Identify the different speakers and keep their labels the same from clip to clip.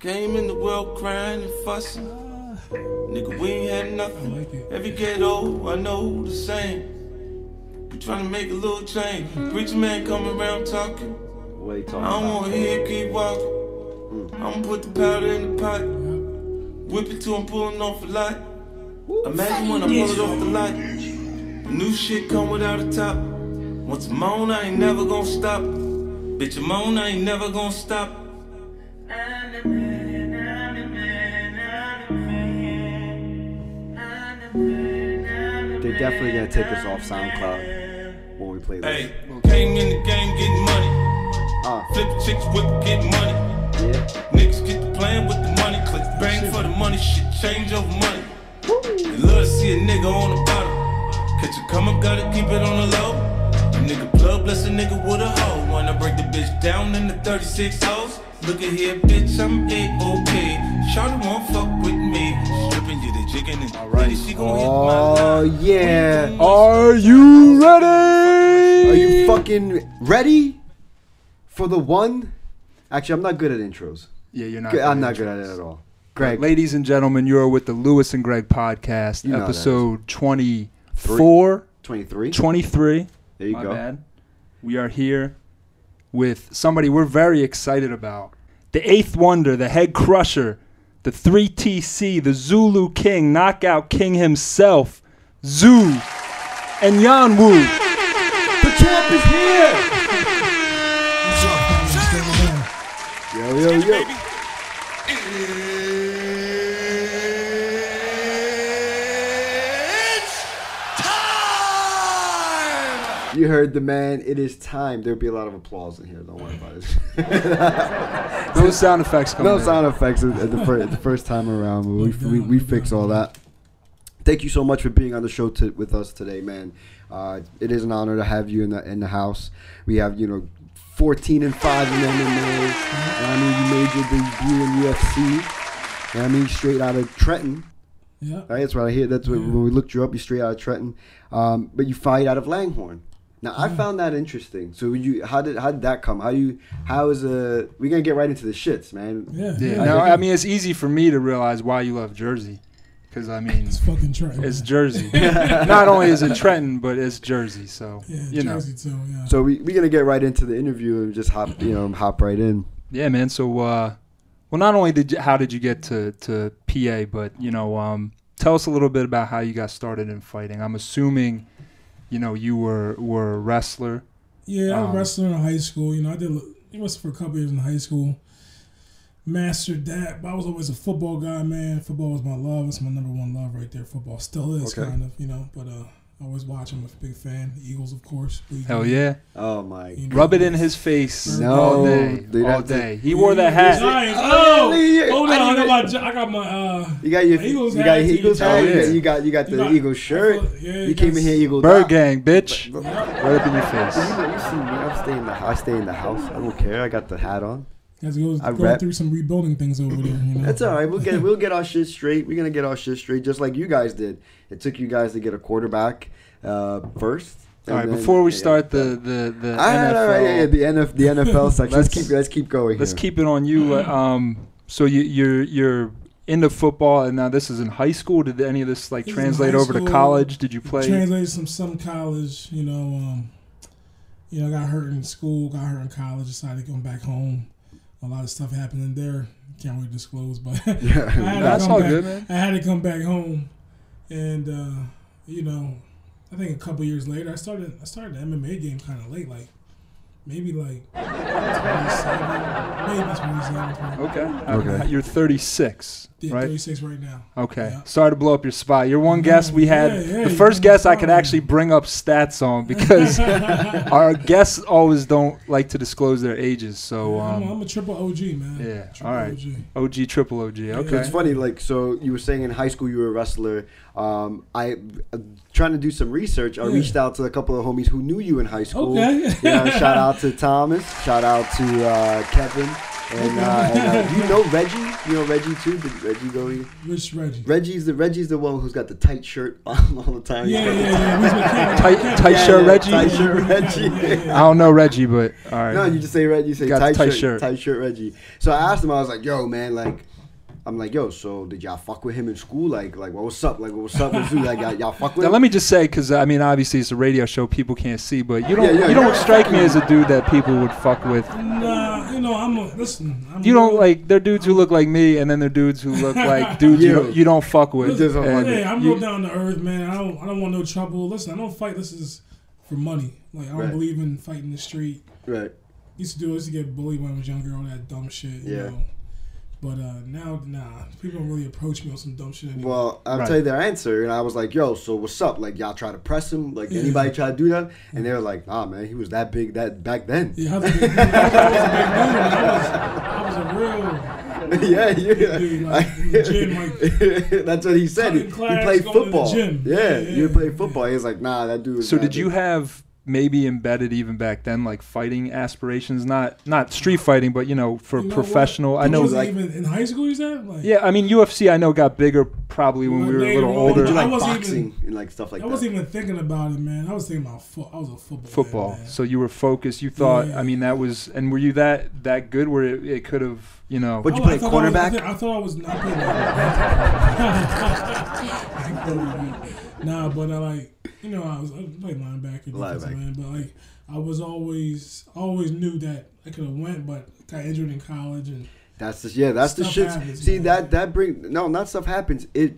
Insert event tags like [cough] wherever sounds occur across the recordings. Speaker 1: Came in the world crying and fussing. Nigga, we ain't had nothing.
Speaker 2: like that.
Speaker 1: Every ghetto, I know the same. We tryna make a little change. Preacher man coming around talking.
Speaker 3: What are you talking
Speaker 1: I don't wanna hear it, keep walking. I'ma put the powder in the pot. Whip it till I'm pulling off a lot. Imagine when I pull it off the lot. The new shit come without a top. Once I'm on, I ain't never gonna stop. Bitch, I'm on, I ain't never gonna stop.
Speaker 3: They're definitely gonna take us off SoundCloud when we play this.
Speaker 1: Hey, came in the game getting money.
Speaker 3: Uh,
Speaker 1: Flip chicks, whip, get money.
Speaker 3: yeah.
Speaker 1: Niggas get to playing with the money, click bang for the money, shit change over money. They love to see a nigga on the bottom. Catch a come up, gotta keep it on the low. A nigga plug, bless a nigga with a hoe. Wanna break the bitch down in the 36 hoes. Look at here, bitch, I'm A-OK. Shawty won't fuck with me. Stripping you the jigging and
Speaker 3: Alright.
Speaker 1: she gon' hit my
Speaker 3: Oh
Speaker 1: line.
Speaker 3: yeah.
Speaker 2: Are you ready?
Speaker 3: Are you fucking ready for the one? Actually, I'm not good at intros.
Speaker 2: Yeah, you're not.
Speaker 3: Good- I'm
Speaker 2: good.
Speaker 3: not good at it at all. Greg,
Speaker 2: Ladies and gentlemen, you are with the Lewis and Greg podcast,
Speaker 3: You know that.
Speaker 2: episode 24,
Speaker 3: 23.
Speaker 2: 23.
Speaker 3: There you
Speaker 2: My
Speaker 3: go.
Speaker 2: bad. We are here with somebody we're very excited about. The eighth wonder, the head crusher, the 3TC, the Zulu King, knockout king himself, Zoo, and Yanwu.
Speaker 3: The champ is here. Yo yo yo. You heard the man. It is time. There'll be a lot of applause in here. Don't worry about it.
Speaker 2: No sound effects coming
Speaker 3: no
Speaker 2: in.
Speaker 3: sound effects at at the, fir- the first time around. but We, we, we fix all that. Thank you so much for being on the show to, with us today, man. Uh, it is an honor to have you in the in the house. We have you know, 14 and five in MMA. And I mean, you made your debut in UFC. And I mean, straight out of Trenton.
Speaker 4: Yeah,
Speaker 3: Right, that's right here. That's what, when we looked you up. You straight out of Trenton, um, but you fight out of Langhorne. Now I found that interesting. So you, how did how did that come? How do you how is a we're gonna get right into the shits, man.
Speaker 4: yeah,
Speaker 2: Yeah, no, I mean, it's easy for me to realize why you love Jersey. Because, I mean,
Speaker 4: it's fucking Trenton.
Speaker 2: it's Jersey. Not only is it Trenton, but it's Jersey. So,
Speaker 4: yeah,
Speaker 2: you know.
Speaker 4: Jersey too. Yeah.
Speaker 3: So we we gonna get right into the interview and just hop you know hop right in.
Speaker 2: Yeah, man. So, uh, well, not only did you, how did you get to, to PA, but you know, um, tell us a little bit about how you got started in fighting. I'm assuming, you know, you were were a wrestler.
Speaker 4: yeah, I
Speaker 2: um,
Speaker 4: was wrestling in high school. You know, I did. It was for a couple years in high school. Mastered that, but I was always a football guy, man. Football was my love. It's my number one love right there. Football still is,
Speaker 3: Okay.
Speaker 4: kind of, you know. But uh, I always watch. I'm a big fan. The Eagles, of course. Bleed
Speaker 2: Hell
Speaker 4: Green.
Speaker 2: yeah!
Speaker 3: Oh my.
Speaker 4: You know,
Speaker 2: Rub it in his face
Speaker 3: No,
Speaker 2: all day,
Speaker 3: dude,
Speaker 2: all
Speaker 3: that's-
Speaker 2: day. He wore that
Speaker 4: Eagles,
Speaker 2: hat.
Speaker 4: Giants.
Speaker 3: Oh,
Speaker 4: Oh,
Speaker 3: yeah, yeah.
Speaker 4: hold
Speaker 3: I
Speaker 4: on. I,
Speaker 3: didn't
Speaker 4: got my. gi- I got my. Uh,
Speaker 3: You got your
Speaker 4: Eagles
Speaker 3: you got
Speaker 4: hat,
Speaker 3: your Eagles
Speaker 4: Eagles
Speaker 3: hat.
Speaker 2: hat.
Speaker 3: You got you got
Speaker 4: You
Speaker 3: the
Speaker 4: got-
Speaker 3: Eagles shirt.
Speaker 4: yeah,
Speaker 3: you
Speaker 4: you
Speaker 3: came
Speaker 4: got-
Speaker 3: in here Eagle.
Speaker 2: Bird gang, bitch!
Speaker 3: You,
Speaker 2: Right up in your face.
Speaker 3: you see me? I'm staying in the I stay in the house. I don't care. I got the hat on.
Speaker 4: guys, goes
Speaker 3: I
Speaker 4: going
Speaker 3: rep-
Speaker 4: through some rebuilding things over there.
Speaker 2: [laughs]
Speaker 4: You know?
Speaker 3: That's all right. We'll get we'll get our shit straight. We're gonna get our shit straight, just like you guys did. It took you guys to get a quarterback uh, first.
Speaker 2: All
Speaker 3: and
Speaker 2: right,
Speaker 3: then-
Speaker 2: before we
Speaker 3: yeah.
Speaker 2: start the the the
Speaker 3: All right, all right, Ah, yeah, yeah,
Speaker 2: NFL,
Speaker 3: the NF, the NFL section. Let's
Speaker 2: Let's-
Speaker 3: keep let's keep going.
Speaker 2: let's
Speaker 3: here.
Speaker 2: keep it on you.
Speaker 3: Mm-hmm.
Speaker 2: uh, Um, so you you're you're into football, and now this is in high school. Did any of this like
Speaker 4: This is in
Speaker 2: translate
Speaker 4: high
Speaker 2: over to
Speaker 4: school.
Speaker 2: college? Did you play?
Speaker 4: translated some some college. You know, um, you know, got hurt in school, got hurt in college, decided to come back home. A lot of stuff happened in there. Can't really disclose, but [laughs] I had to
Speaker 3: No,
Speaker 2: that's
Speaker 4: come
Speaker 2: all
Speaker 4: back-
Speaker 2: good, man.
Speaker 4: I had to come back home, and uh, you know, I think a couple years later, I started I started the MMA game kind of late, like maybe like 27, maybe 27, 20,
Speaker 2: Okay.
Speaker 3: Okay.
Speaker 2: Uh, You're 36,
Speaker 4: yeah,
Speaker 2: right?
Speaker 4: 36
Speaker 2: [laughs]
Speaker 4: right now.
Speaker 2: Okay.
Speaker 4: Yeah.
Speaker 2: Sorry to blow up your spot. Your one guess we had,
Speaker 4: yeah, yeah,
Speaker 2: the
Speaker 4: you
Speaker 2: first
Speaker 4: know,
Speaker 2: guess I could
Speaker 4: sorry.
Speaker 2: actually bring up stats
Speaker 4: [laughs]
Speaker 2: on because our guests always don't like to disclose their ages. So,
Speaker 4: I'm, a-
Speaker 2: um,
Speaker 4: I'm a triple OG man.
Speaker 2: yeah,
Speaker 4: Triple
Speaker 2: alright.
Speaker 4: OG.
Speaker 2: OG, triple OG. Okay.
Speaker 3: It's funny, like so. You were saying in high school you were a wrestler. Um, I uh, trying to do some research. I
Speaker 4: Yeah.
Speaker 3: reached out to a couple of homies who knew you in high school.
Speaker 4: Okay.
Speaker 3: You
Speaker 4: [laughs]
Speaker 3: know, shout out to Thomas. Shout out to uh, Kevin. And, uh, and uh, you know Reggie. you know Reggie too. Did Reggie go? Here?
Speaker 4: Which Reggie?
Speaker 3: Reggie's the Reggie's the one who's got the tight shirt on [laughs] all the time.
Speaker 4: Yeah, yeah, yeah. He's been carrying-
Speaker 2: Tight, tight
Speaker 3: Yeah,
Speaker 2: shirt,
Speaker 3: yeah, [laughs]
Speaker 2: Reggie.
Speaker 3: Tight shirt,
Speaker 4: Yeah,
Speaker 3: Reggie.
Speaker 4: yeah,
Speaker 2: I don't know Reggie, but all right.
Speaker 3: No, you just say Reggie. You say
Speaker 2: Got the
Speaker 3: tight,
Speaker 2: tight
Speaker 3: shirt,
Speaker 2: shirt.
Speaker 3: tight shirt, Reggie. So I asked him. I was like, "Yo, man, like, I'm like, yo, so did y'all fuck with him in school? Like, like, well, what's up? Like, what's up with you? Like, y'all, y'all fuck with
Speaker 2: now
Speaker 3: him?
Speaker 2: let me just say, because I mean, obviously it's a radio show, people can't see, but you don't,
Speaker 3: Yeah, yeah,
Speaker 2: you don't
Speaker 3: yeah.
Speaker 2: strike me as a dude that people would fuck with.
Speaker 4: Nah, uh, you know I'm a listen. I'm
Speaker 2: You don't
Speaker 4: real-
Speaker 2: like they're dudes who look like me, and then they're dudes who
Speaker 3: [laughs]
Speaker 2: look like dudes you,
Speaker 3: You.
Speaker 2: don't, you don't fuck with.
Speaker 3: Just don't
Speaker 2: And
Speaker 3: fuck with.
Speaker 4: Hey, I'm
Speaker 2: you-
Speaker 4: real down to earth, man. I don't, I don't want no trouble. Listen, I don't fight. This is for money. Like I don't
Speaker 3: Right.
Speaker 4: believe in fighting the street.
Speaker 3: Right.
Speaker 4: Used to do. I used to get bullied when I was younger. All that dumb shit. You
Speaker 3: Yeah.
Speaker 4: Know? But uh, now, nah, people don't really approach me on some dumb shit anymore.
Speaker 3: Well, I'll
Speaker 2: Right.
Speaker 3: tell you their answer, and I was like, "Yo, so what's up? Like, y'all try to press him? Like, anybody try to do that?" And they were like, "Nah, man, he was that big that back then."
Speaker 4: [laughs] yeah, I was a big dude. I was, a big dude. I was, I was a real.
Speaker 3: [laughs] yeah, yeah.
Speaker 4: Dude, like, in the
Speaker 3: [laughs]
Speaker 4: gym,
Speaker 3: That's what he said. He,
Speaker 4: Cutting
Speaker 3: he
Speaker 4: class,
Speaker 3: played
Speaker 4: going to the
Speaker 3: football.
Speaker 4: gym.
Speaker 3: Yeah,
Speaker 4: Yeah,
Speaker 3: you
Speaker 4: yeah,
Speaker 3: played football. He was like, "Nah, that dude." Was
Speaker 2: So
Speaker 3: that
Speaker 2: did you
Speaker 3: big."
Speaker 2: have maybe embedded even back then like fighting aspirations, not not street fighting, but you know for
Speaker 4: You know what?
Speaker 2: professional? I
Speaker 4: You
Speaker 2: know,
Speaker 4: wasn't
Speaker 2: like,
Speaker 4: even in high school. Is that like?
Speaker 2: yeah, I mean UFC. I know got bigger probably when we were a little
Speaker 4: Later on.
Speaker 2: older.
Speaker 3: Did you
Speaker 4: I
Speaker 3: like
Speaker 4: wasn't
Speaker 3: boxing
Speaker 4: even-
Speaker 3: and like stuff like
Speaker 4: I
Speaker 3: that?
Speaker 4: wasn't even thinking about it, man. I was thinking about foot. I was a football.
Speaker 2: football.
Speaker 4: Fan, man.
Speaker 2: So you were focused. You thought.
Speaker 4: Yeah.
Speaker 2: I mean, that was. And were you that that good where it, it could have? You know.
Speaker 3: But- What'd you
Speaker 4: I- Oh,
Speaker 3: play,
Speaker 4: I thought I was-
Speaker 3: cornerback?
Speaker 4: I thi- I thought I was not playing. cornerback. [laughs] nah, but I like you know I was I played linebacker, defensive
Speaker 3: Linebacker.
Speaker 4: man. But like I was always I always knew that I could have went, but got injured in college and
Speaker 3: That's the yeah. That's the
Speaker 4: Stuff
Speaker 3: shit.
Speaker 4: happens,
Speaker 3: See
Speaker 4: man.
Speaker 3: that that bring no, not stuff happens. It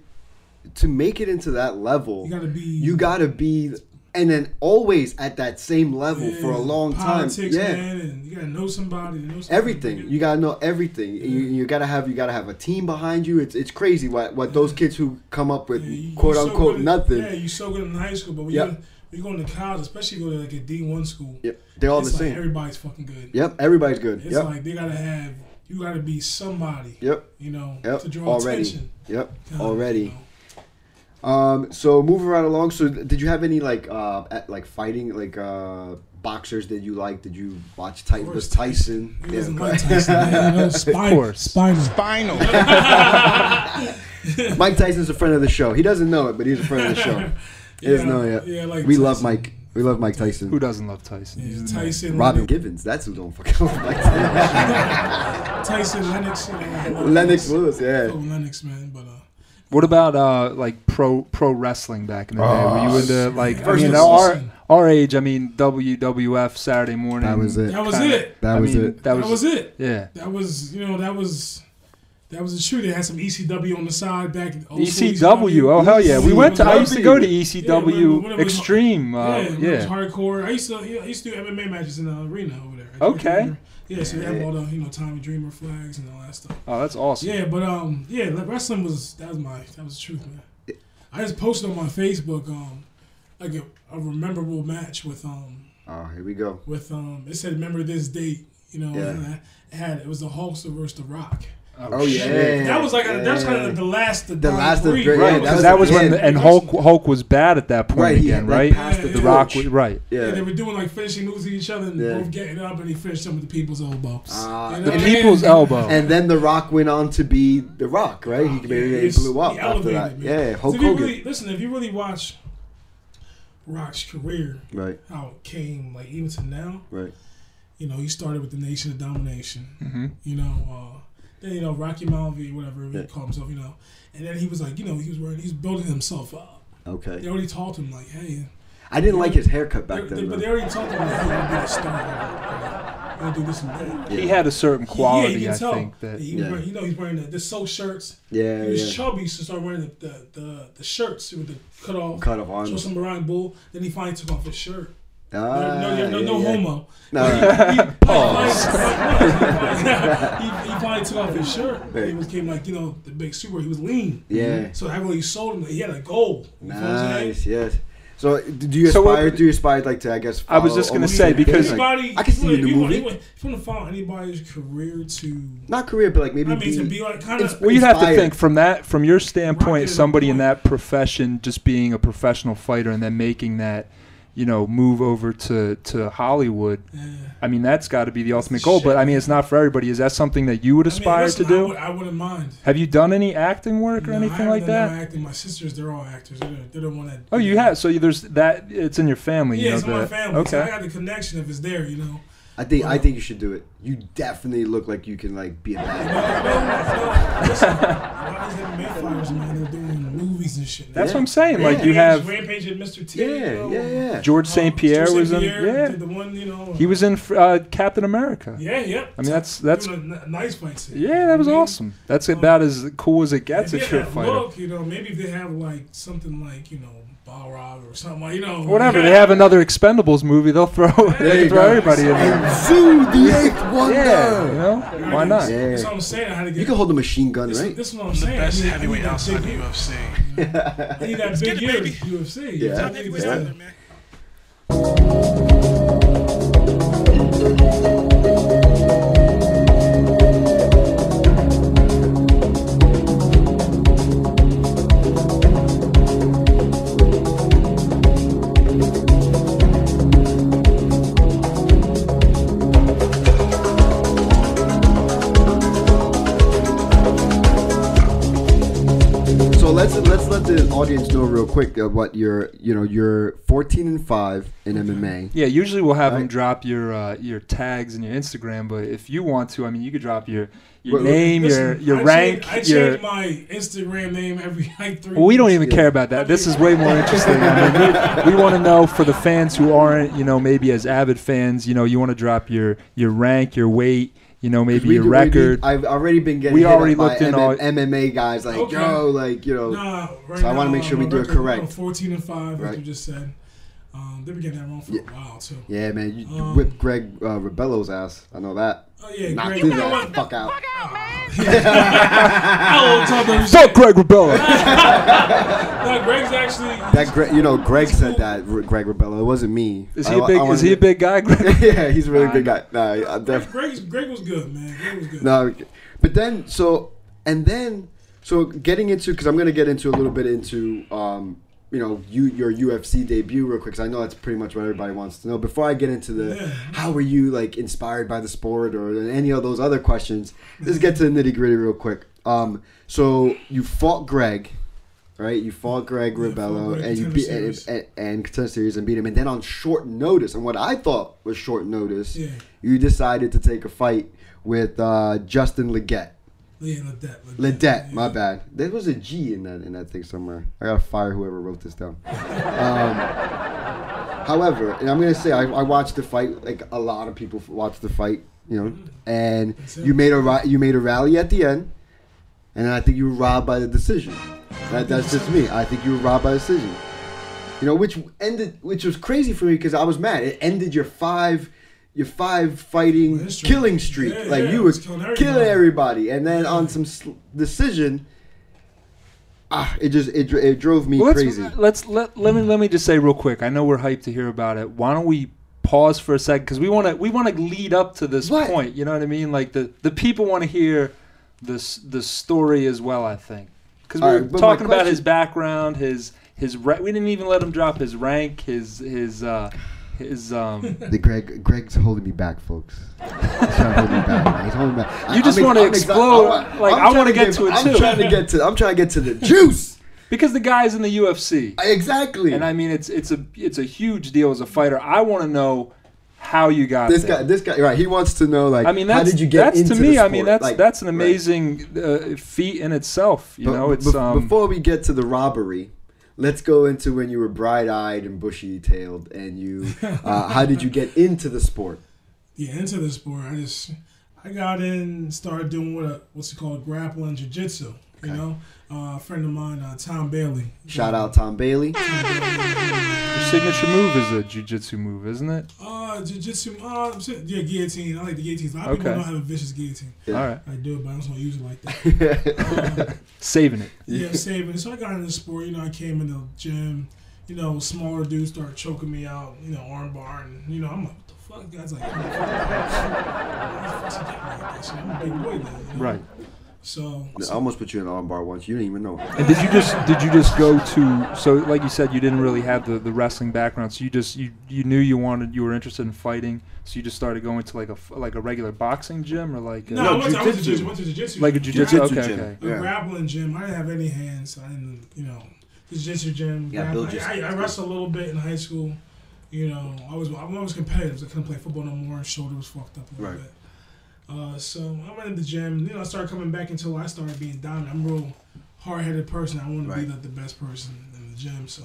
Speaker 3: to make it into that level,
Speaker 4: you gotta be
Speaker 3: you gotta be, and then always at that same level
Speaker 4: yeah,
Speaker 3: for a long time.
Speaker 4: Politics,
Speaker 3: Yeah,
Speaker 4: man, and you gotta know somebody. to know somebody.
Speaker 3: everything you gotta know everything. You, you gotta have you gotta have a team behind you. It's it's crazy what what those kids who come up with
Speaker 4: Yeah, you-
Speaker 3: quote
Speaker 4: you so
Speaker 3: unquote
Speaker 4: good at-
Speaker 3: nothing.
Speaker 4: Yeah, you so good in high school, but when
Speaker 3: Yep.
Speaker 4: you're, you're going to college, especially go to like a D one school,
Speaker 3: Yep, they're all
Speaker 4: it's
Speaker 3: the
Speaker 4: like
Speaker 3: same.
Speaker 4: Everybody's fucking good.
Speaker 3: yep, everybody's good.
Speaker 4: It's
Speaker 3: Yep,
Speaker 4: like they gotta have you gotta be somebody.
Speaker 3: yep,
Speaker 4: You know,
Speaker 3: yep.
Speaker 4: to draw
Speaker 3: Already,
Speaker 4: attention.
Speaker 3: yep,
Speaker 4: God,
Speaker 3: already.
Speaker 4: you know.
Speaker 3: Um, so moving right along. So th- did you have any like uh at, like fighting like uh boxers that you like? Did you watch Ty-
Speaker 4: course,
Speaker 3: was Tyson?
Speaker 4: It wasn't Mike Tyson,
Speaker 3: [laughs]
Speaker 4: man, you know, spine,
Speaker 2: course.
Speaker 4: Spiner.
Speaker 1: Final.
Speaker 3: Mike Tyson's a friend of the show. He doesn't know it, but he's a friend of the
Speaker 4: [laughs]
Speaker 3: show. He doesn't know it yet.
Speaker 4: Yeah, like
Speaker 3: we love
Speaker 4: Tyson.
Speaker 3: Mike. We love Mike Tyson.
Speaker 2: who doesn't love Tyson?
Speaker 4: Yeah,
Speaker 2: He's the man.
Speaker 4: Tyson,
Speaker 3: Robin
Speaker 4: Lennox-
Speaker 3: Givens. That's who don't fucking love Mike Tyson.
Speaker 4: [laughs] Tyson Lennox, you know,
Speaker 3: Lennox Lewis.
Speaker 4: Oh,
Speaker 3: Yeah.
Speaker 4: Lennox, man, but uh,
Speaker 2: What about uh, like pro pro wrestling back in the day?
Speaker 3: Oh,
Speaker 2: Were you into like? I
Speaker 4: Versus
Speaker 2: mean, our
Speaker 4: listen.
Speaker 2: our age. I mean, WWF Saturday morning.
Speaker 3: That was it.
Speaker 4: that was
Speaker 2: Kinda-
Speaker 4: it.
Speaker 3: That
Speaker 2: I
Speaker 3: was
Speaker 2: mean,
Speaker 3: it.
Speaker 2: That was,
Speaker 4: that was it.
Speaker 2: Yeah.
Speaker 4: That was, you know, that was that was the shoe. They had some ECW on the side back. in old school E
Speaker 2: ECW. E Oh hell yeah! We went to. I used to go to
Speaker 4: Yeah, when-
Speaker 2: ECW
Speaker 4: when it was-
Speaker 2: Extreme.
Speaker 4: yeah,
Speaker 2: Uh,
Speaker 4: it was
Speaker 2: yeah.
Speaker 4: hardcore. I used to, yeah, I used to do MMA matches in the arena over there.
Speaker 2: Okay.
Speaker 4: Yeah, so they have all the you know Tommy Dreamer flags and all that stuff.
Speaker 2: Oh, that's awesome.
Speaker 4: Yeah, but um, yeah, like, wrestling was that was my that was the truth, man. I just posted on my Facebook um, like a, a memorable match with um
Speaker 3: Oh, here we go.
Speaker 4: with um it said remember this date you know
Speaker 3: Yeah.
Speaker 4: and I had it was the Hulkster versus the Rock.
Speaker 3: Oh yeah.
Speaker 4: That was like
Speaker 3: yeah.
Speaker 4: that was kind of the last the,
Speaker 3: The last of
Speaker 4: three,
Speaker 3: three, yeah,
Speaker 4: right?
Speaker 2: Right,
Speaker 3: that
Speaker 2: because
Speaker 3: was
Speaker 2: that
Speaker 3: the
Speaker 2: was when
Speaker 3: end.
Speaker 2: the, and Hulk Hulk was bad at that point
Speaker 3: Right, he
Speaker 2: again,
Speaker 3: had, like,
Speaker 2: right?
Speaker 3: passed
Speaker 4: the
Speaker 2: the Rock,
Speaker 3: torch.
Speaker 2: was, right?
Speaker 4: Yeah. they
Speaker 3: Yeah.
Speaker 4: were doing like finishing moves to each other and
Speaker 3: Yeah.
Speaker 4: both getting up, and he finished them with the people's elbows.
Speaker 3: Ah, the
Speaker 4: You know what I mean?
Speaker 2: People's elbow.
Speaker 3: And then The Rock went on to be The Rock, right? He,
Speaker 4: Yeah,
Speaker 3: he
Speaker 4: it's-
Speaker 3: blew up
Speaker 4: he
Speaker 3: after that.
Speaker 4: elevated, man.
Speaker 3: Yeah,
Speaker 4: So
Speaker 3: Hulk
Speaker 4: if you
Speaker 3: Hogan.
Speaker 4: really, listen, if you really watch Rock's career,
Speaker 3: right,
Speaker 4: how it came, like even to now,
Speaker 3: right.
Speaker 4: you know, he started with the Nation of Domination.
Speaker 2: hmm
Speaker 4: You know, uh, then you know Rocky Malvi, whatever he
Speaker 3: Yeah.
Speaker 4: called himself, you know, and then he was like, you know, he was wearing, he's building himself up. They
Speaker 3: Okay.
Speaker 4: already taught him like, hey,
Speaker 3: I didn't like his haircut
Speaker 4: They-
Speaker 3: back
Speaker 4: they-
Speaker 3: then.
Speaker 4: but
Speaker 3: though.
Speaker 4: they already talked about how to be a star. Gonna do this and that.
Speaker 2: He had a certain
Speaker 4: yeah,
Speaker 2: quality,
Speaker 4: you can
Speaker 2: I
Speaker 4: tell.
Speaker 2: think. That
Speaker 4: he was
Speaker 3: Yeah.
Speaker 4: wearing, you know, he's wearing the, the silk shirts.
Speaker 3: Yeah,
Speaker 4: he was
Speaker 3: yeah.
Speaker 4: chubby, so started wearing the, the, the, the shirts with the cut off.
Speaker 3: Cut off
Speaker 4: Show
Speaker 3: arms.
Speaker 4: some Mariah Bull. Then he finally took off his shirt. No,
Speaker 3: Ah,
Speaker 4: no, no, no,
Speaker 3: yeah,
Speaker 4: no
Speaker 3: yeah.
Speaker 4: homo.
Speaker 3: No.
Speaker 4: He- he- he- He he
Speaker 3: [laughs]
Speaker 4: finally
Speaker 3: Oh.
Speaker 4: took off his shirt. [laughs] He
Speaker 3: Right.
Speaker 4: became like you know the big super. He was lean.
Speaker 3: Yeah.
Speaker 4: So I really sold him. He had a goal. You feel what I'm saying?
Speaker 3: Nice. Yes. So, d- do you
Speaker 2: So what-
Speaker 3: aspire? do you aspire like to? I guess.
Speaker 2: I was
Speaker 3: follow
Speaker 2: just gonna
Speaker 3: almost
Speaker 2: say,
Speaker 3: like
Speaker 2: because-
Speaker 3: Like,
Speaker 4: anybody,
Speaker 3: I can see you in
Speaker 4: if
Speaker 3: the
Speaker 4: you want-
Speaker 3: movie.
Speaker 4: if you want to follow anybody's career to,
Speaker 3: Not career, but like maybe.
Speaker 4: I mean, to
Speaker 3: be-
Speaker 4: be like kind of
Speaker 2: Well, you'd have to
Speaker 3: Inspired.
Speaker 2: think from that, from your
Speaker 4: Rocket
Speaker 2: standpoint,
Speaker 4: is a
Speaker 2: somebody in
Speaker 4: point.
Speaker 2: that profession just being a professional fighter and then making that, you know, move over to to Hollywood.
Speaker 4: Yeah, yeah.
Speaker 2: I mean, that's got to be the ultimate goal. But I mean, it's not for everybody. Is that something that you would
Speaker 4: I mean,
Speaker 2: aspire
Speaker 4: listen,
Speaker 2: to do?
Speaker 4: I, would, I wouldn't mind.
Speaker 2: Have you done any acting work or
Speaker 4: No, I
Speaker 2: anything
Speaker 4: haven't
Speaker 2: like
Speaker 4: done
Speaker 2: that?
Speaker 4: no acting. My sisters, they're all actors. They're, the- they're the one that.
Speaker 2: Oh, you have. So you- there's that. It's in your family.
Speaker 4: Yeah,
Speaker 2: you know,
Speaker 4: it's in my
Speaker 2: that-
Speaker 4: family.
Speaker 2: Okay.
Speaker 4: So I got the connection if it's there, you know.
Speaker 3: I think I think you should do it. You definitely look like you can like be a bad guy.
Speaker 4: Listen, a lot of these little Mayflowers, man, they're doing movies and shit.
Speaker 2: That's
Speaker 3: Yeah.
Speaker 2: what I'm saying. Like
Speaker 3: Yeah.
Speaker 2: you have
Speaker 4: Rampage and Mr. T. you
Speaker 3: Yeah,
Speaker 4: know,
Speaker 3: yeah, yeah.
Speaker 2: George
Speaker 4: um,
Speaker 2: St. Pierre
Speaker 4: George
Speaker 2: was in.
Speaker 4: Saint-Pierre
Speaker 2: Yeah,
Speaker 4: did the one, you know.
Speaker 2: he was in uh, Captain America.
Speaker 4: Yeah, yeah.
Speaker 2: I mean, that's that's
Speaker 4: Doing a n- nice fight scene.
Speaker 2: yeah, that was
Speaker 4: I mean,
Speaker 2: awesome. That's about as cool as it gets.
Speaker 4: if
Speaker 2: If
Speaker 4: they
Speaker 2: you're a
Speaker 4: had
Speaker 2: fighter.
Speaker 4: Look, you know, maybe if they have like something like you know Balrog or something, like, you know,
Speaker 2: Whatever. They have another Expendables movie. They'll throw [laughs] they
Speaker 3: you
Speaker 2: throw
Speaker 3: go.
Speaker 2: everybody in there.
Speaker 3: Zoo the eighth wonder.
Speaker 2: Yeah, you know why not?
Speaker 3: Yeah.
Speaker 4: That's what I'm saying. I had to get.
Speaker 3: You can hold a machine gun,
Speaker 4: this,
Speaker 3: right?
Speaker 4: this is what I'm
Speaker 5: I'm the
Speaker 4: saying. I
Speaker 5: best
Speaker 4: need- I need
Speaker 5: heavyweight
Speaker 4: that
Speaker 5: outside the
Speaker 4: big-
Speaker 5: UFC.
Speaker 4: I need that big
Speaker 5: get it,
Speaker 4: year
Speaker 5: baby.
Speaker 4: UFC.
Speaker 3: Yeah.
Speaker 4: I
Speaker 5: Top
Speaker 4: think
Speaker 5: heavyweight
Speaker 4: it's-
Speaker 5: out there, man.
Speaker 3: So let's let's let the audience know real quick uh, what your you know you're 14 and five in MMA.
Speaker 2: Yeah, usually we'll have them
Speaker 3: Right.
Speaker 2: drop your uh, your tags and your Instagram, but if you want to, I mean, you could drop your your
Speaker 3: Well,
Speaker 2: name, your
Speaker 4: Listen,
Speaker 2: your
Speaker 4: I
Speaker 2: rank,
Speaker 4: Change, I change
Speaker 2: your.
Speaker 4: my Instagram name every [laughs] like three.
Speaker 2: Well, we don't
Speaker 4: weeks.
Speaker 2: even
Speaker 3: Yeah.
Speaker 2: care about that. This is way more interesting. I mean, we, we want to know for the fans who aren't, you know, maybe as avid fans, you know, you want to drop your your rank, your weight, you know, maybe
Speaker 3: We
Speaker 2: your
Speaker 3: do- we do-
Speaker 2: record.
Speaker 3: I've already been getting.
Speaker 2: We
Speaker 3: hit up
Speaker 2: already
Speaker 3: by
Speaker 2: looked in
Speaker 3: MM
Speaker 2: all-
Speaker 3: MMA guys like
Speaker 4: Okay.
Speaker 3: yo, like you know.
Speaker 4: Nah, right
Speaker 3: So I wanna
Speaker 4: now,
Speaker 3: make sure
Speaker 4: my
Speaker 3: we do it
Speaker 4: record, I'm
Speaker 3: correct.
Speaker 4: Fourteen and five, like
Speaker 3: Right.
Speaker 4: you just said. Um, they've been getting that wrong for
Speaker 3: Yeah.
Speaker 4: a while too.
Speaker 3: Yeah, man, you
Speaker 4: Um,
Speaker 3: whipped Greg uh, Rebello's ass. I know that.
Speaker 4: Oh yeah,
Speaker 3: Knocked
Speaker 4: Greg.
Speaker 3: his ass the fuck out.
Speaker 4: [laughs] I will talk about
Speaker 2: Fuck Greg
Speaker 3: [laughs]
Speaker 2: Rubella.
Speaker 4: No, Greg's actually.
Speaker 3: That Gre- you know, Greg said that. Re- Greg Rebello. It wasn't me.
Speaker 2: Is
Speaker 3: I-
Speaker 2: he a
Speaker 3: I
Speaker 2: big?
Speaker 3: wanted
Speaker 2: Is he a
Speaker 3: to-
Speaker 2: big guy? Greg?
Speaker 3: [laughs] yeah, he's a really big guy. Nah, I
Speaker 4: Greg,
Speaker 3: definitely.
Speaker 4: Greg's, Greg was good, man. Greg was good.
Speaker 3: No, but then so and then so getting into because I'm gonna get into a little bit into um you know you your UFC debut real quick because I know that's pretty much what everybody wants to know. Before I get into the
Speaker 4: Yeah.
Speaker 3: how were you like inspired by the sport or any of those other questions, let's get to the nitty gritty real quick. Um, so you fought Greg. Right, you fought Greg
Speaker 4: Yeah, I fought
Speaker 3: Ribello
Speaker 4: Greg
Speaker 3: and you
Speaker 4: Contender
Speaker 3: beat and,
Speaker 4: Series.
Speaker 3: and, and contender series and beat him, and then on short notice, and what I thought was short notice,
Speaker 4: Yeah.
Speaker 3: you decided to take a fight with uh, Justin Leggett.
Speaker 4: Yeah, Ledet. Ledet.
Speaker 3: Ledet, my
Speaker 4: yeah.
Speaker 3: bad. There was a G in that in that thing somewhere. I gotta fire whoever wrote this down. Um, however, and I'm gonna say I, I watched the fight. Like a lot of people watched the fight, you know. And
Speaker 4: it.
Speaker 3: you made a ri- you made a rally at the end, and I think you were robbed by the decision. That, that's just me. I think you were robbed by the decision. You know, which ended, which was crazy for me because I was mad. It ended your five, your five fighting
Speaker 4: Well, history.
Speaker 3: killing streak.
Speaker 4: Yeah,
Speaker 3: like
Speaker 4: yeah,
Speaker 3: you
Speaker 4: it
Speaker 3: was
Speaker 4: was
Speaker 3: killing
Speaker 4: killing
Speaker 3: everybody.
Speaker 4: everybody.
Speaker 3: and then on some sl- decision, ah, it just it, dr- it drove me
Speaker 2: Well, let's,
Speaker 3: crazy.
Speaker 2: Let's let let me let me just say real quick. I know we're hyped to hear about it. Why don't we pause for a second because we want to we want to lead up to this
Speaker 3: Right.
Speaker 2: point. You know what I mean? Like the the people want to hear this the story as well. I think because we
Speaker 3: All
Speaker 2: were
Speaker 3: right, but my
Speaker 2: talking about his
Speaker 3: question-
Speaker 2: background, his his ra- we didn't even let him drop his rank, his his uh
Speaker 3: [laughs]
Speaker 2: his um.
Speaker 3: The Greg Greg's holding me back, folks. He's trying to hold me back. man. He's holding me back. I-
Speaker 2: You just
Speaker 3: I'm ex-
Speaker 2: wanna
Speaker 3: I'm exci-
Speaker 2: explode.
Speaker 3: I'm-
Speaker 2: Like,
Speaker 3: I'm
Speaker 2: I wanna
Speaker 3: trying
Speaker 2: get to it,
Speaker 3: I'm
Speaker 2: too.
Speaker 3: trying to get to. I'm trying to get to the juice.
Speaker 2: because the guy's in the UFC.
Speaker 3: Exactly.
Speaker 2: and I mean, it's it's a it's a huge deal as a fighter. I want to know how you got
Speaker 3: this
Speaker 2: there.
Speaker 3: guy, this guy, right? He wants to know, like,
Speaker 2: I mean,
Speaker 3: how
Speaker 2: that's,
Speaker 3: did you get
Speaker 2: that's
Speaker 3: into
Speaker 2: to me.
Speaker 3: the
Speaker 2: I mean,
Speaker 3: sport?
Speaker 2: that's
Speaker 3: Like,
Speaker 2: that's an
Speaker 3: right.
Speaker 2: amazing uh, feat in itself. You
Speaker 3: But
Speaker 2: know,
Speaker 3: b-
Speaker 2: it's
Speaker 3: bef-
Speaker 2: um,
Speaker 3: before we get to the robbery, let's go into when you were bright-eyed and bushy-tailed, and
Speaker 2: [laughs]
Speaker 3: you. Uh, how did you get into the sport?
Speaker 4: Yeah, into the sport. I just I got in, started doing what a, what's it called, grappling, jiu-jitsu. You know, uh, a friend of mine, uh, Tom Bailey.
Speaker 3: Shout out Tom Bailey.
Speaker 2: your signature move is a jujitsu move, isn't it?
Speaker 4: Uh, jiu-jitsu. Uh, shit, yeah, guillotine. I like the guillotines. A lot of people
Speaker 2: Okay.
Speaker 4: don't have a vicious guillotine.
Speaker 2: All right,
Speaker 4: I do it, but I don't want to use it
Speaker 2: [laughs]
Speaker 4: like that. Um,
Speaker 2: saving it.
Speaker 4: yeah, I'm saving. So I got into the sport. You know, I came in the gym. You know, smaller dudes started choking me out. You know, arm bar, and you know, I'm like, [laughs] what the fuck, guys? Like, I'm a big boy now. you know?
Speaker 2: Right.
Speaker 4: So,
Speaker 3: I almost put you in an armbar once. You didn't even know.
Speaker 2: And did you just did you just go to so like you said you didn't really have the, the wrestling background so you just you you knew you wanted you were interested in fighting so you just started going to like a f- like a regular boxing gym or like a,
Speaker 4: no,
Speaker 3: No,
Speaker 4: I, went to, I went to
Speaker 3: jujitsu.
Speaker 4: jiu- went to jiu-jitsu.
Speaker 2: like a
Speaker 4: gym.
Speaker 2: jujitsu
Speaker 3: Jujitsu
Speaker 2: okay
Speaker 3: gym.
Speaker 2: okay
Speaker 4: The
Speaker 3: Yeah.
Speaker 4: grappling gym. I didn't have any hands. So I didn't, you know, the jiu-jitsu gym.
Speaker 5: Yeah,
Speaker 4: grappling.
Speaker 5: build your-
Speaker 4: I, I wrestled a little bit in high school. You know, I was I'm always competitive. I couldn't play football no more. Shoulder was fucked up a little
Speaker 3: Right.
Speaker 4: bit. Uh, so I went in the gym. You know, I started coming back until I started being dominant. I'm a real hard-headed person. I want to
Speaker 3: Right.
Speaker 4: be like the best person in the gym. So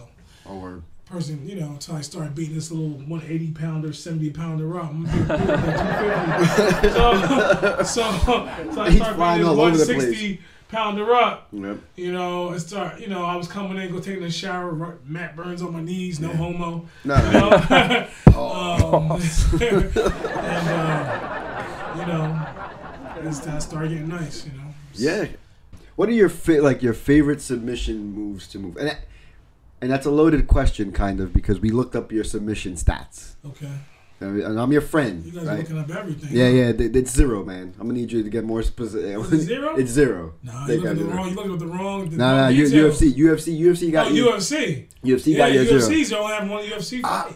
Speaker 4: Oh,
Speaker 3: Or
Speaker 4: person, you know, until I start beating this little 180 pounder, 70 pounder up. I'm gonna be like 250. [laughs] so, so, so I
Speaker 3: He's
Speaker 4: start
Speaker 3: flying
Speaker 4: beating this
Speaker 3: all over the
Speaker 4: 160 pounder up.
Speaker 3: yep.
Speaker 4: You know, and start. You know, I was coming in, go taking a shower. Ru- Matt Burns on my knees, no homo.
Speaker 3: no, [laughs]
Speaker 4: You
Speaker 3: no,
Speaker 4: know, [laughs] um, [laughs] and uh, you know, it's, I started getting nice. You know.
Speaker 3: yeah. What are your fa- like your favorite submission moves to move? And that, and that's a loaded question, kind of, because we looked up your submission stats,
Speaker 4: Okay.
Speaker 3: and and I'm your
Speaker 4: You
Speaker 3: friend,
Speaker 4: guys are
Speaker 3: right?
Speaker 4: looking up everything.
Speaker 3: Yeah, yeah, th- it's zero, man. I'm gonna need you to get more [laughs] specific.
Speaker 4: Was it zero?
Speaker 3: It's zero.
Speaker 4: Nah,
Speaker 3: They
Speaker 4: you looking
Speaker 3: got
Speaker 4: at the
Speaker 3: zero.
Speaker 4: wrong. You looking at the wrong. the
Speaker 3: No,
Speaker 4: wrong
Speaker 3: no, U-
Speaker 4: details.
Speaker 3: UFC, UFC, UFC
Speaker 4: Oh,
Speaker 3: got you.
Speaker 4: UFC.
Speaker 3: UFC
Speaker 4: yeah,
Speaker 3: got your zero.
Speaker 4: UFCs only have one UFC fight.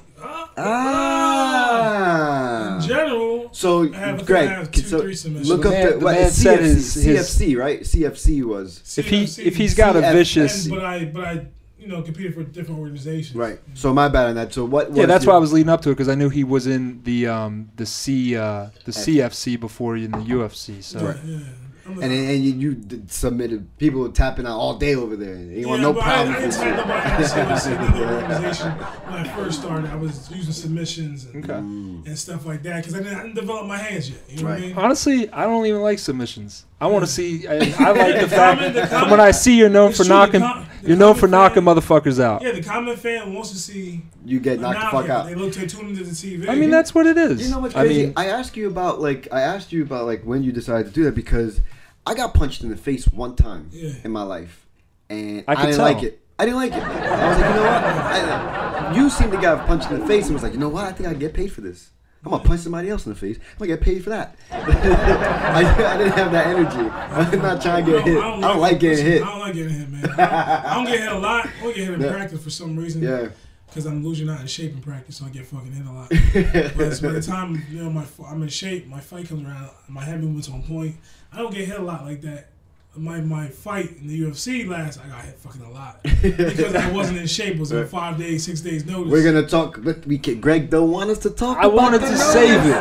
Speaker 4: Ah. In
Speaker 3: Ah.
Speaker 4: general,
Speaker 3: So,
Speaker 4: I have- I
Speaker 3: Greg,
Speaker 4: have
Speaker 3: can-
Speaker 4: two,
Speaker 3: so
Speaker 4: three submissions.
Speaker 3: look
Speaker 2: The
Speaker 3: up
Speaker 2: man-
Speaker 3: the,
Speaker 2: the
Speaker 3: what,
Speaker 2: man
Speaker 3: it's
Speaker 2: said
Speaker 3: CFC,
Speaker 2: his- his-
Speaker 3: CFC, right? CFC was
Speaker 2: if he
Speaker 4: CFC
Speaker 2: if he's got a
Speaker 3: CFC.
Speaker 2: vicious
Speaker 4: and, but I but I you know competed for different organizations.
Speaker 3: right. So my bad on that. So what?
Speaker 2: yeah
Speaker 3: was
Speaker 2: that's
Speaker 3: your-
Speaker 2: why I was leading up to it because I knew he was in the um the C uh the CFC before in the UFC so
Speaker 4: Yeah, yeah. I'm a-
Speaker 3: And then- and you, you did submitted people were tapping out all day over there. They want no
Speaker 4: but
Speaker 3: problem.
Speaker 4: I, I
Speaker 3: with
Speaker 4: didn't
Speaker 3: you.
Speaker 4: tell nobody I was
Speaker 3: [laughs]
Speaker 4: in another organization when I first started. I was using submissions and,
Speaker 2: okay
Speaker 4: and stuff like that because I didn't, I didn't develop my hands yet. You know
Speaker 3: Right.
Speaker 4: what I mean?
Speaker 2: honestly I don't even like submissions I want to see I, I [laughs] like the
Speaker 4: Comment-
Speaker 2: fact
Speaker 4: the comment-
Speaker 2: when I see you're known
Speaker 4: It's
Speaker 2: for
Speaker 4: true, the
Speaker 2: knocking
Speaker 4: com- the
Speaker 2: you're known for
Speaker 4: comment
Speaker 2: knocking
Speaker 4: fan-
Speaker 2: motherfuckers out
Speaker 4: Yeah, the common fan wants to see
Speaker 3: You get knocked the fuck
Speaker 4: Anomaly.
Speaker 3: out.
Speaker 4: They look to tune into the TV.
Speaker 2: I mean, that's what it is.
Speaker 3: You know what's
Speaker 2: I
Speaker 3: crazy? I,
Speaker 2: mean,
Speaker 3: asked you about like I asked you about like when you decided to do that because I got punched in the face one time
Speaker 4: Yeah.
Speaker 3: in my life, and
Speaker 2: I
Speaker 3: I,
Speaker 2: could
Speaker 3: didn't
Speaker 2: tell.
Speaker 3: like it. I didn't like it. I was like, you know what? I, you seem to got punched in the face, and was like, you know what? I think I can get paid for this. I'm gonna punch somebody else in the face. I'm gonna get paid for that. [laughs] I, I didn't have that energy. [laughs] I'm not trying to get hit. I don't like getting hit.
Speaker 4: I don't like getting hit, man. I, I don't get hit a lot. I don't get hit in
Speaker 3: Yeah.
Speaker 4: practice for some reason.
Speaker 3: Yeah.
Speaker 4: Because I'm losing out in shape in practice, so I get fucking hit
Speaker 3: [laughs]
Speaker 4: a lot. but it's by the time you know my I'm in shape, my fight comes around, my head movement's on point. I don't get hit a lot like that. My my fight in the UFC last, I got hit fucking a
Speaker 3: [laughs]
Speaker 4: lot because I wasn't in shape. It was on five days, six days notice.
Speaker 3: We're gonna talk, but we can. Greg don't want us to talk.
Speaker 2: I
Speaker 3: about
Speaker 2: wanted
Speaker 3: the
Speaker 2: to
Speaker 3: notice.
Speaker 2: save it.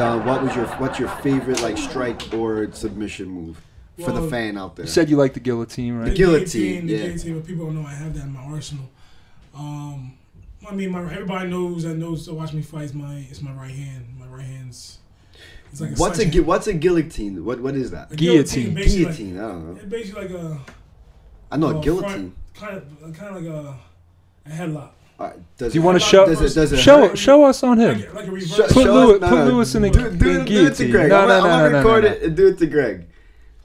Speaker 3: Uh, what was your what's your favorite like strike or submission move for the
Speaker 4: Well,
Speaker 3: fan out there?
Speaker 2: You said you like the guillotine,
Speaker 4: the
Speaker 2: right?
Speaker 3: guillotine,
Speaker 4: guillotine, the
Speaker 3: yeah.
Speaker 4: guillotine. But people don't know I have that in my arsenal. Um, I mean, my everybody knows that knows to watch me fight. Is my it's my right hand. My right hand's. It's like a
Speaker 3: what's a
Speaker 4: sledgehammer.
Speaker 3: gui- what's a guillotine? What what is that?
Speaker 4: A
Speaker 2: Guillotine.
Speaker 4: guillotine, basically like-
Speaker 3: Guillotine. I don't know.
Speaker 4: It's basically like a
Speaker 3: I know
Speaker 4: uh,
Speaker 3: a guillotine.
Speaker 4: kind of kind of like a, a headlock.
Speaker 3: All right, does
Speaker 2: Do you
Speaker 3: it-
Speaker 2: want to
Speaker 4: Headlock
Speaker 2: show?
Speaker 3: Does it does it
Speaker 2: Show
Speaker 3: hurt?
Speaker 2: show us on him.
Speaker 4: Like, a- like a reverse.
Speaker 3: Show-
Speaker 2: Put
Speaker 3: show
Speaker 2: Lewi-
Speaker 3: us- no,
Speaker 2: put
Speaker 3: no,
Speaker 2: Lewis in the
Speaker 3: do, do, do it- do it to
Speaker 2: guillotine.
Speaker 3: Greg.
Speaker 2: No,
Speaker 3: I'm,
Speaker 2: no,
Speaker 3: gonna- I'm
Speaker 2: no,
Speaker 3: gonna
Speaker 2: no, no,
Speaker 3: record
Speaker 2: no.
Speaker 3: it and do it to Greg.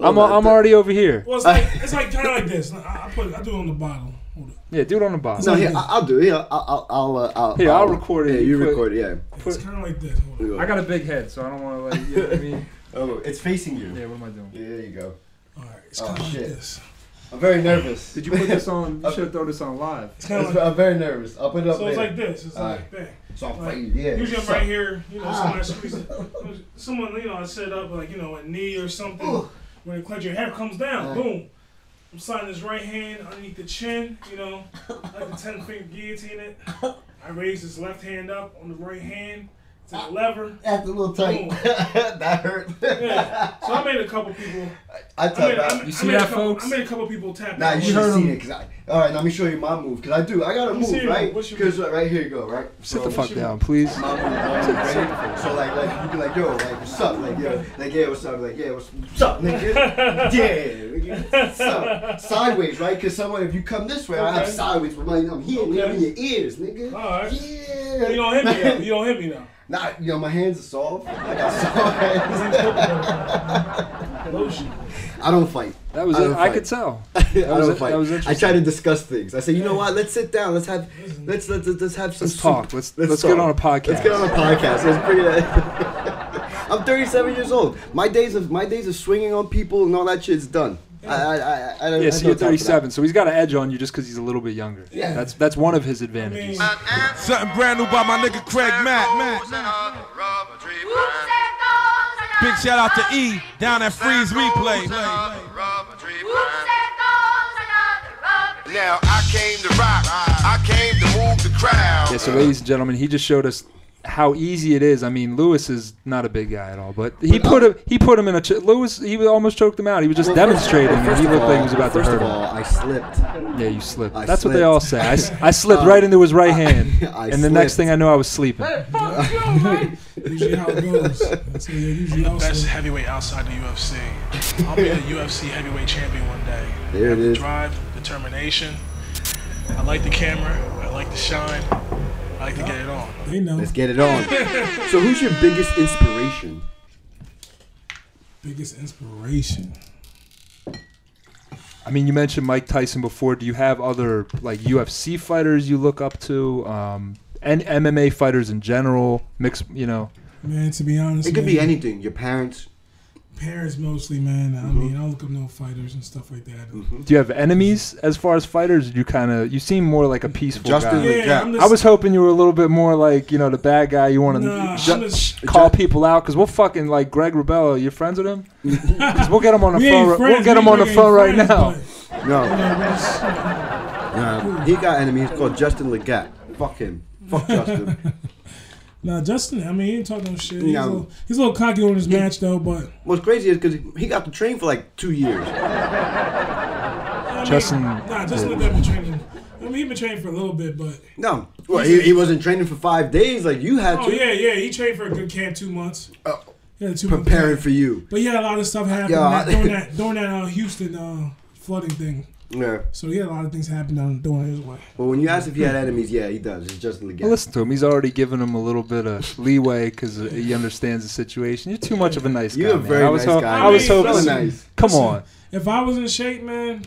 Speaker 2: I'm
Speaker 3: Hold on,
Speaker 2: I'm
Speaker 3: do-
Speaker 2: already over here.
Speaker 4: well, it's like
Speaker 3: [laughs]
Speaker 4: it's like kind of like this. I, I put I do it on the bottle. Hold up.
Speaker 2: Yeah, do it on the box.
Speaker 3: No, here, I- I'll do it. Here, I'll, I'll, I'll, uh, I'll,
Speaker 2: Here, I'll record it.
Speaker 3: Yeah, you
Speaker 2: Put-
Speaker 3: record it,
Speaker 4: It's
Speaker 2: Put-
Speaker 4: kind of like this. Hold up.
Speaker 3: yeah.
Speaker 2: I got a big head, so I don't want to like. You know what I mean?
Speaker 3: Oh, it's facing you.
Speaker 2: Yeah, what am I doing?
Speaker 3: Yeah, there you go.
Speaker 4: All right, it's
Speaker 3: Oh,
Speaker 4: kind of like
Speaker 3: shit.
Speaker 4: this.
Speaker 3: I'm very nervous.
Speaker 2: Did you
Speaker 3: [laughs]
Speaker 2: put this on? You should have thrown this on live.
Speaker 4: It's kind of like
Speaker 3: I'm very nervous. I'll put it up
Speaker 4: so it's
Speaker 3: later.
Speaker 4: like this. It's
Speaker 3: All
Speaker 4: like bang.
Speaker 3: so I'm
Speaker 4: like-
Speaker 3: fighting. Yeah. Ah.
Speaker 4: Usually I'm
Speaker 3: so-
Speaker 4: right here, you know, somebody squeezes, someone, you know, I set up like, you know, a knee or something. When you clutch your head comes down,
Speaker 3: Right.
Speaker 4: boom. I'm sliding this right hand underneath the chin,
Speaker 3: [laughs]
Speaker 4: you know, like a 10 finger guillotine it. I raise this left hand up on the right hand to
Speaker 3: Ah.
Speaker 4: the lever.
Speaker 3: That's a little
Speaker 4: tight.
Speaker 3: [laughs] that hurt.
Speaker 4: Yeah. So I made a couple people.
Speaker 3: [laughs] I
Speaker 4: I made, I
Speaker 3: that.
Speaker 4: made-
Speaker 2: You
Speaker 4: I
Speaker 2: see
Speaker 4: made a
Speaker 2: that,
Speaker 4: couple-
Speaker 2: folks?
Speaker 4: I made a couple people tap
Speaker 3: Nah,
Speaker 4: out.
Speaker 3: you
Speaker 2: You
Speaker 3: should
Speaker 2: heard
Speaker 3: have seen
Speaker 2: him.
Speaker 3: it. Cause I, all right, let me show you my move. Cause I do. I got a
Speaker 4: me see
Speaker 3: move,
Speaker 4: your-
Speaker 3: right?
Speaker 4: what's your
Speaker 3: Cause
Speaker 4: move?
Speaker 3: uh, right here you go, right.
Speaker 2: Sit
Speaker 3: So
Speaker 2: the fuck down, please.
Speaker 3: my move, my move, right? So like, like you be like, yo, like what's up? Like
Speaker 4: [laughs]
Speaker 3: yo, like yeah, what's up? Like yeah, what's, what's up, nigga? yeah, nigga, what's up? Sideways, right? Cause someone, if you come this way, I have
Speaker 4: Okay.
Speaker 3: sideways, but like, I'm here, nigga, in your ears, nigga.
Speaker 4: All right.
Speaker 3: Yeah.
Speaker 4: You don't hit me now. You don't hit me now.
Speaker 3: [laughs] Nah, you know my hands are soft. I got [laughs] soft
Speaker 4: [laughs]
Speaker 3: hands. [laughs]
Speaker 4: Lotion.
Speaker 3: I don't fight.
Speaker 2: That was
Speaker 3: I
Speaker 2: it.
Speaker 3: don't
Speaker 2: I
Speaker 3: fight. [laughs]
Speaker 2: could tell.
Speaker 3: I
Speaker 2: was-
Speaker 3: don't fight.
Speaker 2: [laughs] that was
Speaker 3: I
Speaker 2: interesting.
Speaker 3: try to discuss things. I say, you know what? Let's sit down. Let's have let's let's let's, let's have some
Speaker 2: Let's
Speaker 3: soup.
Speaker 2: talk. Let's let's get
Speaker 3: talk.
Speaker 2: on a podcast.
Speaker 3: Let's get on a podcast. Let's bring it. uh, [laughs] I'm 37 years old. My days of my days of swinging on people and all that shit's done. I I I, I, I
Speaker 2: Yeah, so you're
Speaker 3: don't talk to that.
Speaker 2: 37, so he's got an edge on you just because he's a little bit younger.
Speaker 3: Yeah.
Speaker 2: That's that's one of his
Speaker 4: I
Speaker 2: advantages.
Speaker 4: mean,
Speaker 1: Something brand new by my nigga Craig Mack. Big shout out to E down at Freeze Replay.
Speaker 5: Now I came to rock, I came to move the crowd.
Speaker 2: Yeah, so ladies and gentlemen, he just showed us how easy it is. I mean, Lewis is not a big guy at all, but he put him he put him in a ch- Lewis. He almost choked him out. He was just
Speaker 3: Well,
Speaker 2: demonstrating,
Speaker 3: first-
Speaker 2: and he
Speaker 3: first
Speaker 2: looked
Speaker 3: of
Speaker 2: like he
Speaker 3: all-
Speaker 2: was about to
Speaker 3: first
Speaker 2: hurt
Speaker 3: of
Speaker 2: him.
Speaker 3: all, I slipped.
Speaker 2: Yeah, you slipped.
Speaker 3: I
Speaker 2: That's what they all
Speaker 3: slipped. Um,
Speaker 2: say. I,
Speaker 3: [laughs]
Speaker 2: s- I slipped right into his right hand,
Speaker 3: I
Speaker 2: and the next
Speaker 3: slipped.
Speaker 2: thing I knew, I was sleeping.
Speaker 4: usually how it goes. That's how it usually
Speaker 6: Best
Speaker 4: also.
Speaker 6: heavyweight outside the UFC. I'll be a UFC heavyweight champion one day.
Speaker 3: There it
Speaker 6: I have the
Speaker 3: is.
Speaker 6: drive, determination. I like the camera. I like to shine. I like to get it on.
Speaker 4: They know.
Speaker 3: Let's get it on. so who's your biggest inspiration?
Speaker 4: Biggest inspiration.
Speaker 2: I mean, you mentioned Mike Tyson before. Do you have other like UFC fighters you look up to, um, and MMA fighters in general? Mix, you know.
Speaker 4: Man, to be honest,
Speaker 3: It could be
Speaker 4: man,
Speaker 3: anything. Your parents.
Speaker 4: parents mostly, man. I mean, I look up no fighters and stuff like that.
Speaker 2: Do you have enemies as far as fighters? You kind of you seem more like a peaceful
Speaker 3: Justin
Speaker 2: guy.
Speaker 3: Good
Speaker 4: Yeah,
Speaker 3: job.
Speaker 4: I'm just,
Speaker 2: I was hoping you were a little bit more like you know the bad guy. You want to
Speaker 4: Nah, I'm just-
Speaker 2: call people out because we'll fucking like Greg Rubella. You friends with him? 'Cause we'll get him on the
Speaker 4: We
Speaker 2: phone.
Speaker 4: ain't
Speaker 2: ri-
Speaker 4: friends.
Speaker 2: we'll get
Speaker 4: me
Speaker 2: him on
Speaker 4: and
Speaker 2: the
Speaker 4: Greg
Speaker 2: phone right
Speaker 4: ain't
Speaker 2: now.
Speaker 3: No,
Speaker 4: friends, but, you know, that's-
Speaker 3: nah, he got enemies called Justin Leggett. Fuck him. Fuck Justin.
Speaker 4: Nah, Justin, I mean, he ain't talking no shit. He's,
Speaker 3: No.
Speaker 4: a little, he's a little cocky on his match, though, but
Speaker 3: What's crazy is because he got to train for like two years.
Speaker 4: I
Speaker 2: Justin-
Speaker 4: Mean, nah, Justin looked up and training. I mean, he been training for a little bit, but
Speaker 3: No, well, he, he wasn't training for five days like you had
Speaker 4: oh
Speaker 3: to.
Speaker 4: yeah, yeah, he trained for a good camp two months.
Speaker 3: Oh.
Speaker 4: yeah, two months.
Speaker 3: Preparing for you.
Speaker 4: But yeah, a lot of stuff happened
Speaker 3: Yeah,
Speaker 4: that-
Speaker 3: I-
Speaker 4: during that during that uh, Houston uh, flooding thing.
Speaker 3: Yeah.
Speaker 4: So yeah, a lot of things happened on, during his way.
Speaker 3: But when you ask if he had enemies, yeah, he does. It's Justin Leggett.
Speaker 2: Well, listen to him. He's already given him a little bit of leeway because he understands the situation. You're too much of a nice guy.
Speaker 3: You're a
Speaker 2: man.
Speaker 3: very
Speaker 2: I was
Speaker 3: nice
Speaker 2: ho-
Speaker 3: guy.
Speaker 2: I was
Speaker 4: man.
Speaker 2: hoping.
Speaker 3: so
Speaker 4: Listen,
Speaker 3: nice.
Speaker 2: Come
Speaker 4: listen,
Speaker 2: on.
Speaker 4: If I was in shape, man,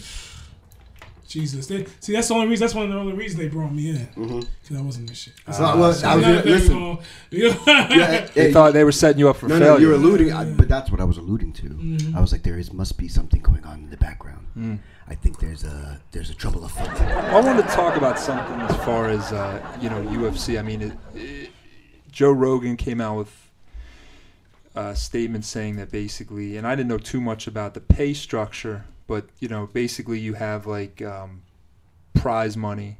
Speaker 4: Jesus. They, see, that's the only reason. That's one of the only reasons they brought me in because I wasn't in shape.
Speaker 3: It's not- well, Mm-hmm. I was
Speaker 4: Not
Speaker 3: gonna-
Speaker 4: that
Speaker 3: listen.
Speaker 4: long. [laughs] yeah.
Speaker 3: Yeah,
Speaker 2: [laughs] They
Speaker 3: yeah,
Speaker 2: thought they were setting you up for
Speaker 3: no, no,
Speaker 2: failure.
Speaker 3: you're alluding, I, but that's what I was alluding to.
Speaker 4: Mm-hmm.
Speaker 3: I was like, there is must be something going on in the background.
Speaker 2: Mm.
Speaker 3: I think there's a there's a trouble afoot.
Speaker 2: I want to talk about something as far as uh, you know UFC. I mean, it, it, Joe Rogan came out with a statement saying that basically, and I didn't know too much about the pay structure, but you know, basically you have like um, prize money,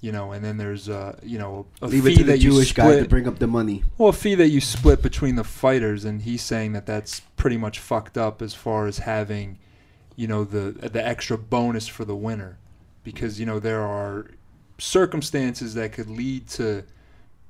Speaker 2: you know, and then there's uh, you know a
Speaker 3: Leave
Speaker 2: fee
Speaker 3: it to the
Speaker 2: that you
Speaker 3: Jewish guy
Speaker 2: split.
Speaker 3: to bring up the money.
Speaker 2: Well, a fee that you split between the fighters, and he's saying that that's pretty much fucked up as far as having, you know, the the extra bonus for the winner, because you know there are circumstances that could lead to,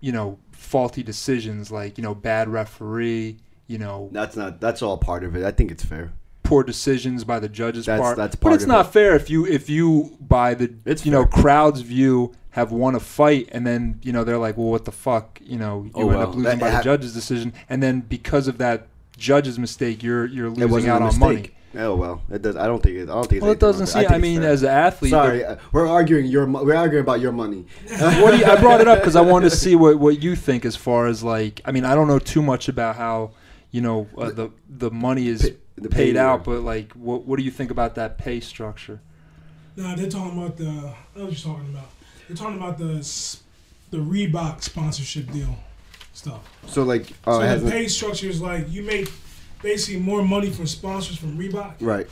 Speaker 2: you know, faulty decisions like you know bad referee, you know,
Speaker 3: That's not. That's all part of it. I think it's fair.
Speaker 2: poor decisions by the judges
Speaker 3: That's-
Speaker 2: part.
Speaker 3: that's
Speaker 2: but
Speaker 3: part
Speaker 2: it's
Speaker 3: of
Speaker 2: not
Speaker 3: it.
Speaker 2: fair if you if you by the
Speaker 3: It's
Speaker 2: you know crowd's view have won a fight and then you know they're like, well, what the fuck, you know, you
Speaker 3: Oh,
Speaker 2: end
Speaker 3: well,
Speaker 2: up losing
Speaker 3: that-
Speaker 2: by the
Speaker 3: that-
Speaker 2: judge's decision, and then because of that judge's mistake, you're you're
Speaker 3: It
Speaker 2: losing
Speaker 3: wasn't
Speaker 2: out
Speaker 3: a
Speaker 2: on
Speaker 3: mistake.
Speaker 2: money.
Speaker 3: Oh well, it does. I don't think it. I don't think. It's
Speaker 2: Well, it
Speaker 3: anything wrong
Speaker 2: doesn't
Speaker 3: with
Speaker 2: see.
Speaker 3: it.
Speaker 2: I,
Speaker 3: think it's
Speaker 2: mean,
Speaker 3: fair.
Speaker 2: as an athlete,
Speaker 3: Sorry, uh, we're arguing your. mo- We're arguing about your money.
Speaker 2: what do you, I brought it up because I wanted to see what, what you think as far as like. I mean, I don't know too much about how you know uh, the the money is
Speaker 3: Pay- the pay
Speaker 2: paid out,
Speaker 3: war.
Speaker 2: but like, what what do you think about that pay structure?
Speaker 4: Nah, they're talking about the. I know what you're talking about. They're talking about the s- the Reebok sponsorship deal stuff.
Speaker 3: So like, oh, it
Speaker 4: so
Speaker 3: has
Speaker 4: the
Speaker 3: no-
Speaker 4: pay structure is like you make basically more money from sponsors from Reebok
Speaker 3: right.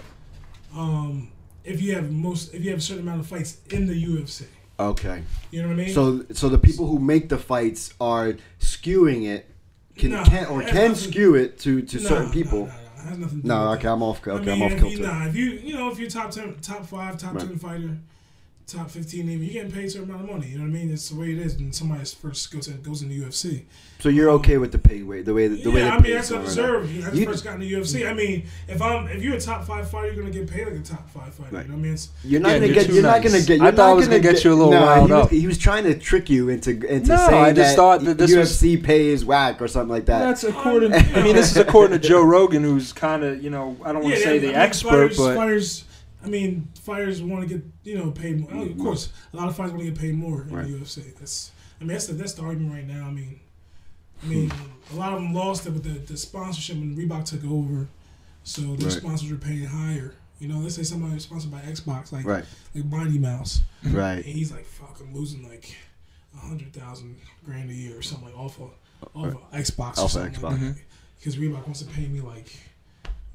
Speaker 4: um, if you have most if you have a certain amount of fights in the UFC.
Speaker 3: Okay.
Speaker 4: You know what I mean?
Speaker 3: So so the people who make the fights are skewing it, can,
Speaker 4: No,
Speaker 3: can or
Speaker 4: it
Speaker 3: can
Speaker 4: doesn't-
Speaker 3: skew it to to
Speaker 4: Nah,
Speaker 3: certain
Speaker 4: nah,
Speaker 3: people.
Speaker 4: nah, nah, it has nothing to do
Speaker 3: No,
Speaker 4: with
Speaker 3: okay, I'm off.
Speaker 4: that. I
Speaker 3: Okay,
Speaker 4: mean,
Speaker 3: I'm off
Speaker 4: if you,
Speaker 3: kilter.
Speaker 4: nah, if you you know if you're top ten, top five, top
Speaker 3: Right.
Speaker 4: ten fighter, top fifteen, even you're getting paid a certain amount of money. You know what I mean? It's the way it is. When somebody's first skill set goes in the UFC.
Speaker 3: So you're okay with the pay way the way the, the way
Speaker 4: yeah,
Speaker 3: they
Speaker 4: I mean
Speaker 3: pay
Speaker 4: that's
Speaker 3: someone right
Speaker 4: observed.
Speaker 3: now.
Speaker 4: That's
Speaker 3: You-
Speaker 4: first gotten the UFC. I mean, if I'm if you're a top five fighter, you're gonna get paid like a top five fighter.
Speaker 3: Right.
Speaker 4: You know what I mean? It's,
Speaker 3: You're not
Speaker 2: Yeah,
Speaker 3: gonna
Speaker 2: you're
Speaker 3: get.
Speaker 2: too
Speaker 3: You're not
Speaker 2: nice.
Speaker 3: gonna get.
Speaker 2: I
Speaker 3: you're
Speaker 2: thought I
Speaker 3: not
Speaker 2: was
Speaker 3: gonna
Speaker 2: gonna get you a little
Speaker 3: no,
Speaker 2: riled
Speaker 3: he was,
Speaker 2: up.
Speaker 3: He was trying to trick you into into
Speaker 2: No,
Speaker 3: saying
Speaker 2: I just
Speaker 3: that
Speaker 2: thought that this was-
Speaker 3: UFC pay is whack or something like that.
Speaker 2: That's
Speaker 3: [laughs]
Speaker 2: according. I mean, this is according to Joe Rogan, who's kind of you know I don't want to
Speaker 4: yeah,
Speaker 2: say
Speaker 4: I
Speaker 2: the
Speaker 4: mean,
Speaker 2: expert,
Speaker 4: fighters,
Speaker 2: but
Speaker 4: fighters. I mean, fighters want to get you know paid more. Oh, of
Speaker 2: Mm-hmm.
Speaker 4: course, a lot of fighters want to get paid more in
Speaker 3: Right.
Speaker 4: the UFC. That's I mean that's the that's the argument right now. I mean, I
Speaker 2: Hmm.
Speaker 4: mean, a lot of them lost it, but the, the sponsorship when Reebok took over, so the
Speaker 3: Right.
Speaker 4: sponsors were paying higher. You know, let's say somebody was sponsored by Xbox, like
Speaker 3: Right.
Speaker 4: like Mighty Mouse, and
Speaker 3: Right.
Speaker 4: he's like, "Fuck, I'm losing like a hundred thousand grand a year or something like off of off of Xbox
Speaker 3: Off
Speaker 4: or
Speaker 3: of
Speaker 4: something
Speaker 3: Xbox.
Speaker 4: like that," because Reebok wants to pay me like,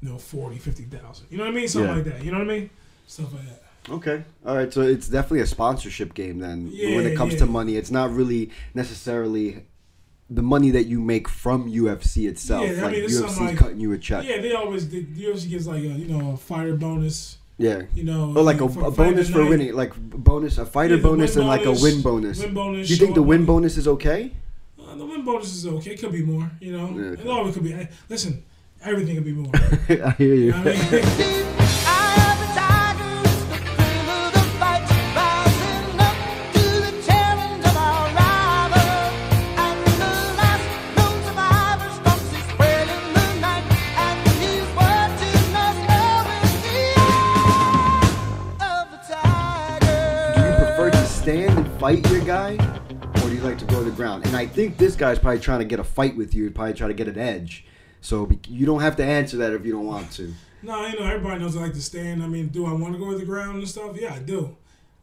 Speaker 4: you know, forty, fifty thousand. You know what I mean? Something
Speaker 3: Yeah.
Speaker 4: like that. You know what I mean? Stuff like that.
Speaker 3: Okay. All right. So it's definitely a sponsorship game then. when it
Speaker 4: Yeah,
Speaker 3: comes
Speaker 4: yeah.
Speaker 3: to money, it's not really necessarily the money that you make from UFC itself.
Speaker 4: Yeah, I
Speaker 3: like
Speaker 4: mean, it's
Speaker 3: UFC
Speaker 4: something like-
Speaker 3: cutting you a check. Yeah.
Speaker 4: Yeah, they always the UFC gives like a you know a fire bonus. You know,
Speaker 3: Or like a,
Speaker 4: for
Speaker 3: a
Speaker 4: fight of
Speaker 3: bonus
Speaker 4: the
Speaker 3: for
Speaker 4: night.
Speaker 3: winning, like bonus, a fighter
Speaker 4: Yeah, the
Speaker 3: bonus,
Speaker 4: win
Speaker 3: and like a win bonus.
Speaker 4: Win bonus.
Speaker 3: Do you think the
Speaker 4: show up
Speaker 3: win
Speaker 4: money.
Speaker 3: bonus is okay? [laughs]
Speaker 4: Uh, the win bonus is okay. It could be more, you know.
Speaker 3: Yeah, okay.
Speaker 4: It always could be. I- Listen, everything could be more.
Speaker 3: I hear you.
Speaker 4: You know what I mean?
Speaker 7: oh,
Speaker 3: Do [laughs] you prefer to stand and fight your guy, or do you like to go to the ground? And I think this guy's probably trying to get a fight with you, probably try to get an edge. So be- you don't have to answer that if you don't want to.
Speaker 4: no, you know everybody knows I like to stand. I mean, do I want to go to the ground and stuff? Yeah, I do.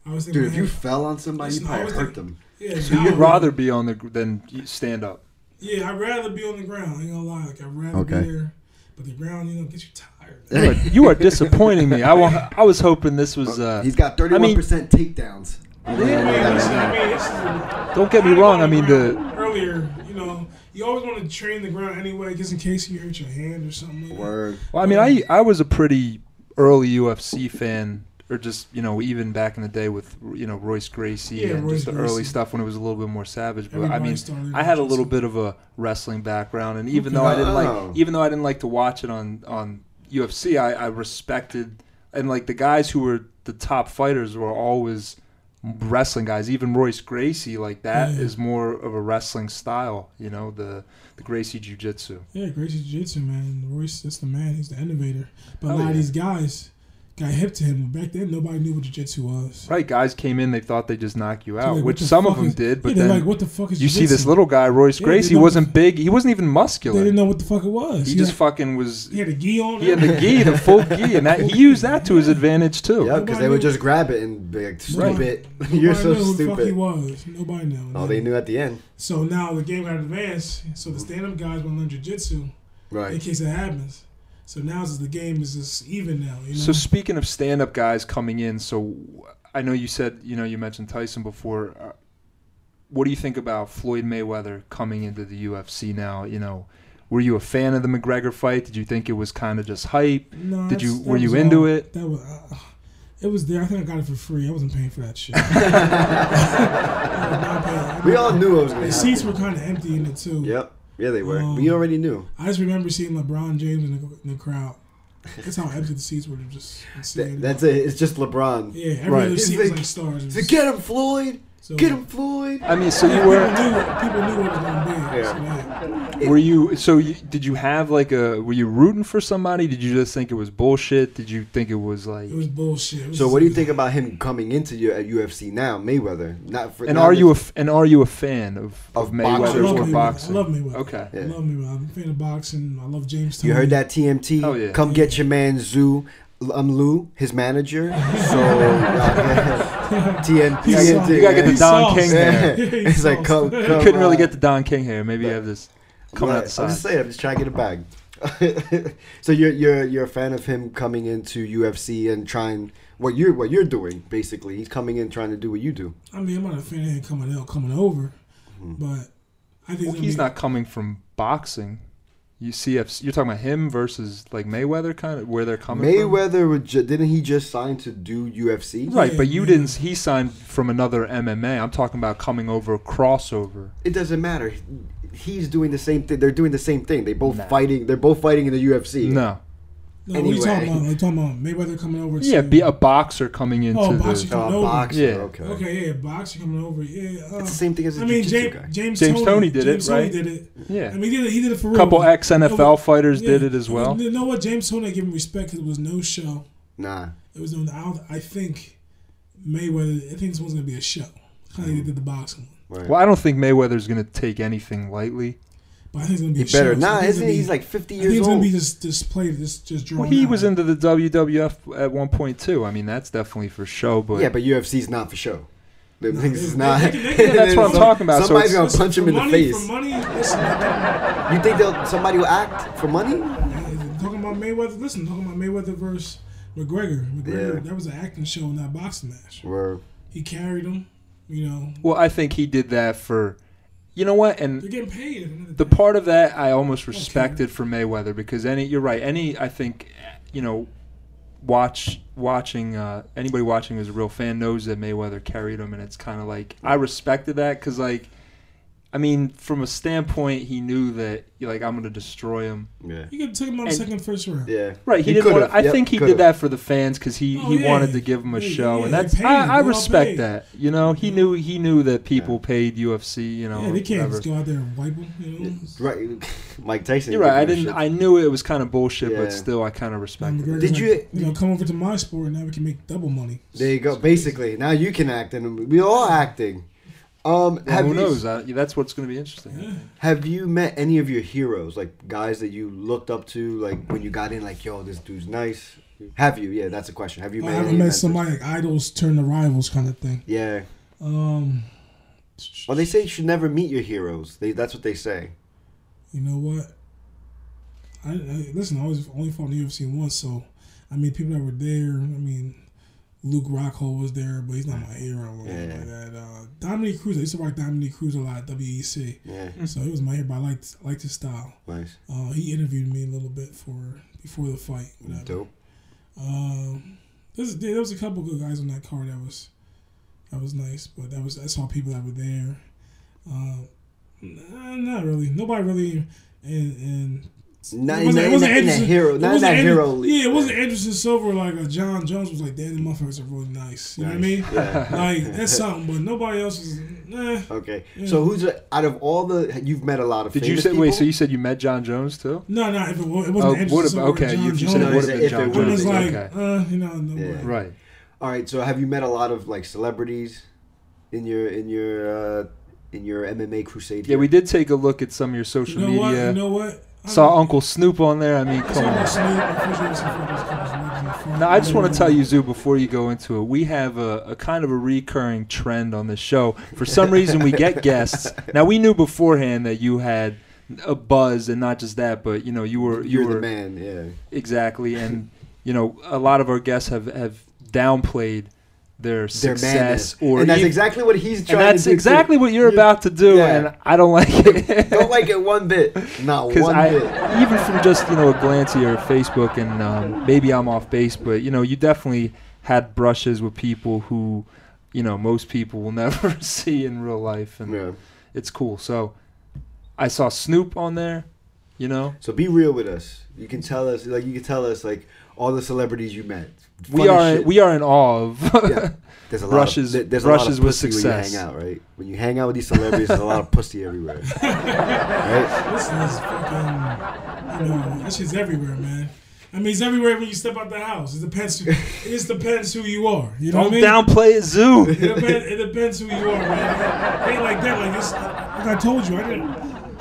Speaker 4: I always think,
Speaker 3: Dude,
Speaker 4: man,
Speaker 3: if you fell on somebody, you
Speaker 4: Listen, I
Speaker 3: probably
Speaker 4: Mm-hmm. always
Speaker 3: hurt
Speaker 4: think-
Speaker 3: [laughs] them.
Speaker 4: yeah,
Speaker 2: So
Speaker 4: now-
Speaker 2: you'd rather be on the gr- than you stand up.
Speaker 4: Yeah, I'd rather be on the ground. I ain't gonna lie, like I'd rather
Speaker 3: Okay.
Speaker 4: be there. But the ground, you know, gets you tired.
Speaker 2: You are,
Speaker 3: [laughs]
Speaker 2: you are disappointing me. I, wa- I was hoping this was. Uh,
Speaker 3: He's got
Speaker 2: I
Speaker 3: thirty-one
Speaker 2: mean,
Speaker 3: percent takedowns.
Speaker 4: Yeah, listen, I mean, this is-
Speaker 2: don't get me wrong. I mean, the
Speaker 4: earlier, you know, you always want to train the ground anyway, just in case you hurt your hand or something. Like that.
Speaker 3: Word.
Speaker 2: Well, I mean, I I was a pretty early UFC fan, or just you know even back in the day with you know Royce Gracie
Speaker 4: Yeah,
Speaker 2: and
Speaker 4: Royce
Speaker 2: just the early
Speaker 4: Gracie.
Speaker 2: stuff when it was a little bit more savage. But
Speaker 4: Everybody
Speaker 2: I
Speaker 4: started
Speaker 2: mean, I had a
Speaker 4: watching
Speaker 2: little
Speaker 4: some-
Speaker 2: bit of a wrestling background, and even though I didn't
Speaker 3: Oh.
Speaker 2: like even though I didn't like to watch it on on UFC, I, I respected and like the guys who were the top fighters were always wrestling guys even royce gracie like that is
Speaker 4: Yeah.
Speaker 2: more of a wrestling style you know the the gracie jiu-jitsu
Speaker 4: Yeah, Gracie Jiu Jitsu, man. Royce, that's the man. He's the innovator. But a
Speaker 2: Oh,
Speaker 4: lot
Speaker 2: yeah.
Speaker 4: of these guys got hip to him. Back then, nobody knew what Jiu Jitsu was.
Speaker 2: Right, guys came in, they thought they just knock you
Speaker 4: They're
Speaker 2: out,
Speaker 4: like,
Speaker 2: which
Speaker 4: what the
Speaker 2: some of
Speaker 4: fuck
Speaker 2: them
Speaker 4: is-
Speaker 2: did.
Speaker 4: yeah,
Speaker 2: But
Speaker 4: they're
Speaker 2: then
Speaker 4: like, what the fuck is
Speaker 2: you see this
Speaker 4: jiu-jitsu?
Speaker 2: little guy, Royce
Speaker 4: Yeah, they
Speaker 2: Gracie,
Speaker 4: don't-
Speaker 2: wasn't big. He wasn't even
Speaker 4: They
Speaker 2: muscular.
Speaker 4: didn't know what the fuck it was.
Speaker 2: He just
Speaker 4: had,
Speaker 2: fucking was.
Speaker 4: he had a gi on.
Speaker 2: He had the gi, the full gi, and that he used that to his advantage too.
Speaker 3: Yeah, because they would just grab it and be like, "Stupid, [laughs] you're so
Speaker 4: knew who the fuck he
Speaker 3: stupid."
Speaker 4: was. Nobody knew.
Speaker 3: Oh, they knew at the end.
Speaker 4: So now the game got advanced. So the stand-up guys want to learn jiu-jitsu in
Speaker 3: Right.
Speaker 4: case it happens. So now it's- the game is just even now. You know?
Speaker 2: So speaking of stand-up guys coming in, so I know you said you know you mentioned Tyson before. Uh, What do you think about Floyd Mayweather coming into the UFC now? You know, were you a fan of the McGregor fight? Did you think it was kind of just hype?
Speaker 4: No,
Speaker 2: Did
Speaker 4: that's-
Speaker 2: you
Speaker 4: that
Speaker 2: were you
Speaker 4: was
Speaker 2: into
Speaker 4: all-
Speaker 2: it?
Speaker 4: That was uh, it was there. I think I got it for free. I wasn't paying for that
Speaker 3: [laughs]
Speaker 4: shit. I was not paying. I
Speaker 3: We
Speaker 4: mean,
Speaker 3: all knew it was going to
Speaker 4: the seats
Speaker 3: happen.
Speaker 4: were kind of empty in it too.
Speaker 3: Yep. Yeah, they were.
Speaker 4: Um,
Speaker 3: we already knew.
Speaker 4: I just remember seeing LeBron James in the, in the crowd. That's how empty the seats were. They're Just
Speaker 3: Th-
Speaker 4: insane.
Speaker 3: that's it. It's just LeBron.
Speaker 4: yeah. Every
Speaker 2: Right.
Speaker 4: other
Speaker 3: It's
Speaker 4: seat was
Speaker 3: like-
Speaker 4: like stars. It
Speaker 3: So
Speaker 4: was-
Speaker 3: get him, Floyd.
Speaker 4: so-
Speaker 3: Get him, Floyd.
Speaker 2: I mean, so
Speaker 4: Yeah,
Speaker 2: you
Speaker 4: [laughs]
Speaker 2: were.
Speaker 4: people, knew, what- people knew what it was gonna be. so, yeah.
Speaker 2: Were you so? You, did you have like a? Were you rooting for somebody? Did you just think it was bullshit? Did you think it was like?
Speaker 4: It was bullshit. It was
Speaker 3: So
Speaker 4: just-
Speaker 3: what do you [laughs] think about him coming into your at UFC now, Mayweather? Not for.
Speaker 2: And
Speaker 3: not
Speaker 2: are you a
Speaker 3: that-
Speaker 2: f- and are you a fan of of,
Speaker 3: Of
Speaker 4: I
Speaker 2: Mayweather
Speaker 3: boxers
Speaker 4: love
Speaker 2: or
Speaker 4: Mayweather.
Speaker 2: boxing?
Speaker 4: I love Mayweather.
Speaker 2: Okay.
Speaker 3: Yeah.
Speaker 4: I love Mayweather. I'm a fan of boxing. I love James.
Speaker 3: you
Speaker 4: Tony.
Speaker 3: heard that TMT?
Speaker 2: Oh, yeah.
Speaker 3: Come get your man Zoo. Um, Lou, his manager. So uh, [laughs] yeah, TM,
Speaker 4: You gotta get-
Speaker 3: TMT.
Speaker 2: You gotta get the Don
Speaker 4: He sauced.
Speaker 3: [laughs]
Speaker 2: King there.
Speaker 4: Yeah, [laughs] he
Speaker 3: It's like
Speaker 4: sauced.
Speaker 3: come,
Speaker 2: You
Speaker 3: come.
Speaker 2: couldn't really
Speaker 3: uh,
Speaker 2: get the Don King here. Maybe you have this coming
Speaker 3: Right.
Speaker 2: out the
Speaker 3: I'm just
Speaker 2: side.
Speaker 3: saying, I'm just trying to get it back. [laughs] so you're you're you're a fan of him coming into UFC and trying what you're what you're doing basically. He's coming in trying to do what you do.
Speaker 4: I mean, I'm not a fan of him coming out, coming over,
Speaker 3: Mm.
Speaker 4: but I think
Speaker 2: Well, he's not coming from boxing. You see, if you're talking about him versus like Mayweather, kind of where they're coming from.
Speaker 3: Mayweather would ju- didn't he just sign to do UFC?
Speaker 2: Right, but you
Speaker 4: Yeah.
Speaker 2: didn't. He signed from another MMA. I'm talking about coming over crossover.
Speaker 3: It doesn't matter. He's doing the same thing. They're doing the same thing. They both
Speaker 2: Nah.
Speaker 3: fighting. They're both fighting in the UFC.
Speaker 2: No,
Speaker 4: No, what are you talking
Speaker 3: anyway.
Speaker 4: about? Like talking about Mayweather coming over.
Speaker 2: yeah,
Speaker 4: to,
Speaker 2: be a boxer coming into
Speaker 4: oh,
Speaker 2: the.
Speaker 4: boxing coming
Speaker 3: Uh,
Speaker 4: over.
Speaker 3: boxer.
Speaker 2: Yeah.
Speaker 3: Okay.
Speaker 4: Okay, yeah, boxer coming over. Yeah, uh,
Speaker 3: It's the same thing as a
Speaker 4: I mean,
Speaker 3: jiu-jitsu
Speaker 4: James,
Speaker 3: guy.
Speaker 4: James,
Speaker 2: James
Speaker 4: Tony,
Speaker 2: Tony did it,
Speaker 4: James Tony
Speaker 2: right?
Speaker 4: did it.
Speaker 2: Yeah.
Speaker 4: I mean, he did it, he did it for real.
Speaker 2: couple ex NFL fighters
Speaker 4: Yeah.
Speaker 2: did it as well.
Speaker 4: You know what? James Tony gave him respect 'cause it was no show.
Speaker 3: Nah.
Speaker 4: It was no. I, don't, I think Mayweather. I think this one's gonna be a show. Kind of like they did the boxing one.
Speaker 3: Right.
Speaker 2: Well, I don't think Mayweather's going to take anything lightly.
Speaker 4: But I think it's gonna be
Speaker 3: He
Speaker 4: a show.
Speaker 3: better.
Speaker 4: so I
Speaker 3: Nah,
Speaker 4: think it's
Speaker 3: isn't
Speaker 4: gonna
Speaker 3: he?
Speaker 4: be-
Speaker 3: He's like 50
Speaker 4: I think
Speaker 3: years
Speaker 4: it's
Speaker 3: old.
Speaker 4: gonna be just just played, just just drawn.
Speaker 2: Well, he
Speaker 4: out.
Speaker 2: was into the WWF at one point too. I mean, that's definitely for show. But
Speaker 3: yeah, but UFC's not for show. Them things is not.
Speaker 4: they- they- they-
Speaker 2: that's what I'm
Speaker 3: Some-
Speaker 2: talking about, so
Speaker 3: Somebody's
Speaker 2: it's-
Speaker 3: gonna
Speaker 4: Listen,
Speaker 3: punch him
Speaker 4: for
Speaker 3: in the
Speaker 4: money,
Speaker 3: face.
Speaker 4: For money, listen,
Speaker 3: You think they'll somebody will act for money?
Speaker 4: man, talking about Mayweather. Listen, talking about Mayweather versus McGregor. McGregor,
Speaker 3: Yeah.
Speaker 4: that was an acting show, not a boxing match.
Speaker 3: Word.
Speaker 4: He carried him. You know,
Speaker 2: well, I think he did that for, you know what? And
Speaker 4: they're getting paid. Another
Speaker 2: the
Speaker 4: thing.
Speaker 2: part of that I almost respected for Mayweather because any you're right any I think you know watch watching uh, anybody watching who's a real fan knows that Mayweather carried him and it's kind of like I respected that because like I mean from a standpoint he knew that like I'm gonna destroy him
Speaker 3: Yeah.
Speaker 4: You could have took him on the
Speaker 2: And-
Speaker 4: second, first round.
Speaker 3: Yeah.
Speaker 2: right he, didn't
Speaker 3: could've,
Speaker 2: want I
Speaker 3: yep,
Speaker 2: think he
Speaker 3: could've.
Speaker 2: did that for the fans because he
Speaker 4: Oh,
Speaker 2: he
Speaker 4: yeah.
Speaker 2: wanted to give him a
Speaker 4: Yeah,
Speaker 2: show
Speaker 4: yeah,
Speaker 2: and
Speaker 4: they
Speaker 2: that's
Speaker 4: paid him.
Speaker 2: I, I
Speaker 4: They all
Speaker 2: respect
Speaker 4: paid.
Speaker 2: that you know he knew he knew that people paid UFC you know
Speaker 4: Yeah, they can't
Speaker 2: whatever.
Speaker 4: just go out there and wipe him. You know,
Speaker 3: [laughs] Right. [laughs] Mike Tyson.
Speaker 2: You're right. I
Speaker 3: didn't
Speaker 2: didn't.
Speaker 3: give a
Speaker 2: I knew it was kind of bullshit,
Speaker 3: Yeah.
Speaker 2: but still, I kind of
Speaker 4: And
Speaker 2: respected
Speaker 4: McGregor's
Speaker 3: Did
Speaker 2: it.
Speaker 4: like,
Speaker 3: you-
Speaker 4: You know, come over to my sport and now we can make double money.
Speaker 3: shit. There you go. Basically, now you can act, and we all acting. Um,
Speaker 2: Well,
Speaker 3: have
Speaker 2: who
Speaker 3: you,
Speaker 2: knows? I, that's what's going to be interesting.
Speaker 4: Yeah.
Speaker 3: Have you met any of your heroes, like guys that you looked up to, like when you got in, like yo, this dude's nice. Have you? Yeah, that's a question. Have you
Speaker 4: I
Speaker 3: met? any
Speaker 4: haven't met
Speaker 3: mentors?
Speaker 4: somebody like idols turn to rivals kind of thing.
Speaker 3: Yeah.
Speaker 4: Um,
Speaker 3: Well, they say you should never meet your heroes. They, that's what they say.
Speaker 4: you know what? I, I listen. I was only fought in the UFC once, so I mean, people that were there. I mean, Luke Rockhold was there, but he's not my hero or anything
Speaker 3: Yeah.
Speaker 4: like that. Uh, Dominic Cruz. I used to rock Dominic Cruz a lot at WEC,
Speaker 3: Yeah.
Speaker 4: so he was my hero. But I liked I liked his style.
Speaker 3: Nice.
Speaker 4: Uh, he interviewed me a little bit for before the fight. Whatever.
Speaker 3: Dope.
Speaker 4: Um, there's, there was a couple good guys on that card that was that was nice, but that was I saw people that were there. Uh, nah, not really. Nobody really. And and
Speaker 3: Not
Speaker 4: it
Speaker 3: in
Speaker 4: wasn't-
Speaker 3: that, in
Speaker 4: it wasn't
Speaker 3: that, in that
Speaker 4: Anderson-
Speaker 3: hero.
Speaker 4: it
Speaker 3: Not in
Speaker 4: wasn't
Speaker 3: that
Speaker 4: Ander-
Speaker 3: hero league.
Speaker 4: Yeah, it wasn't Anderson Silver like a John Jones was like, damn, the motherfuckers are really nice. You know what I mean?
Speaker 3: Yeah.
Speaker 4: [laughs] Like that's something, but nobody else was. Nah.
Speaker 3: Okay. So who's a, out of all the you've met a lot of
Speaker 2: Did you
Speaker 3: famous
Speaker 2: say?
Speaker 3: people?
Speaker 2: Wait. So you said you met John Jones too?
Speaker 4: No, no, if it, wa- it wasn't
Speaker 2: Oh,
Speaker 4: Anderson
Speaker 2: would have.
Speaker 4: Silver,
Speaker 2: Okay.
Speaker 4: John
Speaker 2: If you said
Speaker 4: Jones,
Speaker 2: it
Speaker 3: No,
Speaker 2: would
Speaker 3: if
Speaker 2: have
Speaker 3: it
Speaker 2: been John
Speaker 3: would've
Speaker 4: it
Speaker 2: Jones.
Speaker 4: was like,
Speaker 2: okay.
Speaker 4: uh, you know, no,
Speaker 3: Yeah.
Speaker 2: Right.
Speaker 3: All right. So have you met a lot of like celebrities in your in your uh, in your MMA crusade?
Speaker 2: Yeah. We did take a look at some of your
Speaker 4: You
Speaker 2: social
Speaker 4: know what?
Speaker 2: media.
Speaker 4: You know what? I
Speaker 2: Saw Uncle Snoop on there. I mean, come on. Now, I just want to tell you, Zoo, before you go into it, we have a, a kind of a recurring trend on the show. For some reason, we get guests. Now, we knew beforehand that you had a buzz, and not just that, but you know, you were you
Speaker 3: You're the
Speaker 2: were
Speaker 3: man. Yeah.
Speaker 2: exactly, and you know, a lot of our guests have have downplayed their
Speaker 3: Their
Speaker 2: success
Speaker 3: madness.
Speaker 2: or
Speaker 3: and that's
Speaker 2: ev-
Speaker 3: exactly what he's
Speaker 2: and
Speaker 3: trying
Speaker 2: that's
Speaker 3: to do. too.
Speaker 2: exactly what you're about to do,
Speaker 3: Yeah.
Speaker 2: and I don't like it.
Speaker 3: [laughs] Don't like it one bit.
Speaker 2: [laughs]
Speaker 3: Not
Speaker 2: Because
Speaker 3: one
Speaker 2: I,
Speaker 3: bit.
Speaker 2: even from just you know a glance at your Facebook, and um, maybe I'm off base, but you know you definitely had brushes with people who, you know, most people will [laughs] never see in real life, and
Speaker 3: Yeah.
Speaker 2: it's cool. So, I saw Snoop on there, you know.
Speaker 3: So be real with us. You can tell us, like you can tell us, like all the celebrities you met.
Speaker 2: we are we [laughs] are in awe of. [laughs]
Speaker 3: Yeah. There's a
Speaker 2: brushes-
Speaker 3: lot of, there- there's
Speaker 2: brushes
Speaker 3: a lot of
Speaker 2: with
Speaker 3: pussy
Speaker 2: success.
Speaker 3: When you hang out, right? When you hang out with these celebrities, there's a lot of pussy
Speaker 4: [laughs]
Speaker 3: everywhere. right?
Speaker 4: This is fucking, you know, that shit's everywhere, man. I mean, it's everywhere when you step out the house. It depends. Who, it just depends who you are. You know
Speaker 2: Don't
Speaker 4: what I mean?
Speaker 2: downplay it, Zoo.
Speaker 3: [laughs]
Speaker 4: It depends, it depends who you are, man. It ain't like that. Like, it's, like I told you, I didn't,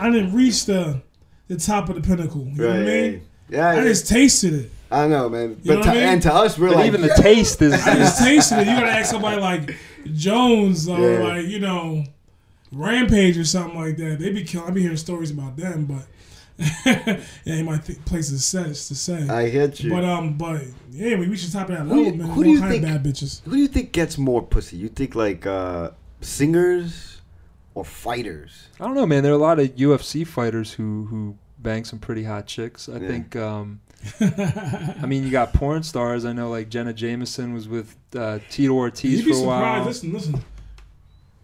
Speaker 4: I didn't reach the, the top of the pinnacle. You know what I mean?
Speaker 3: Yeah,
Speaker 4: I just tasted it.
Speaker 3: I know, man. But
Speaker 4: know what
Speaker 3: to,
Speaker 4: I mean?
Speaker 3: and to us, we're
Speaker 2: But
Speaker 3: like,
Speaker 2: even the taste
Speaker 3: [laughs]
Speaker 2: is,
Speaker 4: I
Speaker 2: is
Speaker 4: just tasted it. You gotta ask somebody like Jones or
Speaker 3: Yeah.
Speaker 4: like you know Rampage or something like that. They be killing. I be hearing stories about them, but [laughs] yeah, you might think places sense to say.
Speaker 3: I hit you.
Speaker 4: but um, but yeah, we reached the top of that
Speaker 3: Who
Speaker 4: level,
Speaker 3: do-
Speaker 4: man.
Speaker 3: who
Speaker 4: All
Speaker 3: do you
Speaker 4: kind
Speaker 3: think-
Speaker 4: of bad bitches.
Speaker 3: Who do you think gets more pussy? You think like uh, singers or fighters?
Speaker 2: I don't know, man. There are a lot of UFC fighters who who bang some pretty hot chicks. I
Speaker 3: Yeah. [laughs]
Speaker 2: think. Um, I mean, you got porn stars. I know, like Jenna Jameson was with uh, Tito Ortiz
Speaker 4: You'd be
Speaker 2: for a
Speaker 4: surprised.
Speaker 2: while.
Speaker 4: Listen, listen.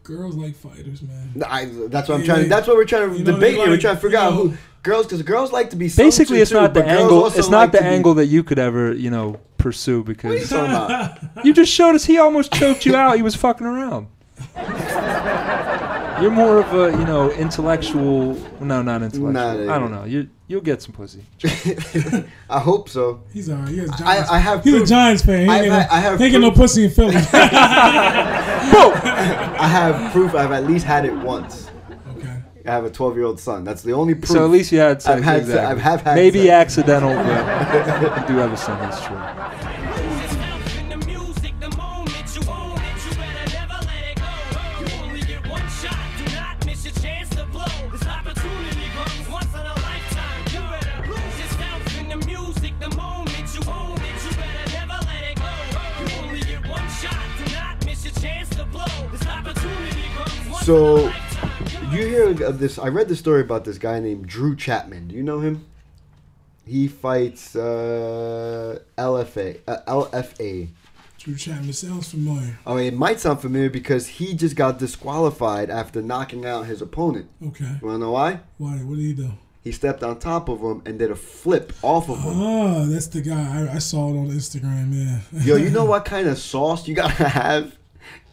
Speaker 4: Girls like fighters, man.
Speaker 3: I, that's what I'm
Speaker 4: Yeah,
Speaker 3: trying.
Speaker 4: yeah.
Speaker 3: That's what we're trying to
Speaker 4: You know,
Speaker 3: debate
Speaker 4: you
Speaker 3: here. We're
Speaker 4: like-
Speaker 3: trying to figure
Speaker 4: you
Speaker 3: out
Speaker 4: know-
Speaker 3: who girls, because girls like to be. sold
Speaker 2: Basically,
Speaker 3: to
Speaker 2: it's not
Speaker 3: too,
Speaker 2: the
Speaker 3: but girls
Speaker 2: angle.
Speaker 3: also
Speaker 2: It's not
Speaker 3: like to
Speaker 2: the
Speaker 3: be-
Speaker 2: angle that you could ever, you know, pursue
Speaker 3: What are you
Speaker 2: because
Speaker 3: talking about?
Speaker 2: you just showed us he almost choked you out. He was fucking around. You're more of a, you know, intellectual. No, not intellectual.
Speaker 3: Not
Speaker 2: I don't know. You you'll get some pussy.
Speaker 3: [laughs] I hope so.
Speaker 4: He's alright. He's a Giants.
Speaker 3: I, I have.
Speaker 4: He's a
Speaker 3: proof.
Speaker 4: Giants fan. He
Speaker 3: I-
Speaker 4: ain't
Speaker 3: I-
Speaker 4: get no-
Speaker 3: I have
Speaker 4: he ain't get no
Speaker 3: proof.
Speaker 4: pussy
Speaker 3: [laughs]
Speaker 4: in Philly. okay.
Speaker 2: Whoa!
Speaker 3: I have proof. I've at least had it once. I have a 12 year old son. That's the only proof.
Speaker 2: So at least you had sex.
Speaker 3: I've had se-
Speaker 2: exactly.
Speaker 3: I've have had
Speaker 2: Maybe
Speaker 3: sex.
Speaker 2: accidental,
Speaker 3: [laughs]
Speaker 2: but you do have a son. That's true.
Speaker 7: The music, the moment you own it, you better never let it go. You only get one shot, do not miss your chance to blow. This opportunity comes once in a lifetime. You better lose yourself in the music, the moment you own it, you better never let it go. You only get one shot, do not miss your chance to blow. This opportunity comes once in a
Speaker 3: So,
Speaker 7: lifetime. You
Speaker 3: You hear of this? I read the story about this guy named Drew Chapman. Do you know him? He fights uh, LFA. Uh, LFA.
Speaker 4: Drew Chapman sounds familiar.
Speaker 3: Oh, it might sound familiar because he just got disqualified after knocking out his opponent.
Speaker 4: Okay.
Speaker 3: You wanna know why?
Speaker 4: Why? What did he do?
Speaker 3: He stepped on top of him and did a flip off of him.
Speaker 4: Oh, that's the guy. I, I saw it on Instagram. Yeah.
Speaker 3: Yo, you know what kind of sauce you gotta [laughs] have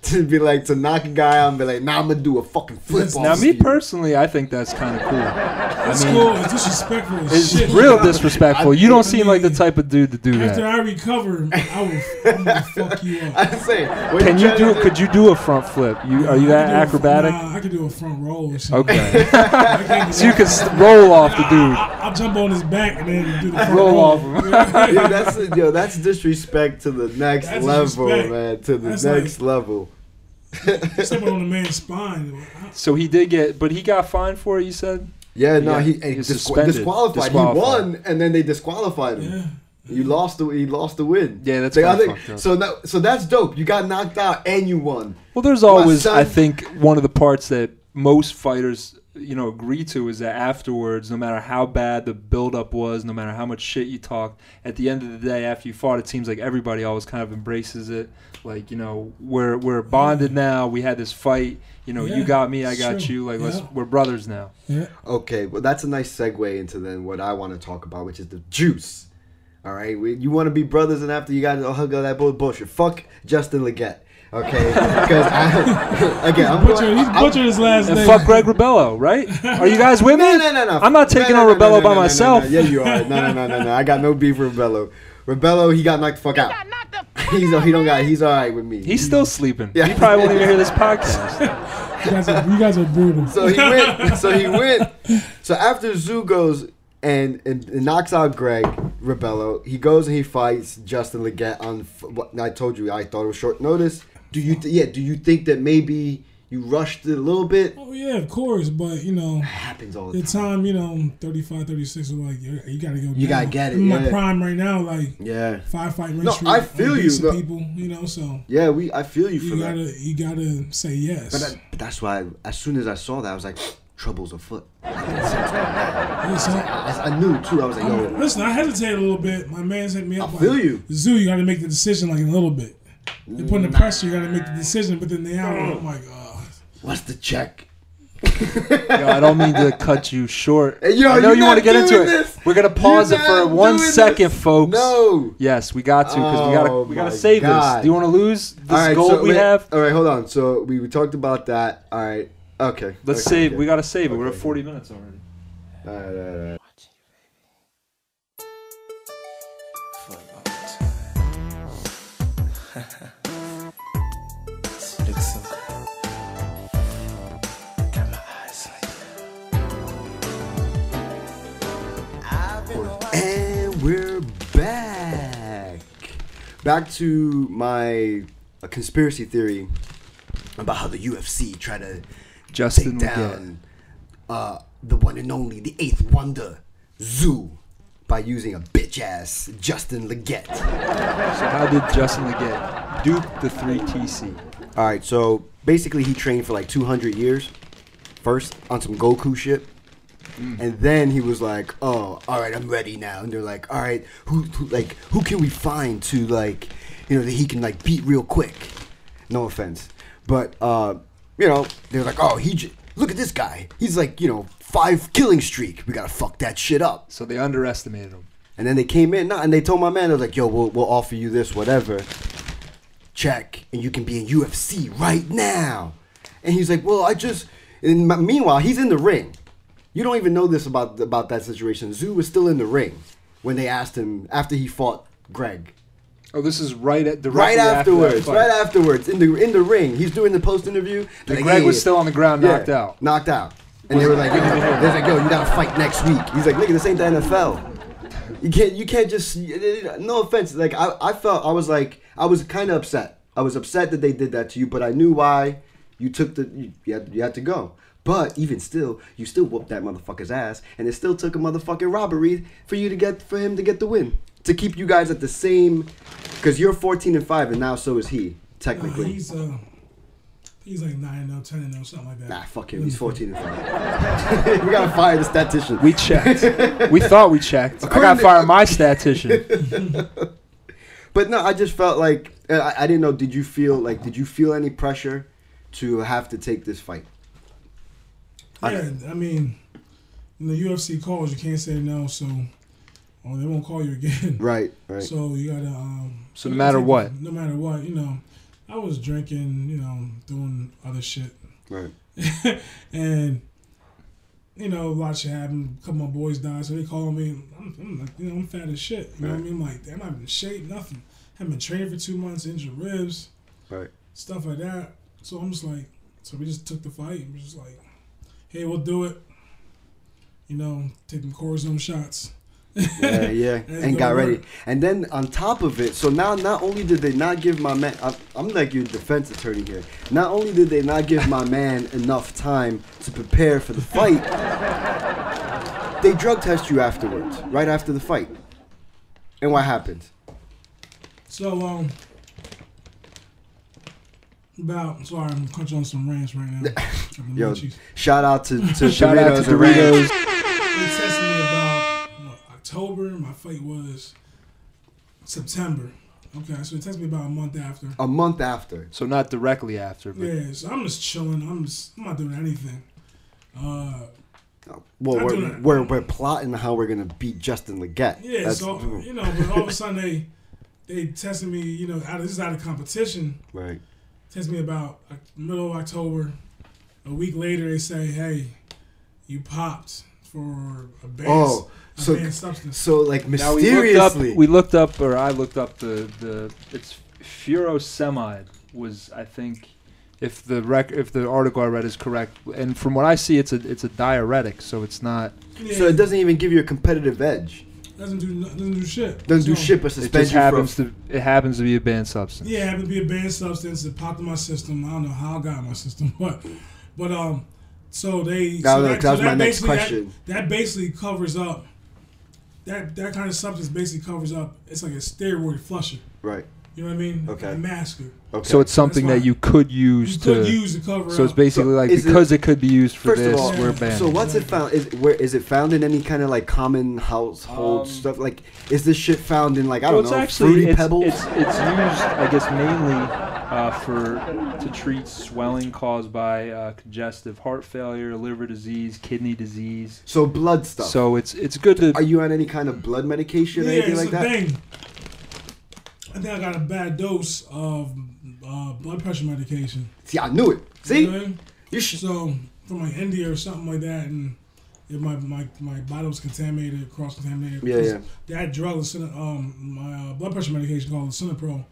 Speaker 3: to be like to knock a guy out and be like, nah, I'm gonna do a fucking flip
Speaker 4: Yes,
Speaker 3: off.
Speaker 2: Now,
Speaker 3: to
Speaker 2: me
Speaker 3: you."
Speaker 2: personally, I think that's kind of cool.
Speaker 4: [laughs] That's cool. It's disrespectful. as
Speaker 2: It's
Speaker 4: shit.
Speaker 2: real disrespectful. You don't seem like the type of dude to do
Speaker 4: After
Speaker 2: that.
Speaker 4: I recover, I will
Speaker 3: [laughs]
Speaker 4: I'm gonna fuck you up.
Speaker 3: I say, what
Speaker 2: Can you
Speaker 3: trying to
Speaker 2: do? Could you do a front flip? You are you
Speaker 4: I
Speaker 2: that
Speaker 4: could do a-
Speaker 2: acrobatic?
Speaker 4: Nah, I could do a front roll and shit.
Speaker 2: Okay,
Speaker 4: I can't do
Speaker 2: so you
Speaker 4: that.
Speaker 2: can s- roll off the dude.
Speaker 4: I, I'll jump on his back and then do the front
Speaker 2: Roll
Speaker 4: roll.
Speaker 2: off him.
Speaker 4: [laughs]
Speaker 3: Dude, that's yo, that's disrespect to the next
Speaker 4: That's
Speaker 3: level,
Speaker 4: disrespect.
Speaker 3: man. To the
Speaker 4: That's
Speaker 3: next level.
Speaker 4: Stepping on the man's spine. I-
Speaker 2: So he did get, but he got fined for it. You said.
Speaker 3: Yeah, no,
Speaker 2: got-
Speaker 3: he,
Speaker 2: he
Speaker 3: he
Speaker 2: was
Speaker 3: disqu-
Speaker 2: suspended.
Speaker 3: disqualified.
Speaker 2: Disqualified.
Speaker 3: He won, and then they disqualified him.
Speaker 4: Yeah.
Speaker 3: He lost the he lost the win.
Speaker 2: Yeah, that's
Speaker 3: They-
Speaker 2: kinda
Speaker 3: I think-
Speaker 2: fucked up.
Speaker 3: so. That, so that's dope. You got knocked out and you won.
Speaker 2: Well, there's
Speaker 3: My
Speaker 2: always,
Speaker 3: son-
Speaker 2: I think, one of the parts that most fighters, you know, agree to is that afterwards, no matter how bad the buildup was, no matter how much shit you talked, at the end of the day, after you fought, it seems like everybody always kind of embraces it. Like, you know, we're we're bonded now. We had this fight. You know, you
Speaker 4: Yeah,
Speaker 2: got me, I
Speaker 4: it's
Speaker 2: got
Speaker 4: true.
Speaker 2: you. Like, let's
Speaker 4: Yeah.
Speaker 2: we're brothers now.
Speaker 4: Yeah.
Speaker 3: Okay, well that's a nice segue into then what I want to talk about, which is the juice. All right, we, you want to be brothers, and after you got to hug all that bull- bullshit. Fuck Justin Leggett.
Speaker 7: [laughs]
Speaker 3: Okay, because I, [laughs] again, I'm
Speaker 4: Butcher,
Speaker 3: going,
Speaker 4: he's
Speaker 3: I-
Speaker 4: butchered his last
Speaker 2: And
Speaker 3: [laughs]
Speaker 4: name.
Speaker 2: fuck Greg Ribello, right? Are you guys with me?
Speaker 3: No, no, no, no.
Speaker 2: I'm not taking
Speaker 3: no,
Speaker 2: on
Speaker 3: no, no,
Speaker 2: Rebello
Speaker 3: no, no,
Speaker 2: by
Speaker 3: no, no,
Speaker 2: myself.
Speaker 3: No, Yeah, you are. No, no, no, no, no. I got no beef with Rebello. Rebello, he got knocked the fuck out.
Speaker 7: got knocked the fuck
Speaker 3: He's he don't got. He's all right with me.
Speaker 2: He's still sleeping.
Speaker 3: Yeah.
Speaker 2: He probably won't even
Speaker 3: [laughs]
Speaker 2: hear this podcast.
Speaker 4: You guys are, you guys are brutal.
Speaker 3: so
Speaker 4: [laughs]
Speaker 3: he went. So he went. So after Zoo goes and, and, and knocks out Greg Rebello, he goes and he fights Justin Leggett on. f- What I told you, I thought it was short notice. Do you? Th- yeah. Do you think that maybe you rushed it a little bit?
Speaker 4: oh, yeah, of course. But, you know,
Speaker 3: Happens all the
Speaker 4: the
Speaker 3: time.
Speaker 4: time, you know, 35, 36, I'm like, you, you got to go.
Speaker 3: You gotta
Speaker 4: down.
Speaker 3: get it,
Speaker 4: I'm in my
Speaker 3: yeah.
Speaker 4: prime right now, like,
Speaker 3: Yeah.
Speaker 4: five fight win
Speaker 3: No,
Speaker 4: streak.
Speaker 3: I feel
Speaker 4: I'm
Speaker 3: you,
Speaker 4: decent
Speaker 3: but-
Speaker 4: people, you know, so
Speaker 3: Yeah. We. I feel you for
Speaker 4: you
Speaker 3: that.
Speaker 4: gotta, you gotta say yes.
Speaker 3: But, that, but that's why, as soon as I saw that, I was like, trouble's afoot.
Speaker 4: Listen, I-
Speaker 3: I, I knew too. I was like, yo,
Speaker 4: listen, I hesitated a little bit. My man's hit me up.
Speaker 3: I
Speaker 4: like,
Speaker 3: feel you.
Speaker 4: Zoo, you gotta make the decision like in a little bit. They're putting the pressure. You gotta make the decision, but then they out. I'm like, oh.
Speaker 3: what's the check?
Speaker 2: Yo, I don't mean to cut you short.
Speaker 3: Hey, yo,
Speaker 2: I know
Speaker 3: you're
Speaker 2: you want to
Speaker 3: not
Speaker 2: get into
Speaker 3: doing
Speaker 2: it.
Speaker 3: this.
Speaker 2: We're gonna pause
Speaker 3: You're
Speaker 2: it for
Speaker 3: not
Speaker 2: one
Speaker 3: doing
Speaker 2: second,
Speaker 3: this.
Speaker 2: folks.
Speaker 3: No.
Speaker 2: Yes, we got to because we gotta
Speaker 3: Oh
Speaker 2: we gotta
Speaker 3: my
Speaker 2: save this.
Speaker 3: God.
Speaker 2: Do you want to lose this
Speaker 3: All right,
Speaker 2: gold
Speaker 3: so
Speaker 2: we
Speaker 3: wait,
Speaker 2: have?
Speaker 3: All right, hold on. So we, we talked about that. All right. Okay.
Speaker 2: Let's
Speaker 3: okay,
Speaker 2: save.
Speaker 3: okay.
Speaker 2: We gotta save it. We're at
Speaker 3: Okay.
Speaker 2: 40 minutes already.
Speaker 3: All right, all right, all right.
Speaker 8: Looks so good. Got my eyes on you.
Speaker 3: And we're back. Back to my uh, conspiracy theory about how the UFC tried to
Speaker 2: Justin
Speaker 3: take
Speaker 2: Leggett.
Speaker 3: down uh, the one and only, the eighth wonder, Zoo, by using a bitch ass Justin Leggett.
Speaker 2: So how did Justin Leggett duke the three TC?
Speaker 3: All right, so basically he trained for like 200 years, first on some Goku shit. And then he was like, "Oh, all right, I'm ready now." And they're like, "All right, who, who like who can we find to like, you know, that he can like beat real quick?" No offense, but uh, you know, they're like, "Oh, he j- look at this guy. He's like, you know, five killing streak. We gotta fuck that shit up."
Speaker 2: So they underestimated him.
Speaker 3: And then they came in, nah, and they told my man, they was like, yo, we'll, we'll offer you this, whatever. Check, and you can be in UFC right now. And he's like, well, I just. And m- meanwhile, he's in the ring. You don't even know this about about that situation. Zoo was still in the ring when they asked him after he fought Greg.
Speaker 2: Oh, this is right at directly
Speaker 3: Right afterwards,
Speaker 2: After that
Speaker 3: right
Speaker 2: fight.
Speaker 3: afterwards, in the in the ring, he's doing the post interview.
Speaker 2: And Greg was still on the ground, knocked out.
Speaker 3: Knocked out. And they were like, yo, they was like, yo, you gotta fight next week. He's like, nigga, this ain't the NFL. You can't, you can't just. No offense, like I, I felt I was like, I was kind of upset. I was upset that they did that to you, but I knew why. You took the, you, you, had, you had to go. But even still, you still whooped that motherfucker's ass, and it still took a motherfucking robbery for you to get, for him to get the win, to keep you guys at the same, because you're 14 and five, and now so is he
Speaker 4: Nah,
Speaker 3: technically.
Speaker 4: he's uh, he's like nine 0 ten 0 something like that.
Speaker 3: Nah, fuck him. He's 14 and 5. [laughs] we gotta fire the statistician.
Speaker 2: We checked. we thought we checked. I got
Speaker 3: [laughs]
Speaker 2: to fire my statistician.
Speaker 3: but no, I just felt like and I, I didn't know. Did you feel like? Did you feel any pressure to have to take this fight? I-
Speaker 4: Yeah, I mean, when the UFC calls, you can't say no, so or they won't call you again.
Speaker 3: Right. Right.
Speaker 4: [laughs] So you gotta. Um,
Speaker 2: So no matter what.
Speaker 4: No matter what, you know, I was drinking, you know, doing other shit,
Speaker 3: right.
Speaker 4: and you know, a lot shit happened. A couple of my boys died, so they called me. I'm, I'm like, you know, I'm fat as shit. You know what I
Speaker 3: Right.
Speaker 4: mean? Like, damn, I'm in shape, nothing. Haven't been training for two months, injured ribs,
Speaker 2: [laughs]
Speaker 3: Right.
Speaker 4: stuff like that. So I'm just like, so we just took the fight. and We're just like, hey, we'll do it. You know, taking cortisone shots.
Speaker 3: Yeah. Yeah.
Speaker 4: That's
Speaker 3: and got
Speaker 4: gonna
Speaker 3: ready.
Speaker 4: work.
Speaker 3: And then on top of it, so now not only did they not give my man, I'm, I'm like your defense attorney here. Not only did they not give my man enough time to prepare for the
Speaker 2: [laughs]
Speaker 3: fight, they drug test you afterwards, right after the fight. And what happened?
Speaker 4: So um, about sorry, I'm crunching on some ranch right now. Chopping
Speaker 3: Yo,
Speaker 4: munchies.
Speaker 3: shout out to, to
Speaker 2: Oh, [laughs] Shout out to
Speaker 3: and Ranch.
Speaker 2: Doritos.
Speaker 4: they tested me about what, October. My fight was September. Okay, so they tested me about a month after.
Speaker 3: A month after.
Speaker 2: So not directly after, but
Speaker 4: Yeah, so I'm just chilling. I'm just I'm not doing anything. Uh,
Speaker 3: Well,
Speaker 4: I do
Speaker 3: we're,
Speaker 4: that.
Speaker 3: we're, we're plotting how we're going to beat Justin Leggett.
Speaker 4: yeah,
Speaker 3: That's-
Speaker 4: so you know, but all of a sudden they they tested me. You know, out of, this is out of competition.
Speaker 3: Right.
Speaker 4: Takes me about uh, middle of October. A week later, they say, "Hey, you popped for a banned,
Speaker 3: Oh,
Speaker 4: a
Speaker 3: so-
Speaker 4: banned substance."
Speaker 3: So, like,
Speaker 2: Now we looked up.
Speaker 3: mysteriously.
Speaker 2: We looked up, or I looked up the the. It's furosemide was I think, if the rec if the article I read is correct, and from what I see, it's a it's a diuretic, so it's not.
Speaker 4: Yeah,
Speaker 3: so, it doesn't even give you a competitive edge.
Speaker 4: doesn't do no- doesn't do shit.
Speaker 3: Doesn't do
Speaker 4: So,
Speaker 3: shit but
Speaker 2: It
Speaker 3: suspend
Speaker 2: just
Speaker 3: you
Speaker 2: happens
Speaker 3: for
Speaker 2: to it happens to be a banned substance.
Speaker 4: Yeah, it happened to be a banned substance that popped in my system. I don't know how I got in my system, [laughs] but but um, so they.
Speaker 3: That
Speaker 4: so
Speaker 3: was- that was my next
Speaker 4: basically-
Speaker 3: question.
Speaker 4: That, that basically covers up. That that kind of substance basically covers up. It's like a steroid flusher.
Speaker 3: Right.
Speaker 4: You know what I mean?
Speaker 3: Okay.
Speaker 4: A masker.
Speaker 3: Okay.
Speaker 2: So it's something
Speaker 4: That's
Speaker 2: that
Speaker 4: why-
Speaker 2: you could use
Speaker 4: You
Speaker 2: to.
Speaker 4: could use to cover
Speaker 2: so it's
Speaker 4: up.
Speaker 2: basically like
Speaker 3: is it-
Speaker 2: because it, could be used for
Speaker 3: First of
Speaker 2: this,
Speaker 3: all,
Speaker 2: we're banned.
Speaker 3: so what's it found? Is where is it found in any kind of like common household
Speaker 2: Um,
Speaker 3: stuff? Like, is this shit found in like I don't
Speaker 2: Well,
Speaker 3: know,
Speaker 2: it's actually
Speaker 3: fruity
Speaker 2: it's,
Speaker 3: pebbles?
Speaker 2: It's, it's used, I guess, mainly uh, for to treat swelling caused by uh, congestive heart failure, liver disease, kidney disease.
Speaker 3: so blood stuff.
Speaker 2: So it's it's good to
Speaker 3: are you on any kind of blood medication or
Speaker 4: Yeah,
Speaker 3: anything
Speaker 4: it's
Speaker 3: like
Speaker 4: a
Speaker 3: that?
Speaker 4: thing. I think I got a bad dose of uh, blood pressure medication.
Speaker 3: See, I knew it. See,
Speaker 4: You know what I mean?
Speaker 3: you sh-
Speaker 4: So from like India or something like that, and if my my my body was contaminated, cross contaminated.
Speaker 3: Yeah, yeah.
Speaker 4: That drug, Lucina- um, my uh, blood pressure medication called Cinepro,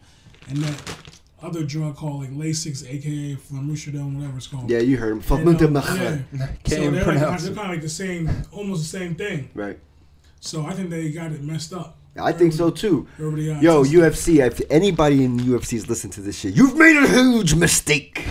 Speaker 4: and that other drug called like Lasix, aka Flamucridone, whatever it's called.
Speaker 3: yeah, you heard him.
Speaker 4: And, um,
Speaker 3: Flamundamachra.
Speaker 4: yeah.
Speaker 2: Can't
Speaker 4: so
Speaker 2: even
Speaker 4: they're like,
Speaker 2: pronounce
Speaker 4: they're
Speaker 2: it.
Speaker 4: kind of like the same, almost the same thing.
Speaker 3: Right.
Speaker 4: So I think they got it messed up.
Speaker 3: I think so too.
Speaker 4: Everybody got
Speaker 3: Yo,
Speaker 4: tested.
Speaker 3: UFC, if anybody in UFC's listen to this shit, you've made a huge mistake.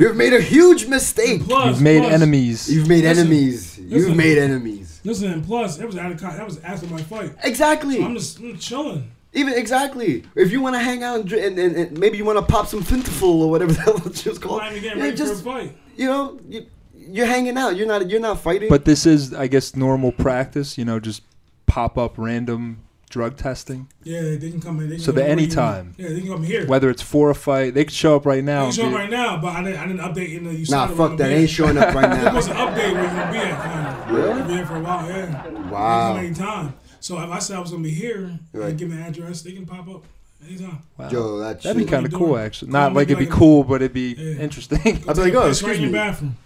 Speaker 3: you've made a huge mistake.
Speaker 4: Plus,
Speaker 2: you've made
Speaker 4: plus-
Speaker 2: enemies.
Speaker 3: You've made
Speaker 4: Listen,
Speaker 3: enemies. You've
Speaker 4: listen.
Speaker 3: made enemies.
Speaker 4: Listen, and plus, it was out of con- that was after my fight.
Speaker 3: Exactly.
Speaker 4: I'm just I'm chilling.
Speaker 3: Even exactly. If you want to hang out and, dr- and, and, and maybe you want to pop some fintiful or whatever [laughs] that was just
Speaker 4: I'm
Speaker 3: called,
Speaker 4: not even getting
Speaker 3: you
Speaker 4: ready
Speaker 3: just
Speaker 4: for a fight.
Speaker 3: you know you, you're hanging out. You're not you're not fighting.
Speaker 2: but this is, I guess, normal practice. You know, just pop up random drug testing,
Speaker 4: Yeah, they can come in. They can
Speaker 2: So
Speaker 4: come
Speaker 2: the
Speaker 4: over here.
Speaker 2: anytime.
Speaker 4: Yeah, they can come here.
Speaker 2: whether it's for a fight. They could show up right now.
Speaker 4: They can show
Speaker 2: and
Speaker 4: up
Speaker 2: be-
Speaker 4: right now, but I didn't, I didn't update in the. You
Speaker 3: nah,
Speaker 4: said it
Speaker 3: fuck
Speaker 4: wasn't
Speaker 3: that.
Speaker 4: gonna be
Speaker 3: Ain't
Speaker 4: at.
Speaker 3: showing up right
Speaker 4: [laughs] There was
Speaker 3: now.
Speaker 4: an update where you're gonna be at. Kind of.
Speaker 3: Really?
Speaker 4: You'll be here for a while. Yeah.
Speaker 3: Wow.
Speaker 4: There's Any time. So if I said I was gonna be here,
Speaker 3: Right.
Speaker 4: and give them an address, they can pop up anytime.
Speaker 2: Wow.
Speaker 3: Yo, that
Speaker 2: That'd be
Speaker 3: shit.
Speaker 2: kind of cool,
Speaker 4: doing?
Speaker 2: actually.
Speaker 4: Come
Speaker 2: Not
Speaker 4: on,
Speaker 2: like
Speaker 4: maybe
Speaker 2: it'd be
Speaker 4: like a-
Speaker 2: cool, but it'd be
Speaker 4: Yeah.
Speaker 2: interesting. [laughs]
Speaker 3: I'd be like, oh,
Speaker 4: It's right
Speaker 3: excuse
Speaker 4: in
Speaker 3: me.
Speaker 4: your bathroom.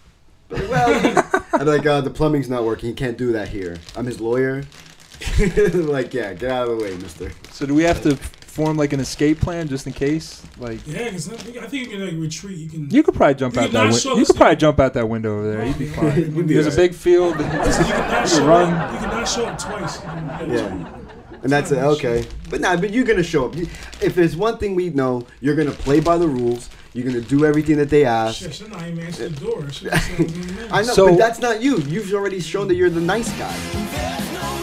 Speaker 3: Well, I'd be like, uh, the plumbing's not working. He can't [laughs] do that here. I'm his lawyer. like, yeah, get out of the way, mister.
Speaker 2: so do we have to form like an escape plan just in case? Like
Speaker 4: Yeah, cause I think I think you can like retreat. You can.
Speaker 2: you could probably jump
Speaker 4: You
Speaker 2: out
Speaker 4: could
Speaker 2: that
Speaker 4: not
Speaker 2: window.
Speaker 4: show
Speaker 2: You
Speaker 4: us
Speaker 2: could
Speaker 4: the-
Speaker 2: probably jump out that window over there. You'd be
Speaker 4: [laughs]
Speaker 2: fine.
Speaker 3: You'd be
Speaker 2: There's a
Speaker 3: all
Speaker 2: big field.
Speaker 4: You cannot
Speaker 2: you
Speaker 4: show
Speaker 2: could run.
Speaker 4: Up. You cannot show up twice.
Speaker 3: Yeah. And that's it. Okay. But nah, but you're gonna show up. You- If there's one thing we know, you're gonna play by the rules. You're gonna do everything that they ask.
Speaker 4: Shit, should not even answer the door.
Speaker 3: [laughs]
Speaker 4: Should just say, "Mm,
Speaker 3: I know,
Speaker 2: So-
Speaker 3: but that's not you. You've already shown that you're the nice guy.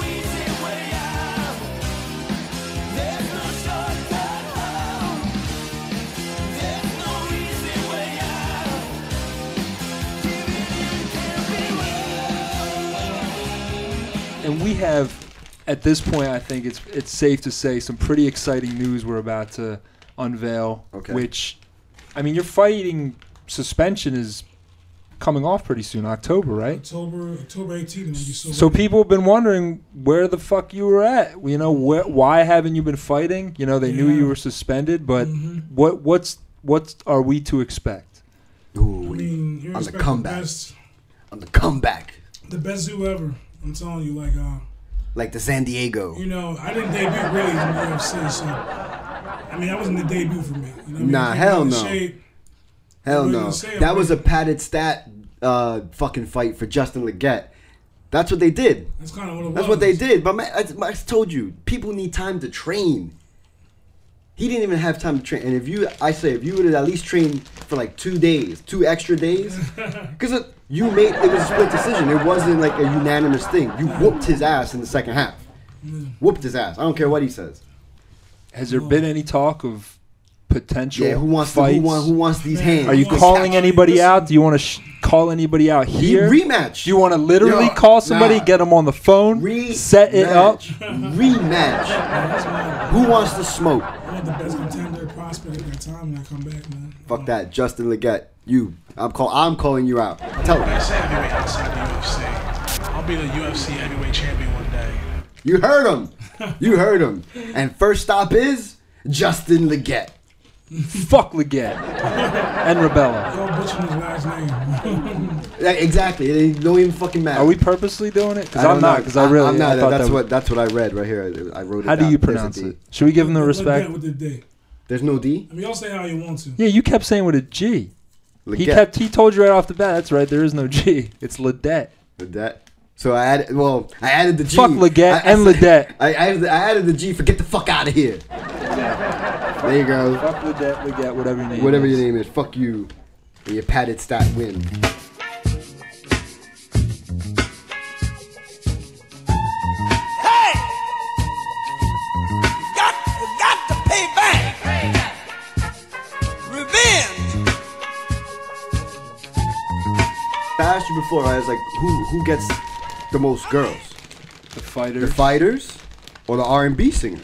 Speaker 2: And we have, at this point, I think it's it's safe to say some pretty exciting news we're about to unveil.
Speaker 3: Okay.
Speaker 2: Which, I mean, your fighting suspension is coming off pretty soon, October, right?
Speaker 4: October October 18th, and then you so.
Speaker 2: So people have been wondering where the fuck you were at. You know, wh- why haven't you been fighting? You know, they knew you
Speaker 4: Yeah.
Speaker 2: were suspended, but
Speaker 4: Mhm.
Speaker 2: what what's what are we to expect?
Speaker 3: Ooh,
Speaker 4: I mean, you're
Speaker 3: on the
Speaker 4: expecting
Speaker 3: comeback,
Speaker 4: The best,
Speaker 3: on the comeback,
Speaker 4: the best zoo ever. I'm telling you, like, uh,
Speaker 3: like the San Diego.
Speaker 4: you know, I didn't debut really in the UFC, so I mean, that wasn't the debut for me. You know what I mean?
Speaker 3: Nah,
Speaker 4: I came
Speaker 3: hell
Speaker 4: out of
Speaker 3: no.
Speaker 4: shape.
Speaker 3: Hell
Speaker 4: What are you
Speaker 3: no.
Speaker 4: gonna say
Speaker 3: That
Speaker 4: about
Speaker 3: was a
Speaker 4: it?
Speaker 3: padded stat uh, fucking fight for Justin Leggett. That's what they did.
Speaker 4: That's kind of what it was.
Speaker 3: That's what they did. But man, I, I told you, people need time to train. He didn't even have time to train. And if you, I say, if you would have at least trained for like two days, two extra days, because you made it was a split decision. It wasn't like a unanimous thing. You whooped his ass in the second half. Whooped his ass. I don't care what he says.
Speaker 2: Has there been any talk of potential?
Speaker 3: Yeah, who wants to,
Speaker 2: fights?
Speaker 3: who, want, who wants these hands?
Speaker 2: Are you
Speaker 4: Who's
Speaker 2: calling
Speaker 4: that?
Speaker 2: anybody
Speaker 4: Listen.
Speaker 2: out? Do you want to sh- call anybody out here?
Speaker 3: rematch.
Speaker 2: Do you want to literally
Speaker 3: Yo,
Speaker 2: call somebody,
Speaker 3: nah.
Speaker 2: get them on the phone,
Speaker 3: Rematch.
Speaker 2: set it up?
Speaker 3: Rematch.
Speaker 4: I
Speaker 3: Who wants to smoke?
Speaker 4: want the best contender prospect at that time when I come back, man.
Speaker 3: Fuck that, Justin Leggett. You, I'm call. I'm calling you out. Tell him.
Speaker 6: That's heavyweight outside the UFC. I'll be the UFC heavyweight champion one day.
Speaker 3: You heard him. You heard him. And first stop is Justin Leggett.
Speaker 2: Fuck Leggett and Rebella.
Speaker 4: Don't butcher his last name.
Speaker 3: Yeah, exactly. It don't even fucking matter.
Speaker 2: Are we purposely doing it? Because
Speaker 3: don't
Speaker 2: I'm not.
Speaker 3: know.
Speaker 2: Because I really.
Speaker 3: I'm not.
Speaker 2: I thought
Speaker 3: that's
Speaker 2: that was-
Speaker 3: what. That's what I read right here. I I wrote it.
Speaker 2: How do
Speaker 3: down.
Speaker 2: you
Speaker 3: There's a
Speaker 2: pronounce
Speaker 3: D.
Speaker 2: it? Should we give them the
Speaker 4: Look
Speaker 2: respect?
Speaker 4: that With the day.
Speaker 3: There's no D.
Speaker 4: I mean, y'all say how you want to.
Speaker 2: Yeah, you kept saying with a G.
Speaker 3: Leggett.
Speaker 2: He kept. He told you right off the bat. That's right. There is no G. It's Ledet.
Speaker 3: Leggett. So I added. Well, I added the G.
Speaker 2: Fuck Leggett
Speaker 3: I- I
Speaker 2: and
Speaker 3: said-
Speaker 2: Leggett.
Speaker 3: I, added. I added the G for get the fuck out of here. There you go.
Speaker 2: Fuck Ledet, Leggett, whatever your name.
Speaker 3: Whatever
Speaker 2: is.
Speaker 3: your name is, fuck you. And your padded stat win.
Speaker 9: got, got to pay back. Revenge.
Speaker 3: I asked you before. I was like, who who gets the most girls?
Speaker 2: The fighter.
Speaker 3: The fighters or the R&B singers?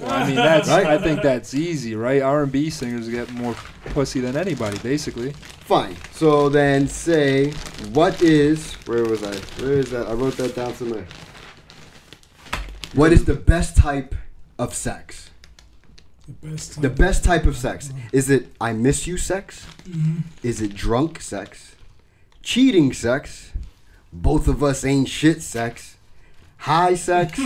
Speaker 2: Well, I mean, that's.
Speaker 3: Right?
Speaker 2: I think that's easy, right? R and B singers get more pussy than anybody, basically.
Speaker 3: Fine. So then say, what is, where was I? Where is that? I wrote that down somewhere. What is the best type of sex?
Speaker 4: The best. Time.
Speaker 3: The best type of sex. Is it I miss you sex? Is it drunk sex? Cheating sex? Both of us ain't shit sex? High sex?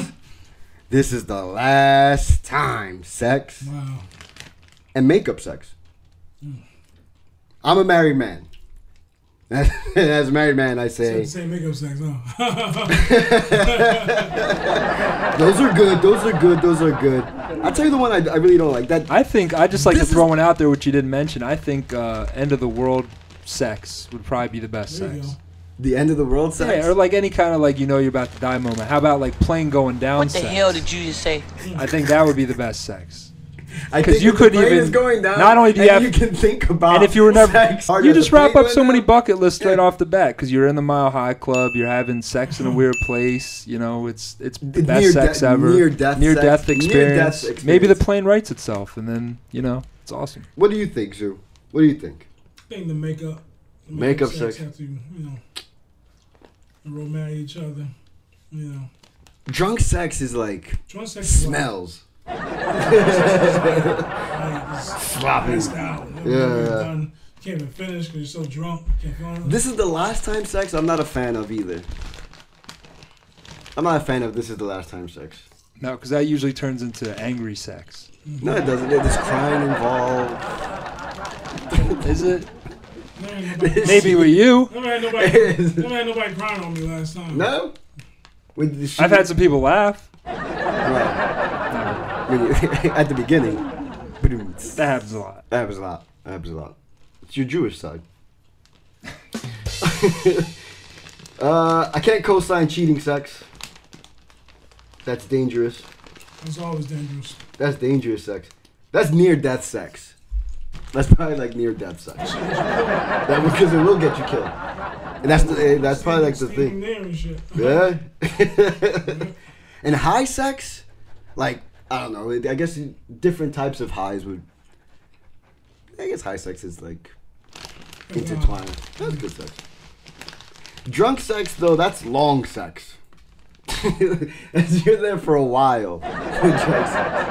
Speaker 3: this is the last time sex?
Speaker 4: Wow.
Speaker 3: and makeup sex. I'm a married man. [laughs] As a married man, I say
Speaker 4: Same makeup sex, huh?
Speaker 3: those are good. Those are good. Those are good. I'll tell you the one I, I really don't like. That
Speaker 2: I think I just like
Speaker 3: This
Speaker 2: to throw one out there, which you didn't mention. I think uh, end of the world sex would probably be the best
Speaker 4: [laughs] There you
Speaker 2: sex.
Speaker 4: go.
Speaker 3: the end of the world sex.
Speaker 2: Yeah, or like any kind of like you know you're about to die moment. How about like plane going down
Speaker 10: What the
Speaker 2: sex?
Speaker 10: hell did you just say?
Speaker 2: I think that would be the best sex.
Speaker 3: I
Speaker 2: 'cause
Speaker 3: think
Speaker 2: you
Speaker 3: if
Speaker 2: could
Speaker 3: the brain
Speaker 2: even-
Speaker 3: is going down.
Speaker 2: not only do you
Speaker 3: and
Speaker 2: have-
Speaker 3: you can think about
Speaker 2: and if you were never,
Speaker 3: sex.
Speaker 2: you
Speaker 3: Hard as
Speaker 2: just
Speaker 3: the
Speaker 2: wrap
Speaker 3: plane
Speaker 2: up so
Speaker 3: going
Speaker 2: many
Speaker 3: down.
Speaker 2: bucket lists straight
Speaker 3: Yeah.
Speaker 2: off the bat because you're in the Mile High Club, you're having sex in a weird place. You know, it's it's the best
Speaker 3: Near
Speaker 2: sex
Speaker 3: de-
Speaker 2: ever.
Speaker 3: near-death
Speaker 2: near
Speaker 3: sex-
Speaker 2: death
Speaker 3: near-death
Speaker 2: experience. Maybe the
Speaker 3: experience.
Speaker 2: plane writes itself, and then you know it's awesome.
Speaker 3: What do you think, Zoo? What do you think?
Speaker 4: I think the makeup. The
Speaker 3: Makeup sex.
Speaker 4: After you, you know, romance each other. You know,
Speaker 3: Drunk sex is like
Speaker 4: drunk sex. is like-
Speaker 3: smells.
Speaker 4: sloppy. Out. Yeah. Done. Can't even finish because you're so drunk. Can't feel nothing.
Speaker 3: This is the last time sex. I'm not a fan of either. I'm not a fan of this is the last time sex.
Speaker 2: No, because that usually turns into angry sex.
Speaker 3: No, it doesn't. There's crying involved.
Speaker 2: Is it?
Speaker 4: Never
Speaker 3: [laughs]
Speaker 4: had nobody,
Speaker 2: Maybe with you.
Speaker 4: never had nobody, never had nobody crying on me last time.
Speaker 3: No. When did she,
Speaker 2: I've had some people laugh.
Speaker 3: Right. When you- [laughs] at the beginning. boom,
Speaker 2: That happens a lot.
Speaker 3: That was a lot. That was a lot. It's your Jewish side. uh, I can't co-sign cheating sex. That's dangerous.
Speaker 4: It's always dangerous.
Speaker 3: That's dangerous sex. That's near death sex. That's probably like near death sex. [laughs] that because it will get you killed. And that's the, eh, that's probably like the
Speaker 4: Standing
Speaker 3: thing.
Speaker 4: there and shit.
Speaker 3: Yeah. [laughs] and high sex, like I don't know. I guess different types of highs would. I guess high sex is like intertwined. That's good sex. Drunk sex though, that's long sex. [laughs] As you're there for a while. [laughs] with drunk sex.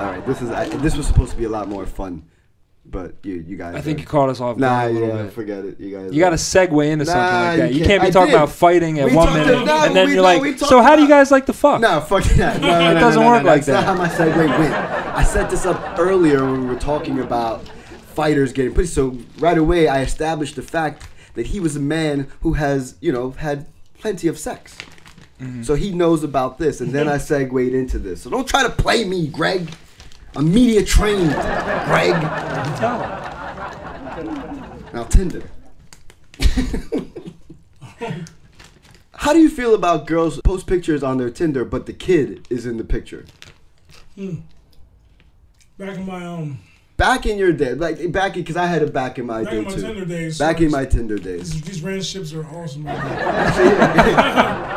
Speaker 3: All right, this is I, this was supposed to be a lot more fun, but you you guys.
Speaker 2: I think
Speaker 3: are-
Speaker 2: you caught us off
Speaker 3: Nah,
Speaker 2: guard a little
Speaker 3: yeah,
Speaker 2: bit.
Speaker 3: forget it. You guys.
Speaker 2: You got
Speaker 3: are-
Speaker 2: to segue into
Speaker 3: Nah,
Speaker 2: something like that.
Speaker 3: you
Speaker 2: You
Speaker 3: can't-
Speaker 2: can't be
Speaker 3: I
Speaker 2: talking
Speaker 3: did.
Speaker 2: about fighting at
Speaker 3: We
Speaker 2: one
Speaker 3: talked
Speaker 2: minute
Speaker 3: about-
Speaker 2: and then
Speaker 3: we-
Speaker 2: you're
Speaker 3: no, we
Speaker 2: like,
Speaker 3: talked
Speaker 2: so how do you
Speaker 3: about-
Speaker 2: guys like the fuck?
Speaker 3: No, fuck that. No, no, no,
Speaker 2: It doesn't
Speaker 3: no, no,
Speaker 2: work
Speaker 3: no,
Speaker 2: like
Speaker 3: that's not
Speaker 2: that.
Speaker 3: how my segue went. I set this up earlier when we were talking about fighters getting pussy. So right away, I established the fact that he was a man who has, you know, had plenty of sex.
Speaker 2: Mm-hmm.
Speaker 3: So he knows about this, and then I segued into this. So don't try to play me, Greg. I'm media trained, Greg. Now Tinder. How do you feel about girls post pictures on their Tinder, but the kid is in the picture?
Speaker 4: Back in my um,
Speaker 3: Back in your day, like back because I had a back in my
Speaker 4: back
Speaker 3: day
Speaker 4: in my
Speaker 3: too.
Speaker 4: Tinder days.
Speaker 3: back in my Tinder days.
Speaker 4: These, these random ships are awesome. man.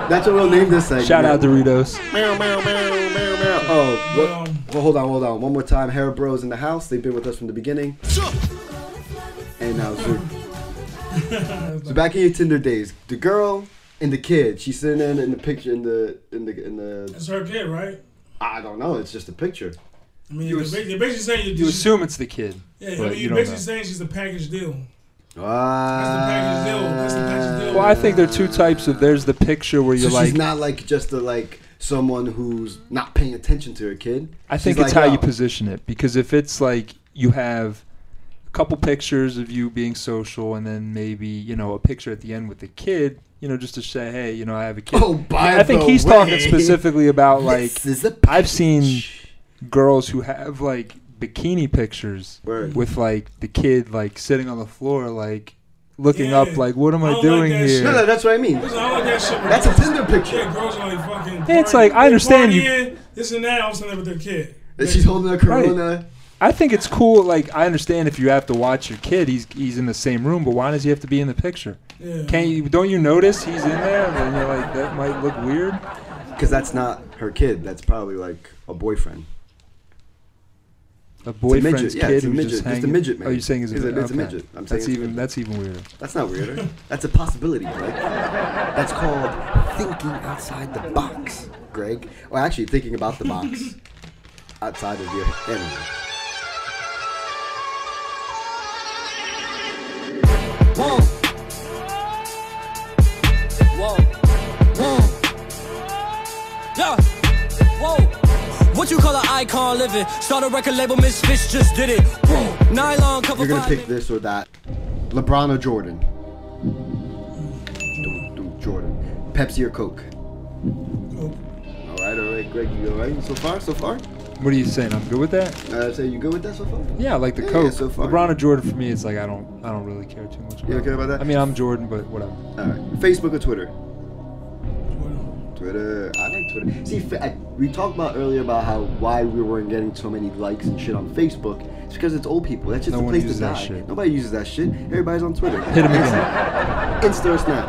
Speaker 3: That's what we'll name this segment.
Speaker 2: Shout out Doritos.
Speaker 3: Meow, meow, meow, meow, meow. Oh, what-
Speaker 4: Um,
Speaker 3: well, hold on, hold on. One more time. Hair Bros in the house. They've been with us from the beginning. And now Zoo. so back in your Tinder days, the girl and the kid. She's sitting in, in the picture in the in the in the.
Speaker 4: That's her kid, right?
Speaker 3: I don't know. It's just a picture.
Speaker 4: I mean,
Speaker 2: You
Speaker 4: you're,
Speaker 2: ass-
Speaker 4: ba- you're basically saying you're,
Speaker 2: You assume it's the kid.
Speaker 4: yeah,
Speaker 2: but
Speaker 4: I mean,
Speaker 2: you
Speaker 4: you're
Speaker 2: don't
Speaker 4: basically
Speaker 2: know.
Speaker 4: saying she's a package deal.
Speaker 3: Ah.
Speaker 4: package deal. That's the package deal.
Speaker 2: Well, I think there are two types of there's the picture where
Speaker 3: So
Speaker 2: you're
Speaker 3: she's
Speaker 2: like,
Speaker 3: not like just a like someone who's not paying attention to her kid.
Speaker 2: I think
Speaker 3: She's
Speaker 2: it's
Speaker 3: like, oh.
Speaker 2: how
Speaker 3: "Yo."
Speaker 2: you position it because if it's like you have a couple pictures of you being social and then maybe you know a picture at the end with the kid, you know, just to say, hey, you know, I have a kid.
Speaker 3: Oh, by
Speaker 2: I think
Speaker 3: the
Speaker 2: he's
Speaker 3: way,
Speaker 2: talking specifically about like
Speaker 3: this is a
Speaker 2: I've seen
Speaker 3: pitch.
Speaker 2: girls who have like bikini pictures
Speaker 3: Word.
Speaker 2: with like the kid like sitting on the floor like looking
Speaker 4: Yeah.
Speaker 2: up like what am
Speaker 4: I
Speaker 2: I,
Speaker 4: don't like
Speaker 2: doing
Speaker 4: that
Speaker 2: here?
Speaker 4: shit.
Speaker 3: No, no, that's what I mean.
Speaker 4: Listen, I don't like that shit. when
Speaker 3: That's a
Speaker 4: girls-
Speaker 3: Tinder picture.
Speaker 4: Yeah, girls are like fucking.
Speaker 2: It's
Speaker 4: party-
Speaker 2: like, I
Speaker 4: they
Speaker 2: understand you-
Speaker 4: partying, This and that. All of a sudden, they're with their kid.
Speaker 3: And she's holding a Corona.
Speaker 2: I think it's cool. Like I understand if you have to watch your kid, he's he's in the same room, but why does he have to be in the picture?
Speaker 4: Yeah.
Speaker 2: Can't you? Don't you notice he's in there? And then you're like, that might look weird.
Speaker 3: Because that's not her kid. That's probably like a boyfriend.
Speaker 2: A boyfriend's
Speaker 3: yeah,
Speaker 2: kid
Speaker 3: it's a
Speaker 2: who
Speaker 3: midget.
Speaker 2: just
Speaker 3: It's a
Speaker 2: hanging.
Speaker 3: midget, man.
Speaker 2: Oh, you're saying it's a,
Speaker 3: It's a-
Speaker 2: midget.
Speaker 3: it's a midget. I'm saying
Speaker 2: that's
Speaker 3: it's a
Speaker 2: even
Speaker 3: midget.
Speaker 2: that's even weirder.
Speaker 3: That's not weirder. that's a possibility, Greg. That's called thinking outside the box, Greg. Or actually, thinking about the box outside of your enemy.
Speaker 9: Whoa. Whoa. Whoa. Yeah. Whoa. What you call an icon living? Start a record label, Miss Fish just did it. Whoa. Nylon cover
Speaker 3: You're gonna
Speaker 9: five
Speaker 3: pick this or that. LeBron or Jordan? Dum, dum, Jordan. Pepsi or Coke?
Speaker 4: Coke.
Speaker 3: All right, all right, Greg. You all right so far? So far?
Speaker 2: What are you saying? I'm good with that.
Speaker 3: Uh, so you good with that so far?
Speaker 2: Yeah, I like the
Speaker 3: Yeah, yeah,
Speaker 2: Coke.
Speaker 3: so far.
Speaker 2: LeBron or Jordan for me, it's like I don't I don't really care too much. About
Speaker 3: don't care about that?
Speaker 2: I mean, I'm Jordan, but whatever.
Speaker 3: All right. Facebook or Twitter?
Speaker 4: Well,
Speaker 3: Twitter. I like Twitter. See, fa- I, we talked about earlier about how why we weren't getting so many likes and shit on Facebook. It's because it's old people. That's just
Speaker 2: No
Speaker 3: the
Speaker 2: one
Speaker 3: place to
Speaker 2: uses
Speaker 3: die.
Speaker 2: that shit.
Speaker 3: Nobody uses that shit. Everybody's on Twitter.
Speaker 2: Hit
Speaker 3: [laughs]
Speaker 2: him again.
Speaker 3: Insta or Snap?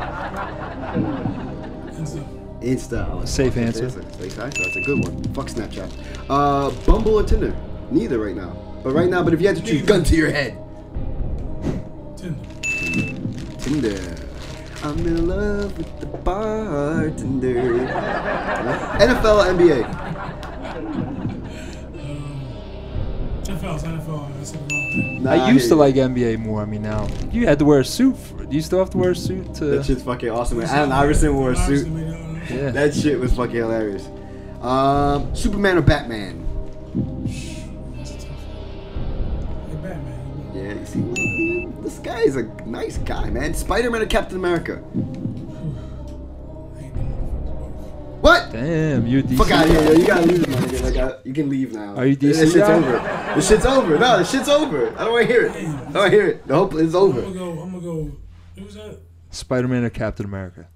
Speaker 4: it's a-
Speaker 3: Insta. I like
Speaker 2: Safe
Speaker 3: Snapchat.
Speaker 2: answer.
Speaker 3: Safe answer. That's a good one. Fuck Snapchat. Uh, Bumble or Tinder? Neither right now. But right now, but if you had to choose, gun to your head.
Speaker 4: Tinder.
Speaker 3: Tinder. I'm in love with the
Speaker 2: [laughs]
Speaker 3: bartender. Huh? NFL, or NBA.
Speaker 4: NFL's NFL. That's a wrong thing.
Speaker 3: Nah,
Speaker 2: I used to
Speaker 3: hear you.
Speaker 2: like NBA more. I mean, now you had to wear a suit. For, do you still have to wear a suit to?
Speaker 3: That shit's fucking awesome. Man. Allen Iverson wore a
Speaker 4: Obviously,
Speaker 3: suit.
Speaker 4: man, I don't know.
Speaker 2: yeah.
Speaker 3: That shit was fucking hilarious. Um, Superman or Batman?
Speaker 4: That's a tough one. Like Batman.
Speaker 3: Yeah, you see, well, yeah, this guy is a nice guy, man. Spider Man or Captain America?
Speaker 4: I hate them motherfuckers.
Speaker 3: What?
Speaker 2: Damn, you're decent.
Speaker 3: Fuck out here, yo. You gotta leave, my nigga. Like, I, you can leave now.
Speaker 2: Are you
Speaker 3: This
Speaker 2: decent
Speaker 3: shit's
Speaker 2: now?
Speaker 3: over. This shit's over. No, this shit's over. I don't wanna hear it. I don't wanna hear it. The hope is
Speaker 4: I'm
Speaker 3: over.
Speaker 4: gonna go. I'm gonna go. Who's that?
Speaker 2: Spider-Man or Captain America?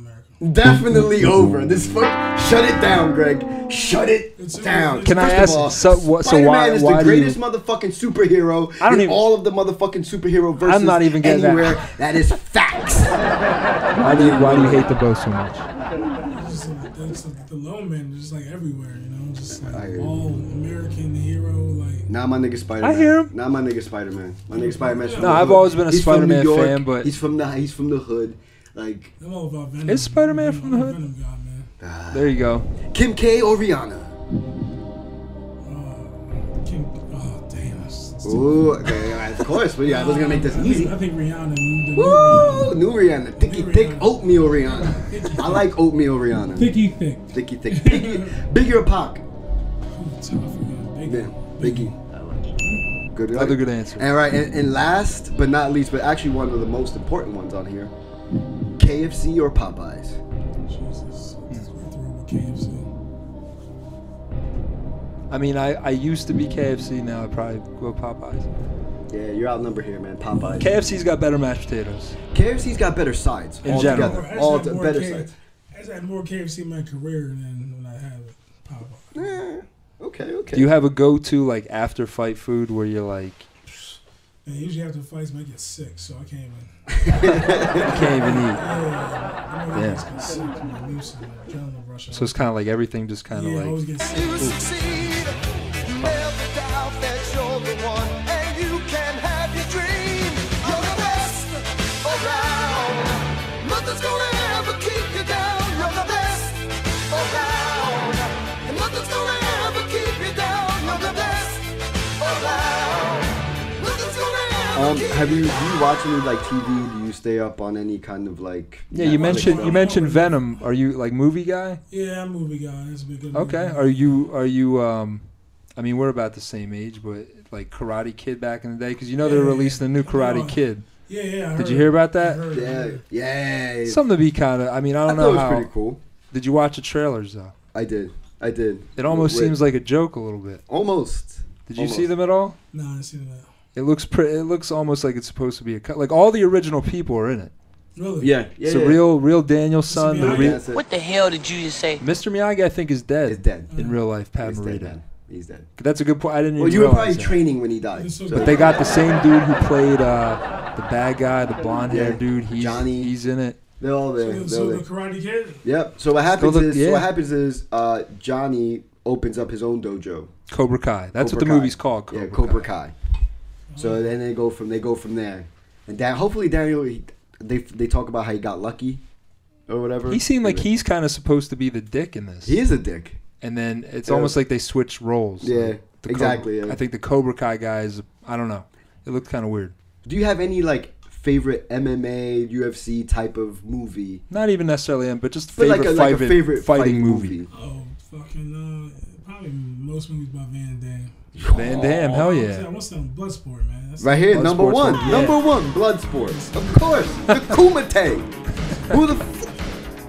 Speaker 3: [laughs]
Speaker 4: America.
Speaker 3: Definitely over. This fuck. Shut it down, Greg. Shut it
Speaker 4: It's over.
Speaker 3: down.
Speaker 4: Can
Speaker 2: I
Speaker 3: First of
Speaker 2: ask-
Speaker 3: all,
Speaker 2: so what- so
Speaker 3: Spider-Man
Speaker 2: why-
Speaker 3: is
Speaker 2: why
Speaker 3: the
Speaker 2: do you-
Speaker 3: greatest motherfucking superhero
Speaker 2: I don't
Speaker 3: in
Speaker 2: even-
Speaker 3: all of the motherfucking superhero verses.
Speaker 2: not even getting that.
Speaker 3: anywhere. that is facts.
Speaker 2: Why do you Why do you hate the both so much?
Speaker 4: It's just like, that's like the low men, just like everywhere, you know, just like
Speaker 3: agree.
Speaker 4: all American hero, like.
Speaker 3: Nah, my nigga Spider.
Speaker 2: I hear him.
Speaker 3: Nah, my nigga Spider Man. My nigga Spider Man.
Speaker 4: No,
Speaker 2: I've always been a Spider-Man fan, but-
Speaker 3: he's from the he's from the hood. Like
Speaker 4: I'm all about Venom.
Speaker 2: Is Spider-Man
Speaker 4: I'm
Speaker 2: from the
Speaker 4: a
Speaker 2: hood?
Speaker 4: Venom guy, man.
Speaker 2: There you go.
Speaker 3: Kim K or Rihanna.
Speaker 4: Uh, King, oh damn! it's- it's-
Speaker 3: Ooh, okay, all right, of course. But yeah, I was gonna make this
Speaker 4: I think-
Speaker 3: easy.
Speaker 4: I think Rihanna. The new
Speaker 3: Woo!
Speaker 4: Rihanna.
Speaker 3: New Rihanna, thicky
Speaker 4: New
Speaker 3: thick
Speaker 4: Rihanna.
Speaker 3: oatmeal Rihanna. I like oatmeal Rihanna.
Speaker 4: Thicky thick.
Speaker 3: Thicky thick, biggie, bigger Pac.
Speaker 4: Ooh, tough again. Big,
Speaker 3: Yeah, Biggie. Good.
Speaker 2: Another good answer.
Speaker 3: All right, and, and last but not least, but actually one of the most important ones on here, KFC or Popeyes.
Speaker 4: Jesus. That's where I threw him a KFC.
Speaker 2: I mean, I, I used to be KFC. Now I probably go Popeyes.
Speaker 3: Yeah, you're outnumbered here, man. Popeyes.
Speaker 2: KFC's got better mashed potatoes.
Speaker 3: KFC's got better sides
Speaker 2: In
Speaker 3: altogether.
Speaker 2: general.
Speaker 4: I just
Speaker 3: All
Speaker 4: had
Speaker 3: t-
Speaker 4: more
Speaker 3: better
Speaker 4: K-
Speaker 3: sides.
Speaker 4: I just had more KFC in my career than when I had Popeye.
Speaker 3: Eh, okay, okay.
Speaker 2: Do you have a go-to like after fight food where you're like
Speaker 4: And usually after fights, I get sick, so I can't even.
Speaker 2: you can't even eat?
Speaker 4: Yeah.
Speaker 2: Yeah.
Speaker 4: I get sick. My lips and my adrenaline rush out.
Speaker 2: So it's kind of like everything just kind of
Speaker 4: yeah, I always
Speaker 2: like
Speaker 4: get sick.
Speaker 5: succeed. Never doubt that you're the one, and you can have your dream. You're the best around. Nothing's gonna ever keep you down. You're the best around. And nothing's gonna ever keep you down. You're the best around. Nothing's gonna ever
Speaker 3: Um,
Speaker 5: keep
Speaker 3: have you do you watch any like TV? Do you stay up on any kind of like?
Speaker 2: yeah. You
Speaker 3: Netflix
Speaker 2: mentioned
Speaker 3: show?
Speaker 2: you mentioned Venom. Are you like movie guy?
Speaker 4: Yeah, I'm a movie guy. That's a big good.
Speaker 2: Okay.
Speaker 4: Movie.
Speaker 2: Are you are you um I mean we're about the same age, but like Karate Kid back in the day cuz you know they're
Speaker 4: Yeah, yeah,
Speaker 2: releasing a new
Speaker 4: yeah.
Speaker 2: Karate
Speaker 4: Oh,
Speaker 2: Kid.
Speaker 4: Yeah, yeah. I
Speaker 2: Did
Speaker 4: heard
Speaker 2: you hear
Speaker 4: it.
Speaker 2: about
Speaker 4: I
Speaker 2: that?
Speaker 4: heard it.
Speaker 3: Yeah, yeah.
Speaker 2: Something to be kind of I mean I
Speaker 3: I
Speaker 2: don't
Speaker 3: thought
Speaker 2: know
Speaker 3: it was
Speaker 2: how.
Speaker 3: pretty cool.
Speaker 2: Did you watch the trailers though?
Speaker 3: I did, I did.
Speaker 2: It almost
Speaker 3: Wait,
Speaker 2: seems like a joke a little bit.
Speaker 3: almost.
Speaker 2: Did you
Speaker 3: Almost.
Speaker 2: see them at all?
Speaker 4: Nah, I didn't see that.
Speaker 2: It looks pretty it looks almost like it's supposed to be a cut. Like all the original people are in it.
Speaker 4: Really?
Speaker 3: Yeah, yeah.
Speaker 2: so
Speaker 3: yeah.
Speaker 2: real real Daniel's son, the
Speaker 4: Miyagi.
Speaker 2: real
Speaker 3: That's it.
Speaker 7: What the hell did you just say?
Speaker 2: Mr. Miyagi I think is dead.
Speaker 3: He's dead.
Speaker 2: In real life, Pat
Speaker 3: He's dead.
Speaker 2: Morita.
Speaker 3: man. He's dead.
Speaker 2: That's a good point. I didn't
Speaker 3: Well,
Speaker 2: even
Speaker 3: you were
Speaker 2: realize
Speaker 3: probably
Speaker 2: that.
Speaker 3: training when he died.
Speaker 4: It's so
Speaker 3: so-
Speaker 4: good.
Speaker 2: But they got the same dude who played uh, the bad guy, the blonde haired
Speaker 3: Yeah,
Speaker 2: dude. He's,
Speaker 3: Johnny.
Speaker 2: He's in it.
Speaker 3: They're all there.
Speaker 4: So,
Speaker 3: They're
Speaker 4: so
Speaker 3: all
Speaker 4: the
Speaker 3: there.
Speaker 4: Karate Kid.
Speaker 3: Yep. So what happens
Speaker 2: look-
Speaker 3: is,
Speaker 2: yeah.
Speaker 3: so what happens is, uh, Johnny opens up his own dojo.
Speaker 2: Cobra Kai. That's what
Speaker 3: Cobra
Speaker 2: the
Speaker 3: Kai.
Speaker 2: movie's called. Cobra
Speaker 3: yeah, Cobra Kai. So then they go from they go from there, and Dan, hopefully Daniel, he, they they talk about how he got lucky, or whatever.
Speaker 2: He seemed like
Speaker 3: Anyway.
Speaker 2: he's kind of supposed to be the dick in this.
Speaker 3: he is a dick.
Speaker 2: And then it's
Speaker 3: Yeah.
Speaker 2: almost like they switched roles.
Speaker 3: Yeah,
Speaker 2: Like, the Cobra-
Speaker 3: exactly, yeah.
Speaker 2: I think the Cobra Kai guy is, I don't know. It looked kind of weird.
Speaker 3: Do you have any like favorite MMA UFC type of movie?
Speaker 2: Not even necessarily him, but just
Speaker 3: But
Speaker 2: favorite,
Speaker 3: like a, like
Speaker 2: fight,
Speaker 3: a favorite
Speaker 2: fighting
Speaker 3: fight
Speaker 2: movie.
Speaker 4: Oh, fucking. Uh, probably most movies by Van Damme.
Speaker 2: Van Damme, hell
Speaker 4: I
Speaker 2: yeah.
Speaker 4: want some Bloodsport, man. That's
Speaker 3: Oh, Right here,
Speaker 2: Bloodsport's
Speaker 3: number one,
Speaker 2: one, yeah.
Speaker 3: number one, Bloodsport. Of course, the Kumite. Who the? F-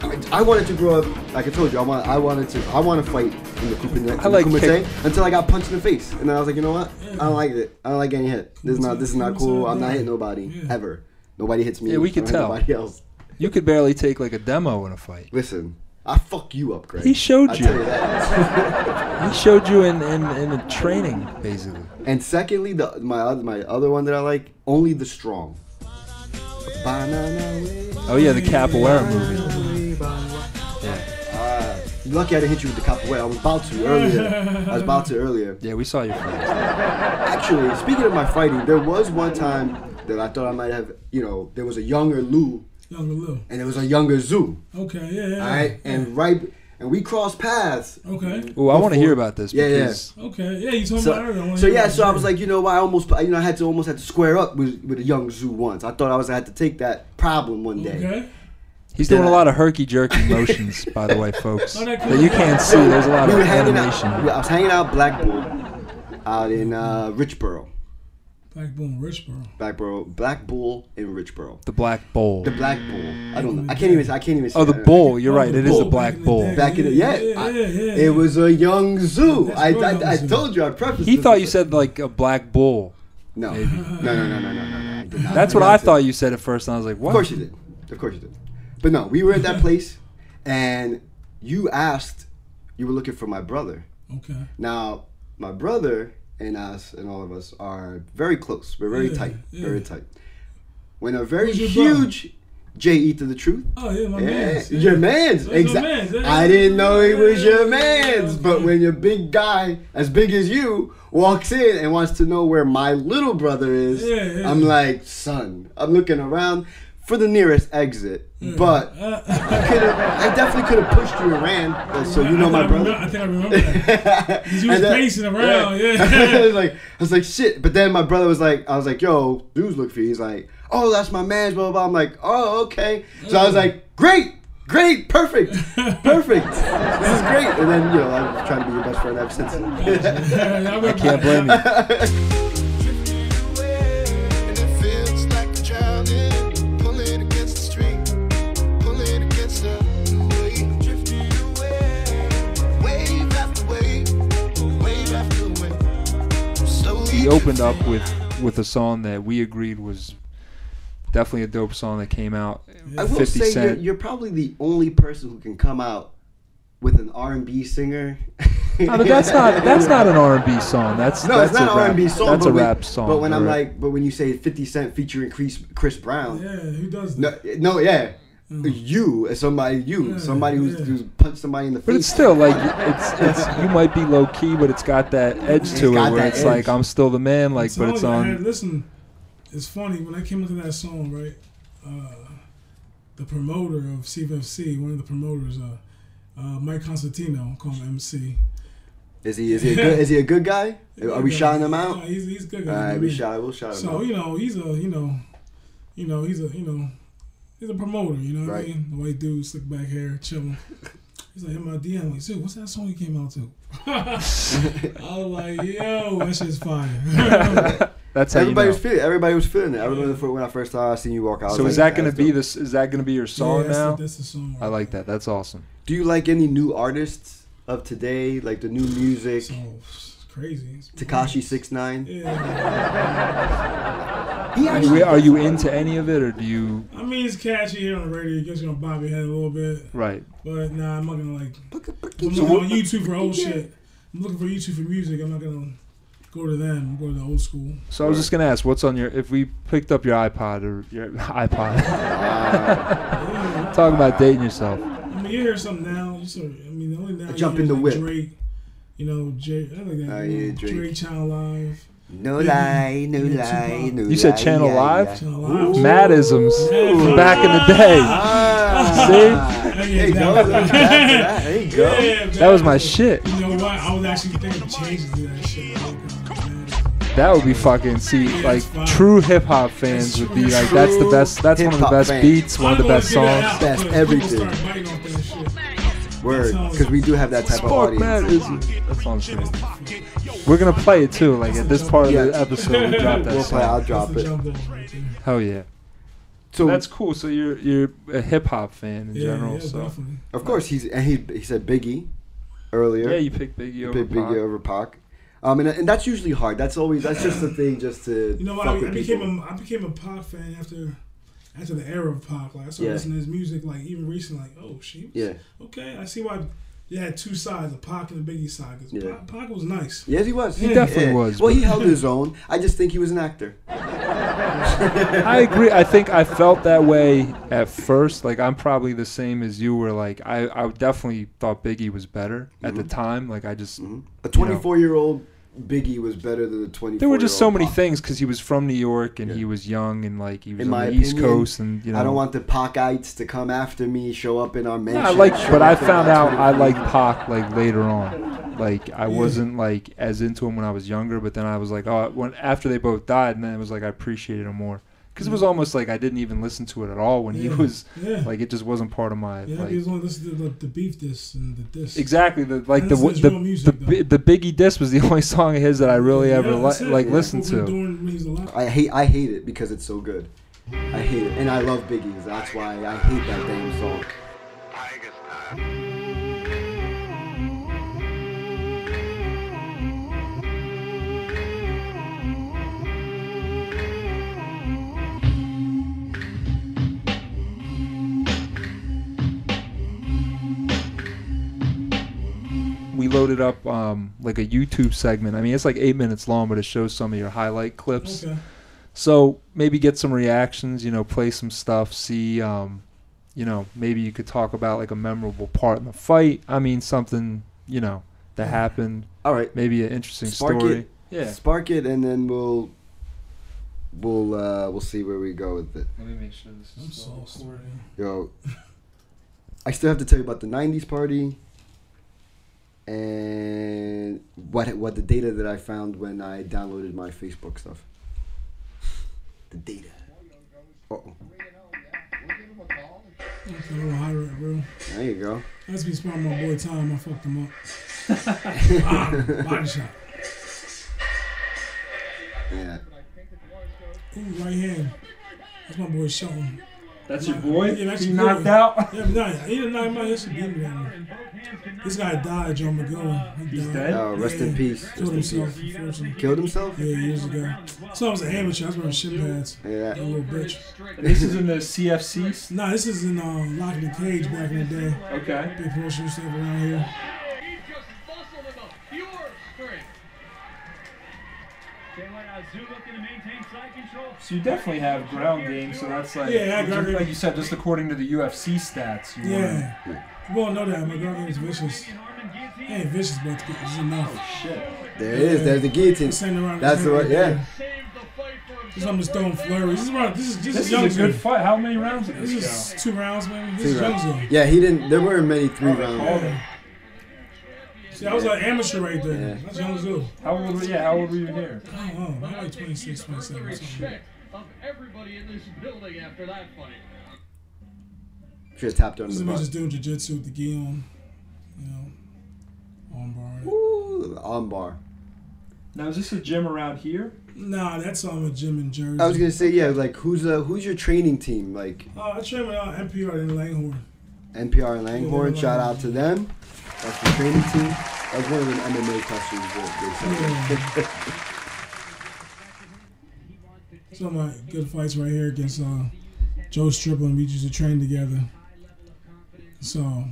Speaker 3: I, mean, I wanted to grow up. Like I told you, I want. I wanted to. I want to fight in the Kumite, in
Speaker 2: I like
Speaker 3: the Kumite
Speaker 2: kick-
Speaker 3: until I got punched in the face, and then I was like, you know what? I don't like it. I don't like getting hit. This is not. This is not cool. I'm not hitting nobody
Speaker 4: Yeah.
Speaker 3: ever. Nobody hits me.
Speaker 2: Yeah, we
Speaker 3: I don't
Speaker 2: could
Speaker 3: hit
Speaker 2: tell.
Speaker 3: Nobody else.
Speaker 2: You could barely take like a demo in a fight.
Speaker 3: Listen, I fuck you up, Greg.
Speaker 2: He showed
Speaker 3: I
Speaker 2: you.
Speaker 3: tell you that. [laughs]
Speaker 2: He showed you in, in, in a training, basically.
Speaker 3: And secondly, the my other my other one that I like, only the strong. Banana way.
Speaker 2: Oh, yeah, the Capoeira movie.
Speaker 3: Ah, you're lucky I didn't hit you with the capoeira. I was about to earlier. I was about to earlier.
Speaker 2: Yeah, we saw your fight.
Speaker 3: Actually, speaking of my fighting, there was one time that I thought I might have, you know, there was a younger Lou
Speaker 4: Younger Lil.
Speaker 3: and there was a younger Zoo.
Speaker 4: Okay, yeah, yeah.
Speaker 3: All right, and right, and we crossed paths.
Speaker 4: Okay.
Speaker 2: Oh, I want to
Speaker 3: Before-
Speaker 2: hear about this.
Speaker 3: Yeah, yeah.
Speaker 2: because
Speaker 4: Okay. Yeah, you told me earlier. I
Speaker 3: So,
Speaker 4: wanna
Speaker 3: so
Speaker 4: hear
Speaker 3: yeah,
Speaker 4: about
Speaker 3: so I
Speaker 4: it.
Speaker 3: was like, you know, what, I almost, you know, I had to almost had to square up with with a young Zoo once. I thought I was I had to take that problem one day.
Speaker 4: Okay.
Speaker 2: He's doing
Speaker 3: Did
Speaker 2: a
Speaker 3: I-
Speaker 2: lot of
Speaker 3: [laughs]
Speaker 2: herky jerky motions, by the way, folks.
Speaker 4: Oh, that
Speaker 2: That you can't see. There's a lot
Speaker 3: We
Speaker 2: of
Speaker 3: were hanging out.
Speaker 2: animation.
Speaker 3: I was hanging out Blackpool, out in uh, Richboro,
Speaker 4: Black Boom Rich, bro.
Speaker 3: Blackboro, Black Bull in Richboro.
Speaker 2: The black bull.
Speaker 3: The Black Bull. I don't know. I can't even. I can't even. Say
Speaker 2: Oh, the
Speaker 3: that.
Speaker 2: bull. You're right.
Speaker 4: the
Speaker 2: It is a
Speaker 4: bull back
Speaker 2: black
Speaker 4: in the
Speaker 2: bull.
Speaker 4: day.
Speaker 3: Back in the yeah,
Speaker 4: Yeah,
Speaker 3: I-
Speaker 4: yeah, yeah, yeah.
Speaker 3: it was a young zoo.
Speaker 4: That's
Speaker 3: I,
Speaker 4: real young
Speaker 3: I, I
Speaker 4: zoo.
Speaker 3: told you. I prefaced.
Speaker 2: He
Speaker 3: this
Speaker 2: thought
Speaker 3: with
Speaker 2: you
Speaker 3: it.
Speaker 2: said like a black bull.
Speaker 4: [laughs]
Speaker 3: no, no, no, no, no, no, no. no. I did not.
Speaker 2: That's
Speaker 3: did
Speaker 2: what
Speaker 3: not
Speaker 2: I
Speaker 3: say-
Speaker 2: thought you said at first, and I was like, "What?"
Speaker 3: Of course you did. Of course you did. But no, we were at
Speaker 4: [laughs]
Speaker 3: that place, and you asked. You were looking for my brother.
Speaker 4: Okay.
Speaker 3: Now, my brother and us and all of us are very close. We're very
Speaker 4: Yeah,
Speaker 3: tight.
Speaker 4: yeah.
Speaker 3: Very tight. When a very
Speaker 4: Who's your brother?
Speaker 3: huge J E to the truth.
Speaker 4: Oh yeah, my
Speaker 3: Yeah,
Speaker 4: man.
Speaker 3: your man's.
Speaker 4: Those are
Speaker 3: Exactly.
Speaker 4: mans, yeah.
Speaker 3: I didn't know he was your
Speaker 4: Yeah, yeah, yeah,
Speaker 3: man's,
Speaker 4: yeah.
Speaker 3: but when your big guy, as big as you, walks in and wants to know where my little brother is,
Speaker 4: Yeah, yeah.
Speaker 3: I'm like, son. I'm looking around for the nearest exit, but
Speaker 4: Uh,
Speaker 3: I, could've- I definitely could have pushed you around, uh, so you know my brother.
Speaker 4: [laughs] I think I remember
Speaker 3: [laughs]
Speaker 4: that.
Speaker 3: Because
Speaker 4: you was pacing around,
Speaker 3: I
Speaker 4: yeah.
Speaker 3: was like, [laughs] I was like, shit. But then my brother was like, I was like, yo, dudes look for you. He's like, oh, that's my man, blah, blah, blah. I'm like, oh, okay. So I was like, great, great,
Speaker 4: [laughs]
Speaker 3: perfect, perfect. this is great. And then, you know, I'm trying to be your best friend ever since.
Speaker 4: I remember
Speaker 2: Can't blame you.
Speaker 5: And it feels like you're drowning, pulling against the stream, pulling against the wave, drifting away, wave after wave, wave after wave. Slowly
Speaker 2: he opened up with with a song that we agreed was definitely a dope song that came out.
Speaker 3: [laughs] I will
Speaker 2: 50
Speaker 3: say you're,
Speaker 2: Cent.
Speaker 3: you're probably the only person who can come out with an R&B singer.
Speaker 2: No, Oh, but that's
Speaker 3: [laughs]
Speaker 2: not that's not an R and B song. That's
Speaker 3: No,
Speaker 2: that's
Speaker 3: it's not
Speaker 2: a
Speaker 3: an
Speaker 2: rap,
Speaker 3: R&B song.
Speaker 2: That's
Speaker 3: but
Speaker 2: a
Speaker 3: when,
Speaker 2: rap song.
Speaker 3: But when I'm
Speaker 2: you're right.
Speaker 3: like, but when you say 50 Cent featuring Chris, Chris Brown,
Speaker 4: Yeah, who does
Speaker 3: No,
Speaker 4: that?
Speaker 3: no, yeah. You, as somebody, you,
Speaker 4: Mm. Yeah,
Speaker 3: somebody who's,
Speaker 4: yeah.
Speaker 3: who's punched somebody in the face.
Speaker 2: but it's still like it's it's you might be low key, but it's got that edge
Speaker 3: It's
Speaker 2: to it
Speaker 3: got
Speaker 2: where
Speaker 3: that
Speaker 2: it's like
Speaker 3: edge.
Speaker 2: I'm still the man, like,
Speaker 4: Song
Speaker 2: but it's
Speaker 4: I
Speaker 2: on.
Speaker 4: had- listen, it's funny when I came into that song, right? Uh, the promoter of CFFC, one of the promoters, uh, uh, Mike Constantino, called him MC.
Speaker 3: Is he is he a good is he a good
Speaker 4: [laughs]
Speaker 3: guy? Are we shouting him
Speaker 4: No,
Speaker 3: out?
Speaker 4: he's, he's good.
Speaker 3: All right,
Speaker 4: He's
Speaker 3: we
Speaker 4: good.
Speaker 3: shout. We'll shout him
Speaker 4: So
Speaker 3: out.
Speaker 4: you know he's a you know, you know he's a you know, he's a promoter. You know what
Speaker 3: Right.
Speaker 4: I mean? The white dude, slick back hair,
Speaker 3: [laughs]
Speaker 4: chilling. He's like in my DM, like, dude, what's that song you came out to? [laughs] I was like, yo, that shit's fire.
Speaker 3: [laughs]
Speaker 2: That's how you
Speaker 3: Everybody
Speaker 2: know.
Speaker 3: was feeling. Everybody was feeling it. I remember the fir- when I first saw, I seen you walk out. I was
Speaker 2: So is
Speaker 3: like,
Speaker 2: that gonna
Speaker 3: "That's
Speaker 2: be
Speaker 3: dope."
Speaker 2: this? Is that gonna be your
Speaker 4: Yeah,
Speaker 2: song
Speaker 4: that's
Speaker 2: now?
Speaker 4: The, that's the song.
Speaker 2: I like that. That's awesome.
Speaker 3: Do you like any new artists of today? Like the new music,
Speaker 4: So it's crazy. It's-
Speaker 3: Takashi Six Nine.
Speaker 4: Yeah.
Speaker 3: He
Speaker 2: Are you, are you into any of it, or do you?
Speaker 4: I mean, it's catchy here on the radio. It gets you gonna bob your head a little bit,
Speaker 2: Right.
Speaker 4: but nah, I'm not gonna like. I'm
Speaker 3: actually-
Speaker 4: looking on YouTube for old shit. I'm looking for YouTube for music. I'm not gonna go to them. Go to the old school.
Speaker 2: So I was just gonna ask, what's on your? If we picked up your iPod or your [laughs]
Speaker 4: [laughs]
Speaker 2: iPod,
Speaker 4: Yeah.
Speaker 2: talking about dating yourself.
Speaker 4: I mean, you hear something now. You sort of, I mean, the only now you
Speaker 3: jump
Speaker 4: hear
Speaker 3: in
Speaker 4: is
Speaker 3: the
Speaker 4: like
Speaker 3: whip.
Speaker 4: Drake, you know, Jay, I like that.
Speaker 3: Oh,
Speaker 4: you know,
Speaker 3: yeah, Drake.
Speaker 4: Channel Live.
Speaker 3: No lie, no
Speaker 4: Yeah,
Speaker 3: lie,
Speaker 4: Tupac.
Speaker 3: no
Speaker 2: You said
Speaker 3: lie,
Speaker 2: Channel
Speaker 3: yeah,
Speaker 2: Live?
Speaker 4: [laughs]
Speaker 3: yeah.
Speaker 4: Channel Live.
Speaker 2: Madisms from back in the day.
Speaker 3: Ah,
Speaker 2: See?
Speaker 4: That
Speaker 3: there
Speaker 4: is
Speaker 3: you go.
Speaker 4: dope.
Speaker 3: That's- that's- There you go.
Speaker 4: Yeah,
Speaker 2: That was
Speaker 4: man.
Speaker 2: my shit.
Speaker 4: You know what? I was actually thinking of changes to that shit. Like, man,
Speaker 2: That would be fucking. See, like true hip hop fans would be like, that's the best. That's one of the
Speaker 3: Hip-hop
Speaker 2: best
Speaker 3: fans.
Speaker 2: beats. One of the
Speaker 4: I'm gonna
Speaker 2: best
Speaker 4: get that
Speaker 2: songs.
Speaker 4: out,
Speaker 3: Best
Speaker 4: but people
Speaker 3: everything.
Speaker 4: start biting off that shit.
Speaker 3: Word, because we do have that type of
Speaker 2: Fuck
Speaker 3: audience.
Speaker 2: Madisms. That song's great. We're gonna play it too. Like at this part of the
Speaker 3: Yeah.
Speaker 2: episode, we drop
Speaker 3: We'll
Speaker 2: that
Speaker 3: play.
Speaker 2: song.
Speaker 3: I'll drop
Speaker 4: That's the
Speaker 3: it.
Speaker 4: jump off right there.
Speaker 2: Hell yeah.
Speaker 3: So
Speaker 2: That's cool. So you're you're a hip hop fan in
Speaker 4: Yeah,
Speaker 2: general.
Speaker 4: yeah,
Speaker 2: So
Speaker 4: definitely.
Speaker 3: Of course, he's and he he said Biggie earlier.
Speaker 2: yeah, you pick Biggie over
Speaker 3: Big Biggie
Speaker 2: Pac.
Speaker 3: over Pac. Um, and, and that's usually hard. That's always that's just the thing, just to
Speaker 4: You know what?
Speaker 3: fuck
Speaker 4: I, I
Speaker 3: with
Speaker 4: became
Speaker 3: people.
Speaker 4: a I became a pop fan after after the era of pop. Like I started
Speaker 3: Yeah.
Speaker 4: listening to his music like even recently. Like oh she was,
Speaker 3: Yeah.
Speaker 4: okay I see why you had two sides the Pac and the Biggie side. Cause
Speaker 3: Yeah.
Speaker 4: Pac, Pac was nice.
Speaker 3: Yes, he was.
Speaker 4: He
Speaker 2: definitely was,
Speaker 3: Well, he
Speaker 2: but-
Speaker 3: held
Speaker 2: [laughs]
Speaker 3: his own. I just think he was an actor.
Speaker 2: I agree. I think I felt that way at first. Like I'm probably the same as you were. Like I, I definitely thought Biggie was better at
Speaker 3: Mm-hmm.
Speaker 2: the time. Like I just
Speaker 3: A 24 year old Biggie was better than a 24.
Speaker 2: there were just so many things because he was from New York and he was young and like he was
Speaker 3: In
Speaker 2: on
Speaker 3: my
Speaker 2: the East
Speaker 3: opinion,
Speaker 2: Coast and you know.
Speaker 3: I don't want the Pacites to come after me, show up in our mention.
Speaker 2: Yeah, I like,
Speaker 3: show up
Speaker 2: but I
Speaker 3: in
Speaker 2: found
Speaker 3: our
Speaker 2: out I
Speaker 3: Twitter
Speaker 2: like
Speaker 3: feed.
Speaker 2: Pac like later on. Like I wasn't like as into him when I was younger, but then I was like, oh, when after they both died, and then it was like I appreciated him more because it
Speaker 3: Mm-hmm.
Speaker 2: was almost like I didn't even listen to it at all when he
Speaker 4: Yeah.
Speaker 2: was
Speaker 4: Yeah.
Speaker 2: like it just wasn't part of my
Speaker 4: yeah,
Speaker 2: like
Speaker 4: he was only listening to like, the beef this and the this.
Speaker 2: exactly the like the
Speaker 4: That's
Speaker 2: w-
Speaker 4: his
Speaker 2: the
Speaker 4: real music,
Speaker 2: the, bi-
Speaker 4: though.
Speaker 2: the Biggie disc was the [laughs] only song of his that I really
Speaker 4: Yeah,
Speaker 2: ever li-
Speaker 4: that's it.
Speaker 2: like
Speaker 4: Yeah,
Speaker 2: listened
Speaker 4: what we were
Speaker 2: to.
Speaker 4: doing when he was alive.
Speaker 3: I hate I hate it because it's so good. I hate it, and I love Biggie's. That's why I hate that damn song.
Speaker 2: We loaded up um, like a YouTube segment. I mean, it's like eight minutes long, but it shows some of your highlight clips.
Speaker 4: Okay.
Speaker 2: So maybe get some reactions, you know, play some stuff, see, um, you know, maybe you could talk about like a memorable part in the fight. I mean, something, you know, that happened.
Speaker 3: All right,
Speaker 2: Maybe an interesting
Speaker 3: Spark
Speaker 2: story.
Speaker 3: it.
Speaker 2: Yeah.
Speaker 3: spark it, and then we'll we'll uh, we'll see where we go with it.
Speaker 2: Let me make sure this
Speaker 4: I'm so sorry.
Speaker 3: Yo, I still have to tell you about the '90s party, and what what the data that I found when I downloaded my Facebook stuff. The data. Oh,
Speaker 4: Okay, real high rate, real.
Speaker 3: there you go.
Speaker 4: That's me spotting my boy Tom. I fucked him up. Wow, body shot.
Speaker 3: Yeah.
Speaker 4: Ooh, right hand. That's my boy Shelton.
Speaker 2: That's
Speaker 4: your boy? Yeah, that's He your knocked boy.
Speaker 2: out?
Speaker 4: Yeah, but nah, he didn't knock him out. He should beat me. man. This guy died, John McGowan. He's
Speaker 2: dead?
Speaker 3: Uh, rest in peace. Rest
Speaker 4: Killed
Speaker 3: in peace.
Speaker 4: himself, unfortunately.
Speaker 3: Killed himself.
Speaker 4: Yeah, years ago. So I was an amateur. I was wearing shin pads.
Speaker 3: Yeah.
Speaker 4: That little bitch.
Speaker 2: [laughs] This is in the CFC.
Speaker 4: Nah, this is in uh, Lock the Cage back in the day.
Speaker 2: Okay.
Speaker 4: Big promotion stuff around here.
Speaker 10: He just bustled with a pure strength. Daylight Azuba can maintain side control.
Speaker 2: So you definitely have ground game. So that's like,
Speaker 4: Yeah, I got it.
Speaker 2: like you said, just according to the UFC stats. You wanna-
Speaker 4: Yeah. You all know that. My girl name's Vicious. I ain't vicious, but it's enough.
Speaker 3: There it is. There's the guillotine.
Speaker 4: This ain't around
Speaker 3: That's the
Speaker 4: corner
Speaker 3: right. Yeah.
Speaker 10: Saved the fight for
Speaker 4: This is almost throwing flurries. This is around, this is, this
Speaker 2: This
Speaker 4: is young
Speaker 2: is a good
Speaker 4: zone.
Speaker 2: fight. How many rounds did
Speaker 4: This
Speaker 2: this
Speaker 4: is two rounds, man. This
Speaker 3: Three
Speaker 4: is young
Speaker 3: rounds.
Speaker 4: zone.
Speaker 3: Yeah, he didn't. There weren't many three round.
Speaker 2: go?
Speaker 4: See, I was an amateur right there.
Speaker 3: Yeah.
Speaker 4: That's young zone.
Speaker 2: How old? were- Yeah, how old were you here?
Speaker 4: I don't know. I'm like 26, 27 or something.
Speaker 10: respect of everybody in this building after that fight.
Speaker 3: Should have tapped her on
Speaker 4: This is
Speaker 3: the
Speaker 4: me just
Speaker 3: butt.
Speaker 4: doing jiu-jitsu with the gi on. You know, armbar.
Speaker 3: Ooh, on bar.
Speaker 2: Now is this a gym around here?
Speaker 4: Nah, that's on a gym in Jersey.
Speaker 3: I was gonna say yeah. Like who's uh, who's your training team? Like
Speaker 4: Uh, I train with uh, NPR in Langhorne.
Speaker 3: NPR and Langhorn. Shout out to them. That's the training team. That's one of the MMA questions that they sent.
Speaker 4: Yeah. Some of my good fights right here against uh, Joe Strickland. We used to train together. So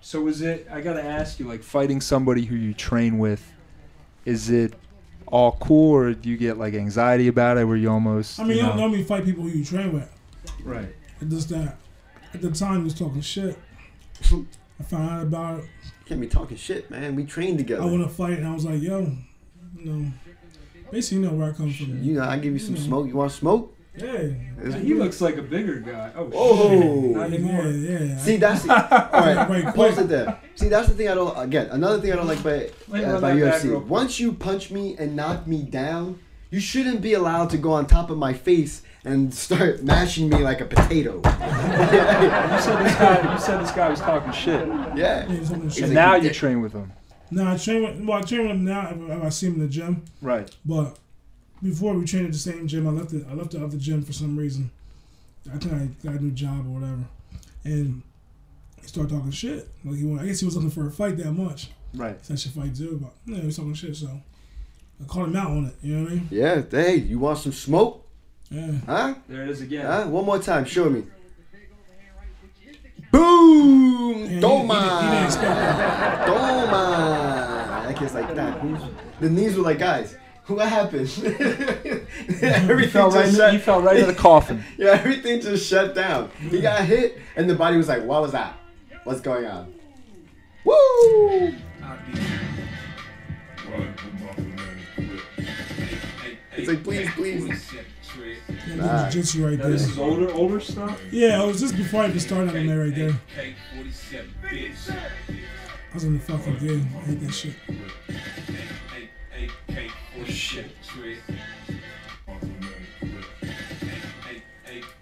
Speaker 2: So is it? I gotta ask you, like fighting somebody who you train with, is it all cool, or do you get like anxiety about it, where you almost?
Speaker 4: I mean,
Speaker 2: you
Speaker 4: you don't
Speaker 2: know,
Speaker 4: normally fight people who you train with.
Speaker 2: right?
Speaker 4: It's just that at the time he was talking shit. I found out about it.
Speaker 3: Can't be talking shit, man. We trained together.
Speaker 4: I want to fight, and I was like, yo, you know, basically, you know where I come from.
Speaker 3: you know, I give you some smoke. You want smoke?
Speaker 4: Yeah.
Speaker 2: He looks like a bigger guy. Oh,
Speaker 3: Oh.
Speaker 2: shit. not
Speaker 4: Yeah,
Speaker 2: anymore.
Speaker 4: yeah.
Speaker 3: See, that's the, all
Speaker 4: Wait,
Speaker 3: right.
Speaker 4: quick.
Speaker 3: Pause it there. See, that's the thing I don't. Again, another thing I don't like by
Speaker 2: Wait,
Speaker 3: uh,
Speaker 2: run
Speaker 3: by
Speaker 2: that back real
Speaker 3: UFC.
Speaker 2: quick.
Speaker 3: Once you punch me and knock me down, you shouldn't be allowed to go on top of my face and start mashing me like a potato.
Speaker 2: You said this guy. You said this guy was talking shit,
Speaker 3: Yeah.
Speaker 4: Yeah, something
Speaker 3: It's
Speaker 4: shit.
Speaker 2: and
Speaker 3: like
Speaker 2: now
Speaker 3: a
Speaker 2: you
Speaker 3: dick.
Speaker 2: train with him,
Speaker 4: Nah, I train with well, I train with him now if, if I see him in the gym.
Speaker 2: right?
Speaker 4: But before we trained at the same gym, I left the I left the other gym for some reason. I think I got a new job or whatever, and he started talking shit. Like he, wa- I guess he was looking for a fight that much.
Speaker 2: Right.
Speaker 4: So I should fight too, but yeah, he was talking shit. So I called him out on it. You know what I mean?
Speaker 3: Yeah. Hey, you want some smoke?
Speaker 4: Yeah.
Speaker 3: Huh?
Speaker 2: There it is again.
Speaker 3: Huh? One more time. Show me. Boom!
Speaker 4: Yeah, he- He, he didn't
Speaker 3: Doma!
Speaker 4: expect that.
Speaker 3: Doma! I guess like that. Who's- The knees were like, guys, what happened? [laughs]
Speaker 2: He
Speaker 3: Everything
Speaker 2: fell right.
Speaker 3: just
Speaker 2: He
Speaker 3: shut.
Speaker 2: fell right into the
Speaker 4: [laughs]
Speaker 2: coffin.
Speaker 3: Yeah, everything just shut down. He got hit, and the body was like, what was that? What's going on? Woo! It's like, please, please.
Speaker 4: Yeah, that was jiu-jitsu right there.
Speaker 2: older, older stuff.
Speaker 4: Yeah, it was just before I even started on that right there. I was in the fucking game. I hate that shit.
Speaker 1: AK-47 trick.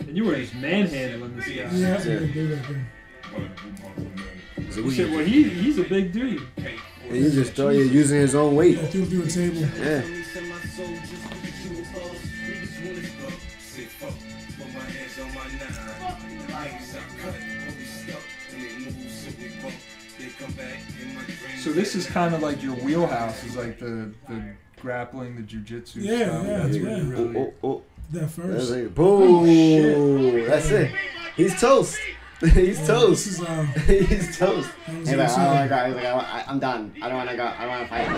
Speaker 2: And you were just manhandling this guy.
Speaker 4: Yeah, that's a good dude right there.
Speaker 2: You said, well, he, he's a big dude.
Speaker 3: And he just started using his own weight.
Speaker 4: Yeah, threw him through a table.
Speaker 3: Yeah.
Speaker 2: So this is kind of like your wheelhouse is like the, the grappling, the jujitsu
Speaker 4: Yeah,
Speaker 2: stuff.
Speaker 4: yeah,
Speaker 2: That's
Speaker 4: yeah.
Speaker 2: where you really.
Speaker 3: Oh, oh, oh.
Speaker 4: That
Speaker 3: That's
Speaker 4: first.
Speaker 3: it. Boom. That's it. He's toast. [laughs] He's
Speaker 4: This
Speaker 3: toast. [laughs]
Speaker 4: is uh,
Speaker 3: He's toast.
Speaker 4: That was
Speaker 3: He's like,
Speaker 4: awesome.
Speaker 3: oh my god. He's like, I- I- I'm done. I don't want to go. I don't want to fight.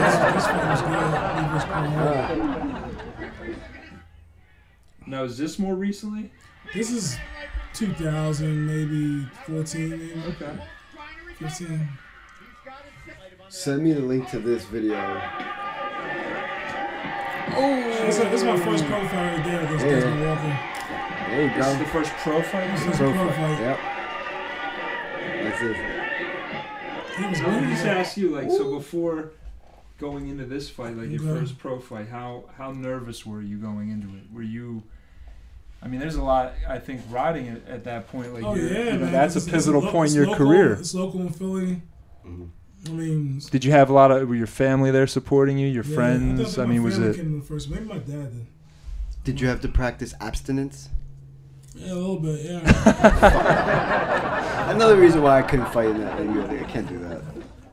Speaker 4: this fight was good. It was cool.
Speaker 2: Now is this more recently?
Speaker 4: This is 2000, maybe 14, maybe
Speaker 2: Okay.
Speaker 4: 15.
Speaker 3: Send me the link to this video.
Speaker 4: This is, this is my first pro fight right there against
Speaker 3: Yeah.
Speaker 4: Desmond Walker.
Speaker 3: There you
Speaker 2: This is
Speaker 3: go.
Speaker 2: the first pro fight.
Speaker 4: This is a pro fight.
Speaker 3: Yep. That's it.
Speaker 4: He was
Speaker 2: So let me just
Speaker 4: winning.
Speaker 2: ask you, like, so before going into this fight, like your
Speaker 4: Okay.
Speaker 2: first pro fight, how how nervous were you going into it? Were you? I mean, there's a lot. I think riding at, at that point, like,
Speaker 4: Oh
Speaker 2: you're,
Speaker 4: yeah,
Speaker 2: you know,
Speaker 4: man.
Speaker 2: that's
Speaker 4: It's-
Speaker 2: a
Speaker 4: it's
Speaker 2: pivotal
Speaker 4: lo-
Speaker 2: point in
Speaker 4: it's
Speaker 2: your
Speaker 4: local-
Speaker 2: career. Mm-hmm.
Speaker 4: It's local in Philly. I mean, it's-
Speaker 2: Did you have a lot of were your family there supporting you? Your
Speaker 4: yeah,
Speaker 2: friends?
Speaker 4: thought
Speaker 2: I
Speaker 4: my
Speaker 2: mean, was
Speaker 4: family
Speaker 2: it?
Speaker 4: Came in first. Maybe my dad did.
Speaker 3: Did you have to practice abstinence?
Speaker 4: Yeah, a little bit. Yeah.
Speaker 3: Another reason why I couldn't fight in that. in UFC. I can't do that.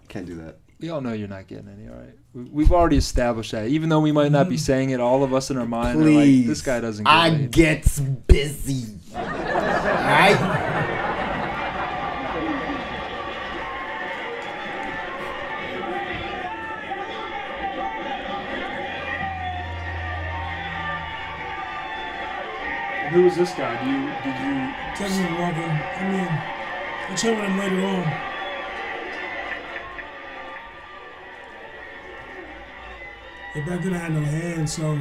Speaker 3: Can't do that.
Speaker 2: We all know you're not getting any, all right. We- We've already established that. Even though we might not be
Speaker 4: Mm-hmm.
Speaker 2: saying it, all of us in our mind are like,
Speaker 3: Please.
Speaker 2: this guy doesn't get
Speaker 3: I
Speaker 2: laid.
Speaker 3: gets busy. Alright?
Speaker 2: Who was this guy? Do you did you
Speaker 4: Desmond Walker. I mean, I trained with him later on. Yeah, back then I had no hands, so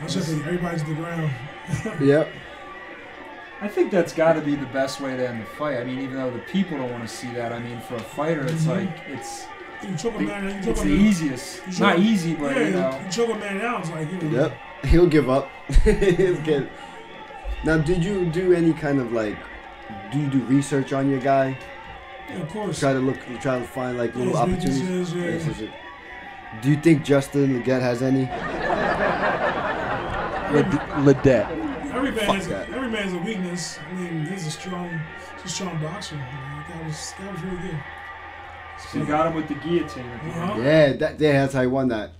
Speaker 4: I was just like, everybody's to the ground.
Speaker 3: Yep.
Speaker 2: I think that's got to be the best way to end the fight. I mean, even though the people don't want to see that, I mean, for a fighter, it's
Speaker 4: Mhm.
Speaker 2: like it's
Speaker 4: You choke a man out. You choke
Speaker 2: it's
Speaker 4: a
Speaker 2: the
Speaker 4: man
Speaker 2: easiest.
Speaker 4: you choke-
Speaker 2: Not easy, but you
Speaker 4: Yeah,
Speaker 2: know.
Speaker 4: you choke a man out. It's like, you know,
Speaker 3: Yep. He'll give up. [laughs] He'll get- Now, did you do any kind of like? Do you do research on your guy?
Speaker 4: yeah, of course.
Speaker 3: Try to look. Try to find like little
Speaker 4: Those
Speaker 3: opportunities.
Speaker 4: weaknesses, yeah.
Speaker 3: Yes, yes, yes. Do you think Justin Leggett has any?
Speaker 2: Ledette.
Speaker 4: Every man
Speaker 3: Fuck
Speaker 4: has
Speaker 3: that.
Speaker 4: a, every man has a weakness. I mean, he's a strong, he's a strong boxer. man. That was that was really good.
Speaker 2: So you got him with the guillotine. At the end.
Speaker 4: Uh-huh.
Speaker 3: Yeah, that yeah, that's how he won that.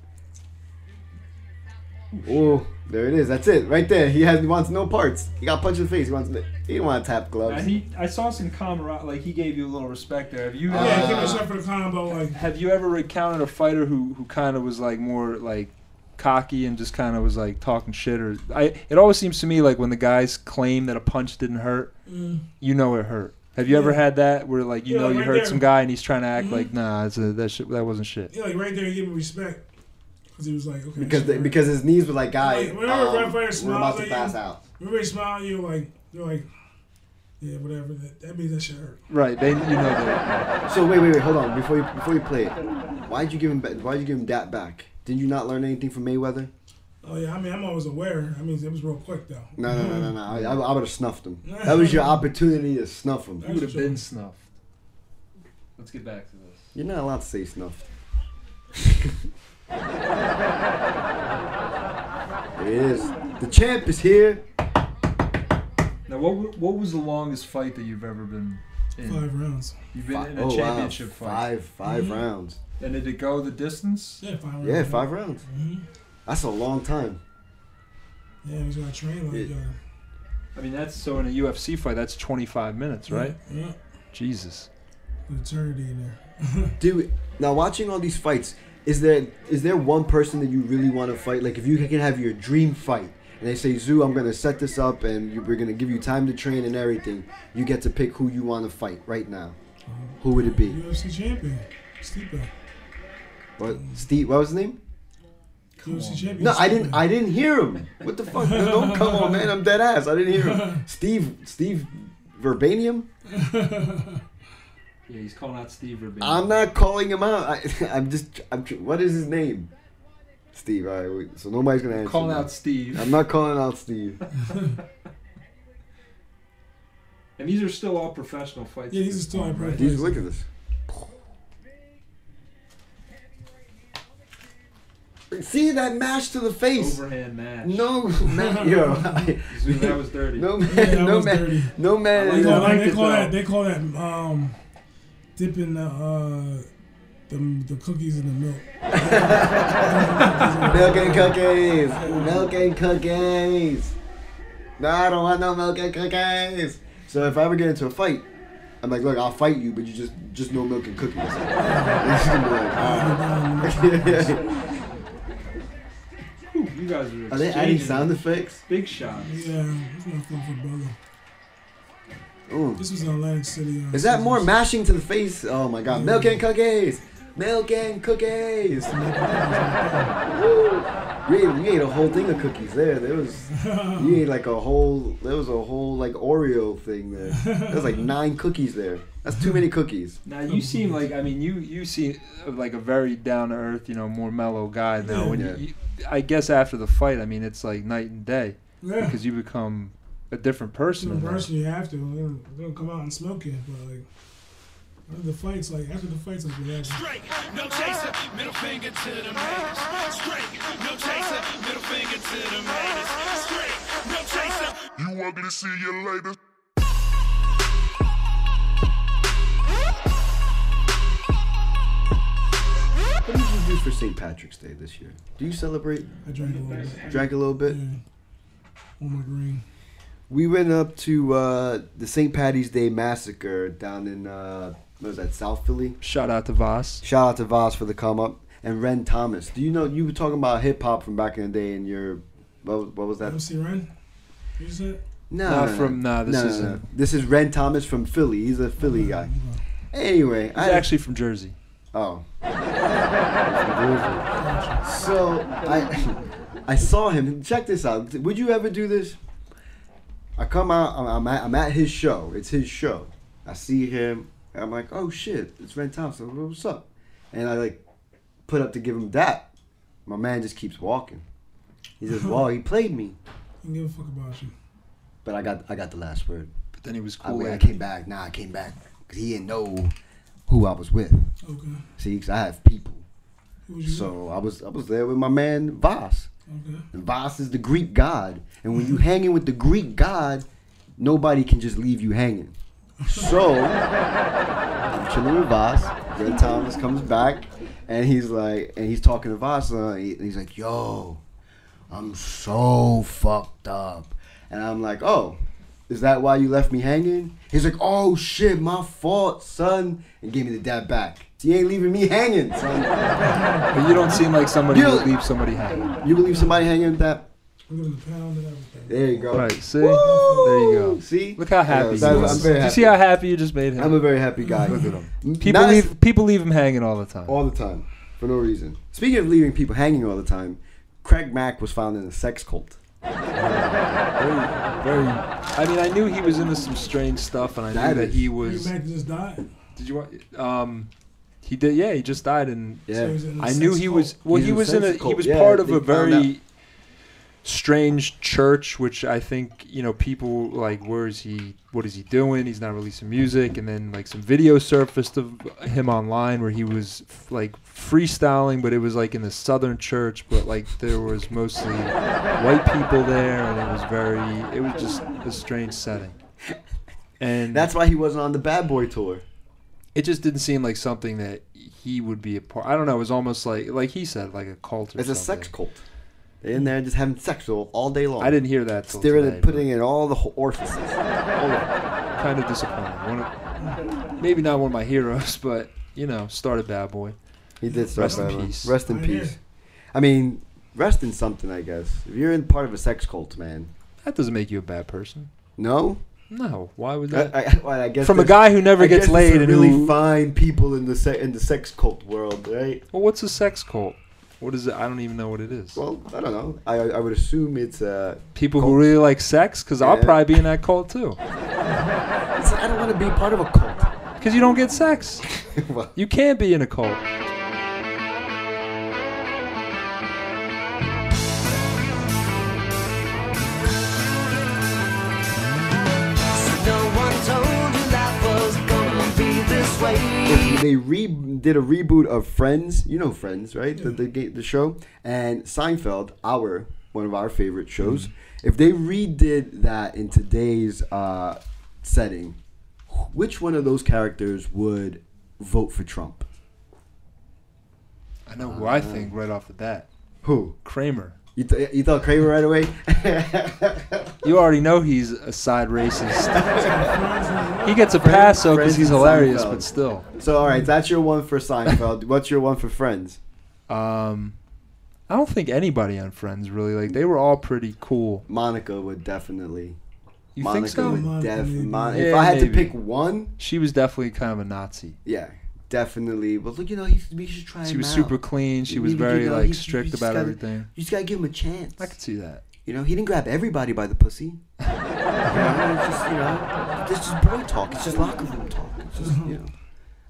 Speaker 3: Oh, there it is. That's it, right there. He has wants no parts. He got punched in the face. He wants. He didn't want to tap
Speaker 2: Now,
Speaker 3: gloves.
Speaker 2: he, I saw some camaraderie. Like he gave you a little respect there. Have you?
Speaker 4: Yeah,
Speaker 3: Uh,
Speaker 4: give yourself for the combo. Like,
Speaker 2: have you ever recounted a fighter who who kind of was like more like cocky and just kind of was like talking shit or I? It always seems to me like when the guys claim that a punch didn't hurt,
Speaker 4: mm,
Speaker 2: you know it hurt. Have you ever
Speaker 4: Yeah.
Speaker 2: had that where like you
Speaker 4: Yeah,
Speaker 2: know you
Speaker 4: right
Speaker 2: hurt
Speaker 4: there.
Speaker 2: some guy and he's trying to act
Speaker 4: Mhm.
Speaker 2: like nah it's a, that shit, that wasn't shit.
Speaker 4: yeah, like right there, he gave me respect because he was like, okay.
Speaker 3: because
Speaker 4: shit,
Speaker 3: they,
Speaker 4: right.
Speaker 3: because his knees were like, guy,
Speaker 4: Wait, whenever
Speaker 3: um,
Speaker 4: Red Fire
Speaker 3: we're
Speaker 4: smiles
Speaker 3: about to
Speaker 4: at
Speaker 3: pass
Speaker 4: you-
Speaker 3: out.
Speaker 4: whenever he smiled, you're like, you're like, yeah, whatever. That, that means that shit hurt.
Speaker 2: Right, they you know that.
Speaker 3: So wait, wait, wait, hold on. Before you before you play it, why did you give him ba- why did you give him that back? Did you not learn anything from Mayweather?
Speaker 4: Oh yeah, I mean, I'm always aware. I mean, it was real quick though.
Speaker 3: No, no, no, no, no. I, I would have snuffed him. That was your opportunity to snuff him.
Speaker 2: You would have been snuffed. Let's get back to this.
Speaker 3: You're not allowed to say snuffed. there it is. The champ is here.
Speaker 2: Now, what wa- what was the longest fight that you've ever been in?
Speaker 4: Five rounds.
Speaker 2: You've been
Speaker 3: Fi-
Speaker 2: in a championship fight,
Speaker 3: Oh,
Speaker 2: Mm-hmm.
Speaker 3: Five, five rounds.
Speaker 2: and did it go the distance?
Speaker 4: Yeah, five rounds.
Speaker 3: Yeah, five rounds.
Speaker 4: Mhm.
Speaker 3: That's a long time.
Speaker 4: Yeah, we gotta train like.
Speaker 3: Yeah.
Speaker 4: Uh,
Speaker 2: I mean, that's so in a UFC fight, that's 25 minutes, right?
Speaker 4: uh, Yeah,
Speaker 2: Jesus.
Speaker 4: an eternity in there.
Speaker 3: Dude, now watching all these fights, is there is there one person that you really want to fight? Like, if you can have your dream fight, and they say, "Zoo, I'm gonna set this up, and you, we're gonna give you time to train and everything," you get to pick who you want to fight right now.
Speaker 2: Uh-huh.
Speaker 3: Who would it be?
Speaker 4: UFC champion, Stipe.
Speaker 3: What Steve? What was his name?
Speaker 4: UFC champion.
Speaker 3: No, I
Speaker 4: Stipe.
Speaker 3: didn't. I didn't hear him. What the fuck? No, don't come on, man. I'm dead ass. I didn't hear him. Steve. Steve. Verbanium?
Speaker 2: Yeah, he's calling out Steve Rabin.
Speaker 3: I'm not calling him out. I, [laughs] I'm just. I'm. tr- What is his name? Steve. All right. Wait, so nobody's gonna answer.
Speaker 2: calling
Speaker 3: me.
Speaker 2: out Steve.
Speaker 3: I'm not calling out Steve.
Speaker 2: And these are still all professional fights.
Speaker 4: Yeah, these are still all professional [laughs]
Speaker 3: These, look at this. See that mash to the face.
Speaker 2: Overhand match.
Speaker 4: [laughs]
Speaker 3: No, man, yo, I-
Speaker 2: That was
Speaker 3: [laughs]
Speaker 2: dirty.
Speaker 3: no
Speaker 4: Yeah, that
Speaker 3: man, no
Speaker 4: was
Speaker 3: man,
Speaker 4: dirty.
Speaker 3: no man.
Speaker 2: I like
Speaker 4: They
Speaker 2: Yeah,
Speaker 4: call, they
Speaker 2: it
Speaker 4: call
Speaker 2: though.
Speaker 4: that they call that um, dipping the uh, the, the cookies in the milk.
Speaker 3: [laughs]
Speaker 4: [laughs]
Speaker 3: Milk and cookies. Milk and cookies. No, I don't want no milk and cookies. So if I ever get into a fight, I'm like, look, I'll fight you, but you just just no milk and cookies. [laughs] It's gonna be like, all right.
Speaker 2: Whew, you guys are.
Speaker 3: [laughs] Are they adding
Speaker 2: exchanging
Speaker 3: sound effects?
Speaker 2: Big shots.
Speaker 4: Yeah, it's my fault for brother.
Speaker 3: Ooh.
Speaker 4: This was in Atlantic City. uh,
Speaker 3: Is that more
Speaker 4: season.
Speaker 3: mashing to the face? Oh my god. Milk and cookies. Milk and cookies. Woo. We ate, we ate a whole thing of cookies there. There was you ate like a whole there was a whole like Oreo thing there. There was like nine cookies there. That's too many cookies.
Speaker 2: Now you seem like I mean you you seem uh, like a very down to earth you know more mellow guy now. When
Speaker 3: Yeah.
Speaker 2: you, you, I guess after the fight, I mean it's like night and day
Speaker 4: Yeah.
Speaker 2: because you become a different
Speaker 4: It's
Speaker 2: person.
Speaker 4: the
Speaker 2: in there.
Speaker 4: person you have to. They're gonna- they're gonna come out and smoke you, but like after the fights, like after the fights, like yeah.
Speaker 7: Straight, no chaser, middle finger to the haters. Straight, no chaser, middle finger to the haters. Straight, no chaser.
Speaker 8: You ugly, see you later.
Speaker 3: What did you do for St. Patrick's Day this year? Do you celebrate?
Speaker 4: I drank a little bit.
Speaker 3: Drank a little bit?
Speaker 4: Yeah. On my green.
Speaker 3: We went up to uh, the St. Patty's Day massacre down in uh, what was that, South Philly?
Speaker 2: Shout out to Voss.
Speaker 3: Shout out to Voss for the come up and Ren Thomas. Do you know you were talking about hip hop from back in the day and your what, what was that?
Speaker 4: MC Ren. You said.
Speaker 3: No,
Speaker 2: Not from- nah, this isn't.
Speaker 3: This is Ren Thomas from Philly. He's a Philly guy. Anyway,
Speaker 2: He's actually from Jersey.
Speaker 3: Oh. so I I saw him. Check this out. Would you ever do this? I come out. I'm, I'm, at, I'm at his show. It's his show. I see him. and I'm like, oh shit, it's Ren Thompson. What's up? And I like put up to give him that. My man just keeps walking. He says, "Wow, he played me,"
Speaker 4: I don't give a fuck about you.
Speaker 3: but I got I got the last word.
Speaker 2: But then he was
Speaker 3: I,
Speaker 2: cool.
Speaker 3: mean, I
Speaker 2: later.
Speaker 3: came back. Nah, I came back because he didn't know who I was with.
Speaker 4: Okay.
Speaker 3: See, 'cause I have people.
Speaker 4: Who was you?
Speaker 3: So I was I was there with my man Voss.
Speaker 4: Okay.
Speaker 3: And Voss is the Greek god, and when you hanging with the Greek god, nobody can just leave you hanging. So I'm chilling with Voss. Red Thomas comes back, and he's like, and he's talking to Voss, uh, and he- and he's like, "Yo, I'm so fucked up," and I'm like, "Oh." Is that why you left me hanging? He's like, oh shit, my fault, son. And gave me the dab back. He ain't leaving me hanging, son.
Speaker 2: But you don't seem like somebody
Speaker 3: You
Speaker 2: who would
Speaker 3: don't-
Speaker 2: leave somebody hanging.
Speaker 3: You believe somebody hanging with that?
Speaker 4: I'm giving the pound and everything.
Speaker 3: There you go.
Speaker 2: Right. See.
Speaker 3: Woo!
Speaker 2: There you go.
Speaker 3: See?
Speaker 2: Look how
Speaker 3: Yeah,
Speaker 2: happy. he
Speaker 3: so I'm
Speaker 2: was.
Speaker 3: very
Speaker 2: Do you
Speaker 3: happy.
Speaker 2: see how happy you just made him?
Speaker 3: I'm a very happy guy.
Speaker 2: people
Speaker 3: Not Oh.
Speaker 2: leave people leave him hanging all the time.
Speaker 3: all the time for no reason. Speaking of leaving people hanging all the time, Craig Mack was found in a sex cult.
Speaker 2: Very, very. I mean, I knew he was into some strange stuff, and I
Speaker 3: That
Speaker 2: knew that
Speaker 3: is-
Speaker 2: he
Speaker 4: Big
Speaker 2: was.
Speaker 4: Mac just died.
Speaker 2: Did you want? Um, he did. Yeah, he just died, and
Speaker 4: So
Speaker 3: Yeah.
Speaker 4: he's in a
Speaker 2: I knew
Speaker 4: sex
Speaker 2: he
Speaker 4: cult.
Speaker 2: was. Well,
Speaker 3: He's
Speaker 2: he
Speaker 3: in a
Speaker 2: was in a.
Speaker 3: sex
Speaker 2: He
Speaker 3: cult.
Speaker 2: was
Speaker 3: Yeah,
Speaker 2: part of
Speaker 3: they
Speaker 2: a
Speaker 3: found
Speaker 2: very strange church, which I think you know people like. Where is he? What is he doing? He's not releasing music, and then like some video surfaced of him online where he was f- like freestyling, but it was like in the southern church, but like there was mostly white people there, and it was very. It was just a strange setting. And
Speaker 3: That's why he wasn't on the Bad Boy tour.
Speaker 2: it just didn't seem like something that he would be a part. I don't know. It was almost like, like he said, like a cult. Or
Speaker 3: It's a sex
Speaker 2: something.
Speaker 3: cult. They're in there just having sex all, all day long.
Speaker 2: I didn't hear that. Till
Speaker 3: Staring
Speaker 2: today,
Speaker 3: and putting in all the ho- orifices. All of it.
Speaker 2: but Kind of disappointing. One of, maybe not one of my heroes, [laughs] but you know, started bad boy.
Speaker 3: He did start
Speaker 2: Rest in
Speaker 3: that one.
Speaker 2: peace.
Speaker 3: Rest in
Speaker 4: Right here.
Speaker 3: peace. I mean, rest in something, I guess. If you're in part of a sex cult, man.
Speaker 2: That doesn't make you a bad person.
Speaker 3: No?
Speaker 2: No. Why would that?
Speaker 3: I, I, well, I guess
Speaker 2: From a
Speaker 3: there's-
Speaker 2: guy who never
Speaker 3: I
Speaker 2: gets
Speaker 3: guess there's
Speaker 2: laid
Speaker 3: some
Speaker 2: and
Speaker 3: really
Speaker 2: who.
Speaker 3: fine people in the se- in the sex cult world, right?
Speaker 2: well, what's a sex cult? What is it? I don't even know what it is.
Speaker 3: Well, I don't know. I I would assume it's uh,
Speaker 2: People who really like sex, because I'll
Speaker 3: Yeah.
Speaker 2: probably be in that cult too.
Speaker 3: it's I don't want to be part of a cult.
Speaker 2: Because you don't get sex.
Speaker 3: [laughs] well,
Speaker 2: You can't be in a cult.
Speaker 5: No one told
Speaker 3: they re did a reboot of Friends. You know Friends, right? The, the ga- the show and Seinfeld, our one of our favorite shows.
Speaker 2: Mm-hmm.
Speaker 3: If they redid that in today's uh, setting, which one of those characters would vote for Trump?
Speaker 2: I know who
Speaker 3: Uh.
Speaker 2: I think right off the bat.
Speaker 3: Who?
Speaker 2: Kramer.
Speaker 3: You, th- you thought Kramer right away? [laughs]
Speaker 2: You already know he's a side racist. he gets a pass though because
Speaker 3: Friends
Speaker 2: he's
Speaker 3: and
Speaker 2: hilarious,
Speaker 3: Seinfeld.
Speaker 2: but still.
Speaker 3: So all right, that's your one for Seinfeld. [laughs] What's your one for Friends?
Speaker 2: Um, I don't think anybody on Friends really like. They were all pretty cool.
Speaker 3: Monica would definitely.
Speaker 2: You
Speaker 3: Monica
Speaker 2: think so?
Speaker 3: Would def-
Speaker 4: Monica,
Speaker 3: Mon-
Speaker 2: maybe.
Speaker 3: if
Speaker 2: Yeah,
Speaker 3: I had to
Speaker 2: maybe.
Speaker 3: pick one,
Speaker 2: She was definitely kind of a Nazi.
Speaker 3: yeah, definitely. But look, you know, he, we should try.
Speaker 2: She
Speaker 3: him
Speaker 2: was
Speaker 3: out.
Speaker 2: super clean. She
Speaker 3: You
Speaker 2: was
Speaker 3: need to
Speaker 2: very
Speaker 3: give- you-
Speaker 2: like
Speaker 3: you
Speaker 2: strict
Speaker 3: just
Speaker 2: about
Speaker 3: gotta-
Speaker 2: everything.
Speaker 3: You just gotta give him a chance.
Speaker 2: I could see that.
Speaker 3: You know, he didn't grab everybody by the pussy. [laughs] you know, it's just, you know, this is boy talk. It's just locker room talk. It's just, you know,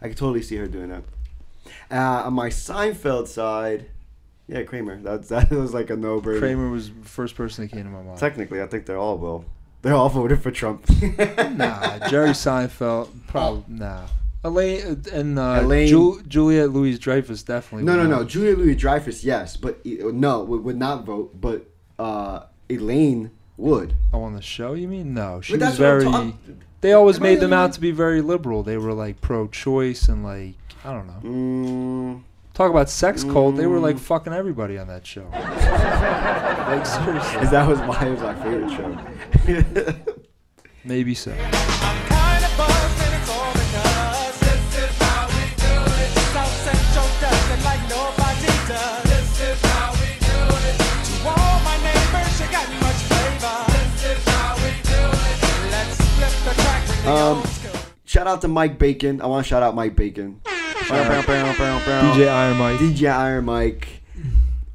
Speaker 3: I could totally see her doing that. Uh, on my Seinfeld side, yeah, Kramer. That's [laughs] that was like a no-brainer.
Speaker 2: Kramer was the first person that came to my mind.
Speaker 3: Technically, I think they're all will. They're all voted for Trump. [laughs]
Speaker 2: Nah, Jerry Seinfeld. Probably nah. Elaine uh, and uh,
Speaker 3: Elaine-
Speaker 2: Ju- Juliet Louis Dreyfus definitely.
Speaker 3: No,
Speaker 2: would
Speaker 3: no,
Speaker 2: not.
Speaker 3: no. Julia Louis Dreyfus, yes, but e- no, would, would not vote. But uh, Elaine would.
Speaker 2: Oh, on the show, you mean? No, she
Speaker 3: But
Speaker 2: was
Speaker 3: that's what I'm
Speaker 2: very.
Speaker 3: ta-
Speaker 2: they always
Speaker 3: Am I
Speaker 2: made
Speaker 3: the
Speaker 2: them
Speaker 3: only
Speaker 2: out
Speaker 3: one?
Speaker 2: to be very liberal. They were like pro-choice and like I don't know.
Speaker 3: Mm,
Speaker 2: Talk about sex cult. They were like fucking everybody on that [laughs] show. like seriously,
Speaker 3: is that was why it was our favorite show.
Speaker 2: maybe so.
Speaker 3: um, [laughs] shout out to Mike Bacon. I want to shout out Mike Bacon.
Speaker 2: DJ
Speaker 3: DJ
Speaker 2: Iron Mike.
Speaker 3: DJ Iron Mike.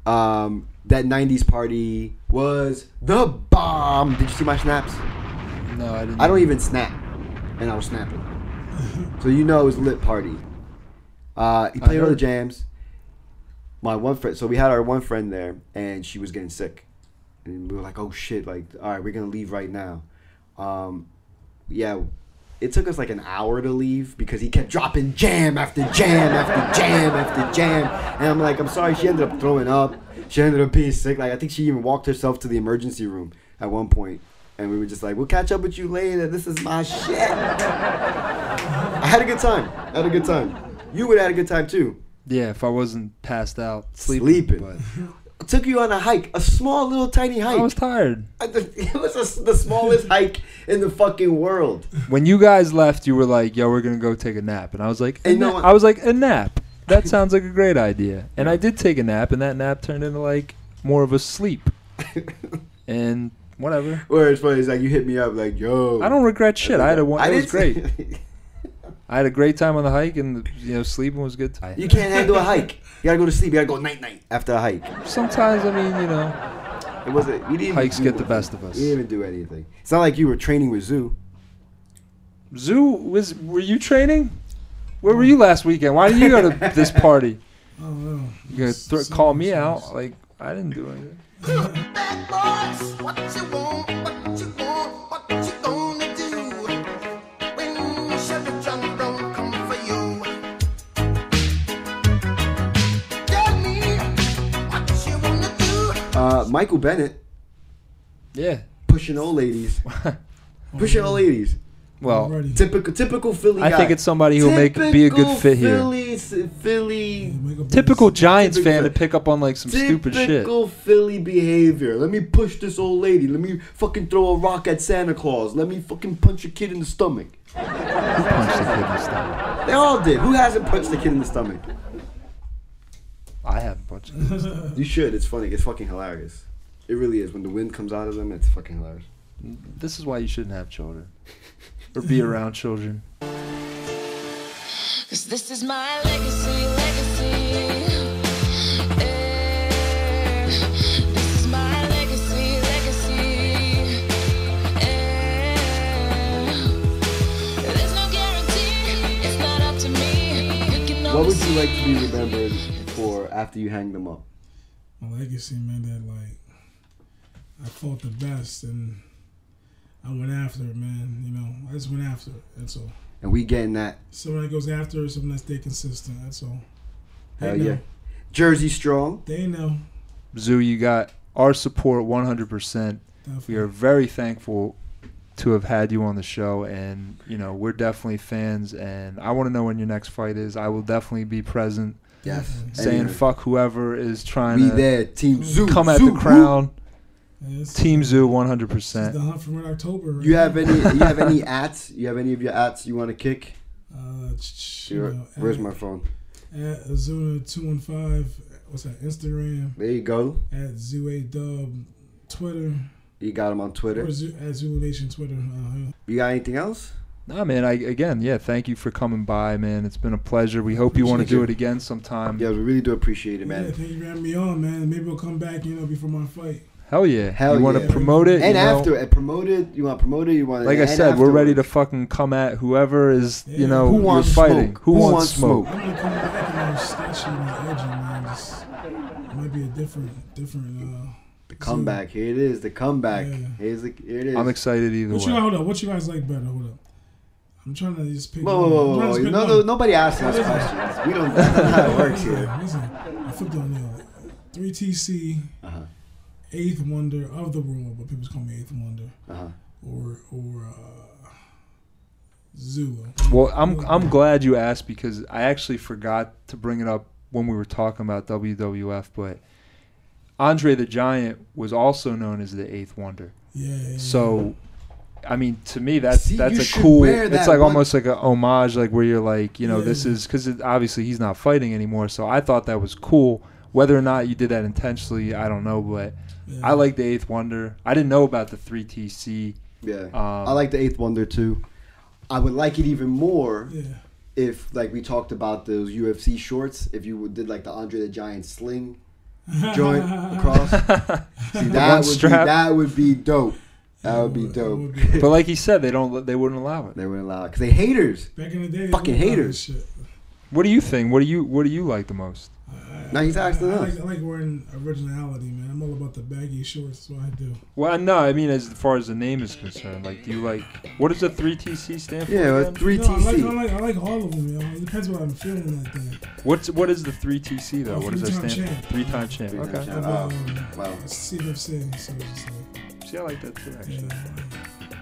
Speaker 3: Um, that '90s party was the bomb. Did you see my snaps?
Speaker 2: No, I didn't.
Speaker 3: I don't even snap, and I was snapping. so you know it was a lit party. Uh, he played all the
Speaker 2: heard.
Speaker 3: jams. My one friend, so we had our one friend there, and she was getting sick, and we were like, "Oh shit!" Like, all right, we're gonna leave right now. Um, yeah, it took us like an hour to leave because he kept dropping jam after jam after jam after jam, and I'm like, "I'm sorry." She ended up throwing up. She ended up being sick. Like, I think she even walked herself to the emergency room at one point, and we were just like, "We'll catch up with you later. This is my shit." I had a good time. I had a good time. You would have had a good time too.
Speaker 2: Yeah, if I wasn't passed out e-
Speaker 3: Sleeping.
Speaker 2: sleeping. But
Speaker 3: I took you on a hike, a small little tiny hike.
Speaker 2: [laughs] I was tired.
Speaker 3: I- [laughs] it was the- the smallest hike in the fucking world.
Speaker 2: When you guys left, you were like, "Yo, we're gonna go take a nap," and I was like, a
Speaker 3: And no
Speaker 2: na-
Speaker 3: one-
Speaker 2: "I was like a nap. [laughs] That sounds like a great idea." And I did take a nap, and that nap turned into like more of a [laughs] sleep, and whatever.
Speaker 3: Where it's funny, it's like you hit me up, like, yo.
Speaker 2: I don't regret shit. I had a one. It was
Speaker 3: didn't-
Speaker 2: [laughs] great. I had a great time on the hike, and you know, sleeping was good.
Speaker 3: [laughs] you can't handle a hike. You gotta go to sleep. You gotta go night night after a hike.
Speaker 2: Sometimes, I mean, you know,
Speaker 3: It wasn't. We didn't.
Speaker 2: Hikes
Speaker 3: even
Speaker 2: get
Speaker 3: do
Speaker 2: the best of us.
Speaker 3: We didn't even do anything. It's not like you were training with Zoo.
Speaker 2: Zoo was. Were you training? Where were you last weekend? Why did you go to this party?
Speaker 4: I don't know.
Speaker 2: You gonna thro- call me out? Like I didn't do anything.
Speaker 3: Uh, Michael Bennett
Speaker 2: Yeah.
Speaker 3: pushing old
Speaker 2: [laughs]
Speaker 3: ladies. pushing old ladies.
Speaker 2: Well,
Speaker 4: Alrighty.
Speaker 3: Typical, typical Philly.
Speaker 2: I
Speaker 3: guy.
Speaker 2: think it's somebody who'll make be a good
Speaker 3: Typical
Speaker 2: fit here.
Speaker 3: Philly, s- Philly,
Speaker 4: Make a
Speaker 2: Typical Giants
Speaker 3: Typical-
Speaker 2: fan to pick up on like some stupid shit.
Speaker 3: typical Philly behavior. Let me push this old lady. Let me fucking throw a rock at Santa Claus. Let me fucking punch a kid in the stomach.
Speaker 2: Who punched the kid in the stomach?
Speaker 3: They all did. Who hasn't punched a kid in the stomach?
Speaker 2: I haven't punched. him.
Speaker 3: You should. It's funny. It's fucking hilarious. It really is. When the wind comes out of them, it's fucking hilarious.
Speaker 2: This is why you shouldn't have children or be around children.
Speaker 11: Cause this is my legacy, legacy. Eh, This is my legacy, legacy. Eh, There's no guarantee, it's not up to me. You can
Speaker 3: What
Speaker 11: only
Speaker 3: would you like to be
Speaker 11: see.
Speaker 3: remembered for after you hang them up?
Speaker 4: my legacy meant that like I fought the best and I went after it, man. You know, I just went after it. That's all.
Speaker 3: and we getting that.
Speaker 4: Somebody goes after us and they stay consistent. That's all. They
Speaker 3: Hell
Speaker 4: know.
Speaker 3: yeah, Jersey strong.
Speaker 4: They know.
Speaker 2: Zoo, you got our support 100%. We are very thankful to have had you on the show, and you know we're definitely fans. And I want to know when your next fight is. I will definitely be present.
Speaker 3: Yes.
Speaker 2: saying
Speaker 3: Anyway.
Speaker 2: fuck whoever is trying
Speaker 3: We
Speaker 2: to
Speaker 3: there, Team Zoo,
Speaker 2: come at
Speaker 3: Zoo,
Speaker 2: the crown.
Speaker 4: Yes.
Speaker 2: Team Zoo, 100.
Speaker 4: The
Speaker 2: percent
Speaker 4: hunt from Red October. Right
Speaker 3: You have
Speaker 4: now.
Speaker 3: any? You have any ats? You have any of your ats you want to kick?
Speaker 4: Uh, ch-
Speaker 3: You're-
Speaker 4: you know,
Speaker 3: where's
Speaker 4: at-
Speaker 3: my phone?
Speaker 4: At Azuna two one five. What's that? Instagram.
Speaker 3: There you go.
Speaker 4: At Zoo A Dub. Twitter.
Speaker 3: You got him on Twitter.
Speaker 4: Or Zoo, at Zoo Nation Twitter. Uh,
Speaker 3: You got anything else?
Speaker 2: Nah, man. I again, yeah. Thank you for coming by, man. It's been a pleasure. We hope you want to
Speaker 3: Appreciate
Speaker 2: do
Speaker 3: you.
Speaker 2: it again sometime.
Speaker 3: Yeah, we really do appreciate it,
Speaker 4: Um, yeah,
Speaker 3: man.
Speaker 4: thank you for having me on, man. Maybe we'll come back, you know, before my fight.
Speaker 2: Hell yeah.
Speaker 3: Hell
Speaker 2: you want to
Speaker 3: yeah.
Speaker 2: promote it
Speaker 3: and
Speaker 2: you know?
Speaker 3: after it, promote it. You want to promote it? You want
Speaker 2: Like I
Speaker 3: and
Speaker 2: said, we're
Speaker 3: afterward.
Speaker 2: ready to fucking come at whoever is, you know,
Speaker 3: Who
Speaker 2: you're
Speaker 3: wants
Speaker 2: fighting.
Speaker 3: smoke?
Speaker 2: Who,
Speaker 3: Who
Speaker 2: wants,
Speaker 3: wants
Speaker 2: smoke?
Speaker 4: I'm gonna come back and I'll statue in the edge, man. Just, it might be a different, different. Uh,
Speaker 3: The comeback. Here it is. The comeback. Here's the. Here it is.
Speaker 2: I'm excited either
Speaker 4: what
Speaker 2: way.
Speaker 4: you hold up? What you guys like better? Hold up. I'm trying to just pick.
Speaker 3: Whoa, whoa,
Speaker 4: one.
Speaker 3: whoa,
Speaker 4: I'm
Speaker 3: whoa!
Speaker 4: trying to
Speaker 3: whoa.
Speaker 4: pick
Speaker 3: No,
Speaker 4: one.
Speaker 3: no, nobody asking us
Speaker 4: Listen.
Speaker 3: questions. We don't. That's not [laughs] how it works
Speaker 4: Listen, [laughs]
Speaker 3: here.
Speaker 4: Listen, I flipped on you. Three TC,
Speaker 3: Uh-huh.
Speaker 4: eighth wonder of the world, but people just call me eighth wonder,
Speaker 3: Uh-huh.
Speaker 4: or or uh, zoo.
Speaker 2: Well, I'm I'm glad you asked because I actually forgot to bring it up when we were talking about WWF, but Andre the Giant was also known as the Eighth Wonder.
Speaker 4: Yeah, yeah, yeah.
Speaker 2: So, I mean, to me, that's
Speaker 3: See, you
Speaker 2: that's a
Speaker 3: should
Speaker 2: cool.
Speaker 3: wear
Speaker 2: It's
Speaker 3: that
Speaker 2: like
Speaker 3: one-
Speaker 2: almost like a homage, like where you're like, you know,
Speaker 4: Yeah.
Speaker 2: this is because obviously he's not fighting anymore. So I thought that was cool. Whether or not you did that intentionally, I don't know, but
Speaker 4: Yeah.
Speaker 2: I like the Eighth Wonder. I didn't know about the three TC.
Speaker 3: Yeah.
Speaker 2: Um,
Speaker 3: I like the Eighth Wonder too. I would like it even more
Speaker 4: Yeah.
Speaker 3: if, like we talked about those UFC shorts, if you did like the Andre the Giant sling
Speaker 4: [laughs]
Speaker 3: joint
Speaker 2: [laughs]
Speaker 3: across. See, that would be,
Speaker 2: strap.
Speaker 3: that would be dope. That would be
Speaker 4: It would- it
Speaker 3: dope.
Speaker 4: would be
Speaker 2: but like he said, they don't. They wouldn't allow
Speaker 3: [laughs]
Speaker 2: it.
Speaker 3: they wouldn't allow because they haters.
Speaker 4: Back in the day,
Speaker 3: Fucking
Speaker 4: I love
Speaker 3: haters.
Speaker 4: this shit.
Speaker 2: What do you think? What do you What do you like the most?
Speaker 3: Now he's
Speaker 4: I, I
Speaker 3: asking us.
Speaker 4: like, I like wearing originality, man. I'm all about the baggy shorts. That's what I do.
Speaker 2: Well, no, I mean as far as the name is concerned, like do you like what does the three TC stand for?
Speaker 3: Yeah,
Speaker 2: again?
Speaker 3: with three
Speaker 4: No, I like, I
Speaker 3: TC.
Speaker 4: like I like all of them, yo. It depends what I'm feeling that day.
Speaker 2: What's what is the three TC though?
Speaker 4: Oh,
Speaker 2: What does that
Speaker 4: three-time
Speaker 2: stand
Speaker 4: champ.
Speaker 2: for? Three time champ.
Speaker 3: Three-time
Speaker 2: Okay.
Speaker 3: champ.
Speaker 4: Of,
Speaker 3: Oh,
Speaker 4: um,
Speaker 3: wow.
Speaker 4: CFC, so it's like,
Speaker 2: See, I like that too. Actually,
Speaker 4: yeah.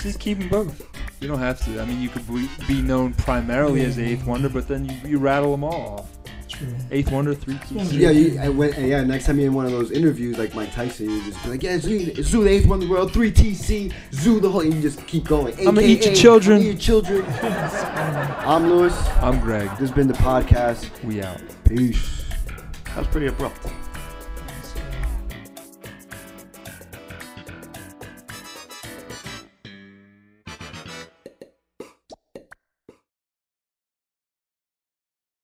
Speaker 2: just keep them both. You don't have to. I mean, you could be, be known primarily as the Eighth Wonder, but then you, you rattle them all off.
Speaker 4: True.
Speaker 2: Eighth Wonder, three TC.
Speaker 3: Yeah, you, I went, yeah. Next time you're in one of those interviews, like Mike Tyson, you just be like, "Yeah, Zoo, Zoo the eighth one in the world, three TC, Zoo the whole." And you just keep going.
Speaker 2: I'ma eat your
Speaker 3: AKA,
Speaker 2: children.
Speaker 3: I'ma eat your children.
Speaker 4: [laughs]
Speaker 3: I'm Lewis.
Speaker 2: I'm Greg.
Speaker 3: This has been the podcast.
Speaker 2: We out.
Speaker 3: Peace. That was pretty abrupt.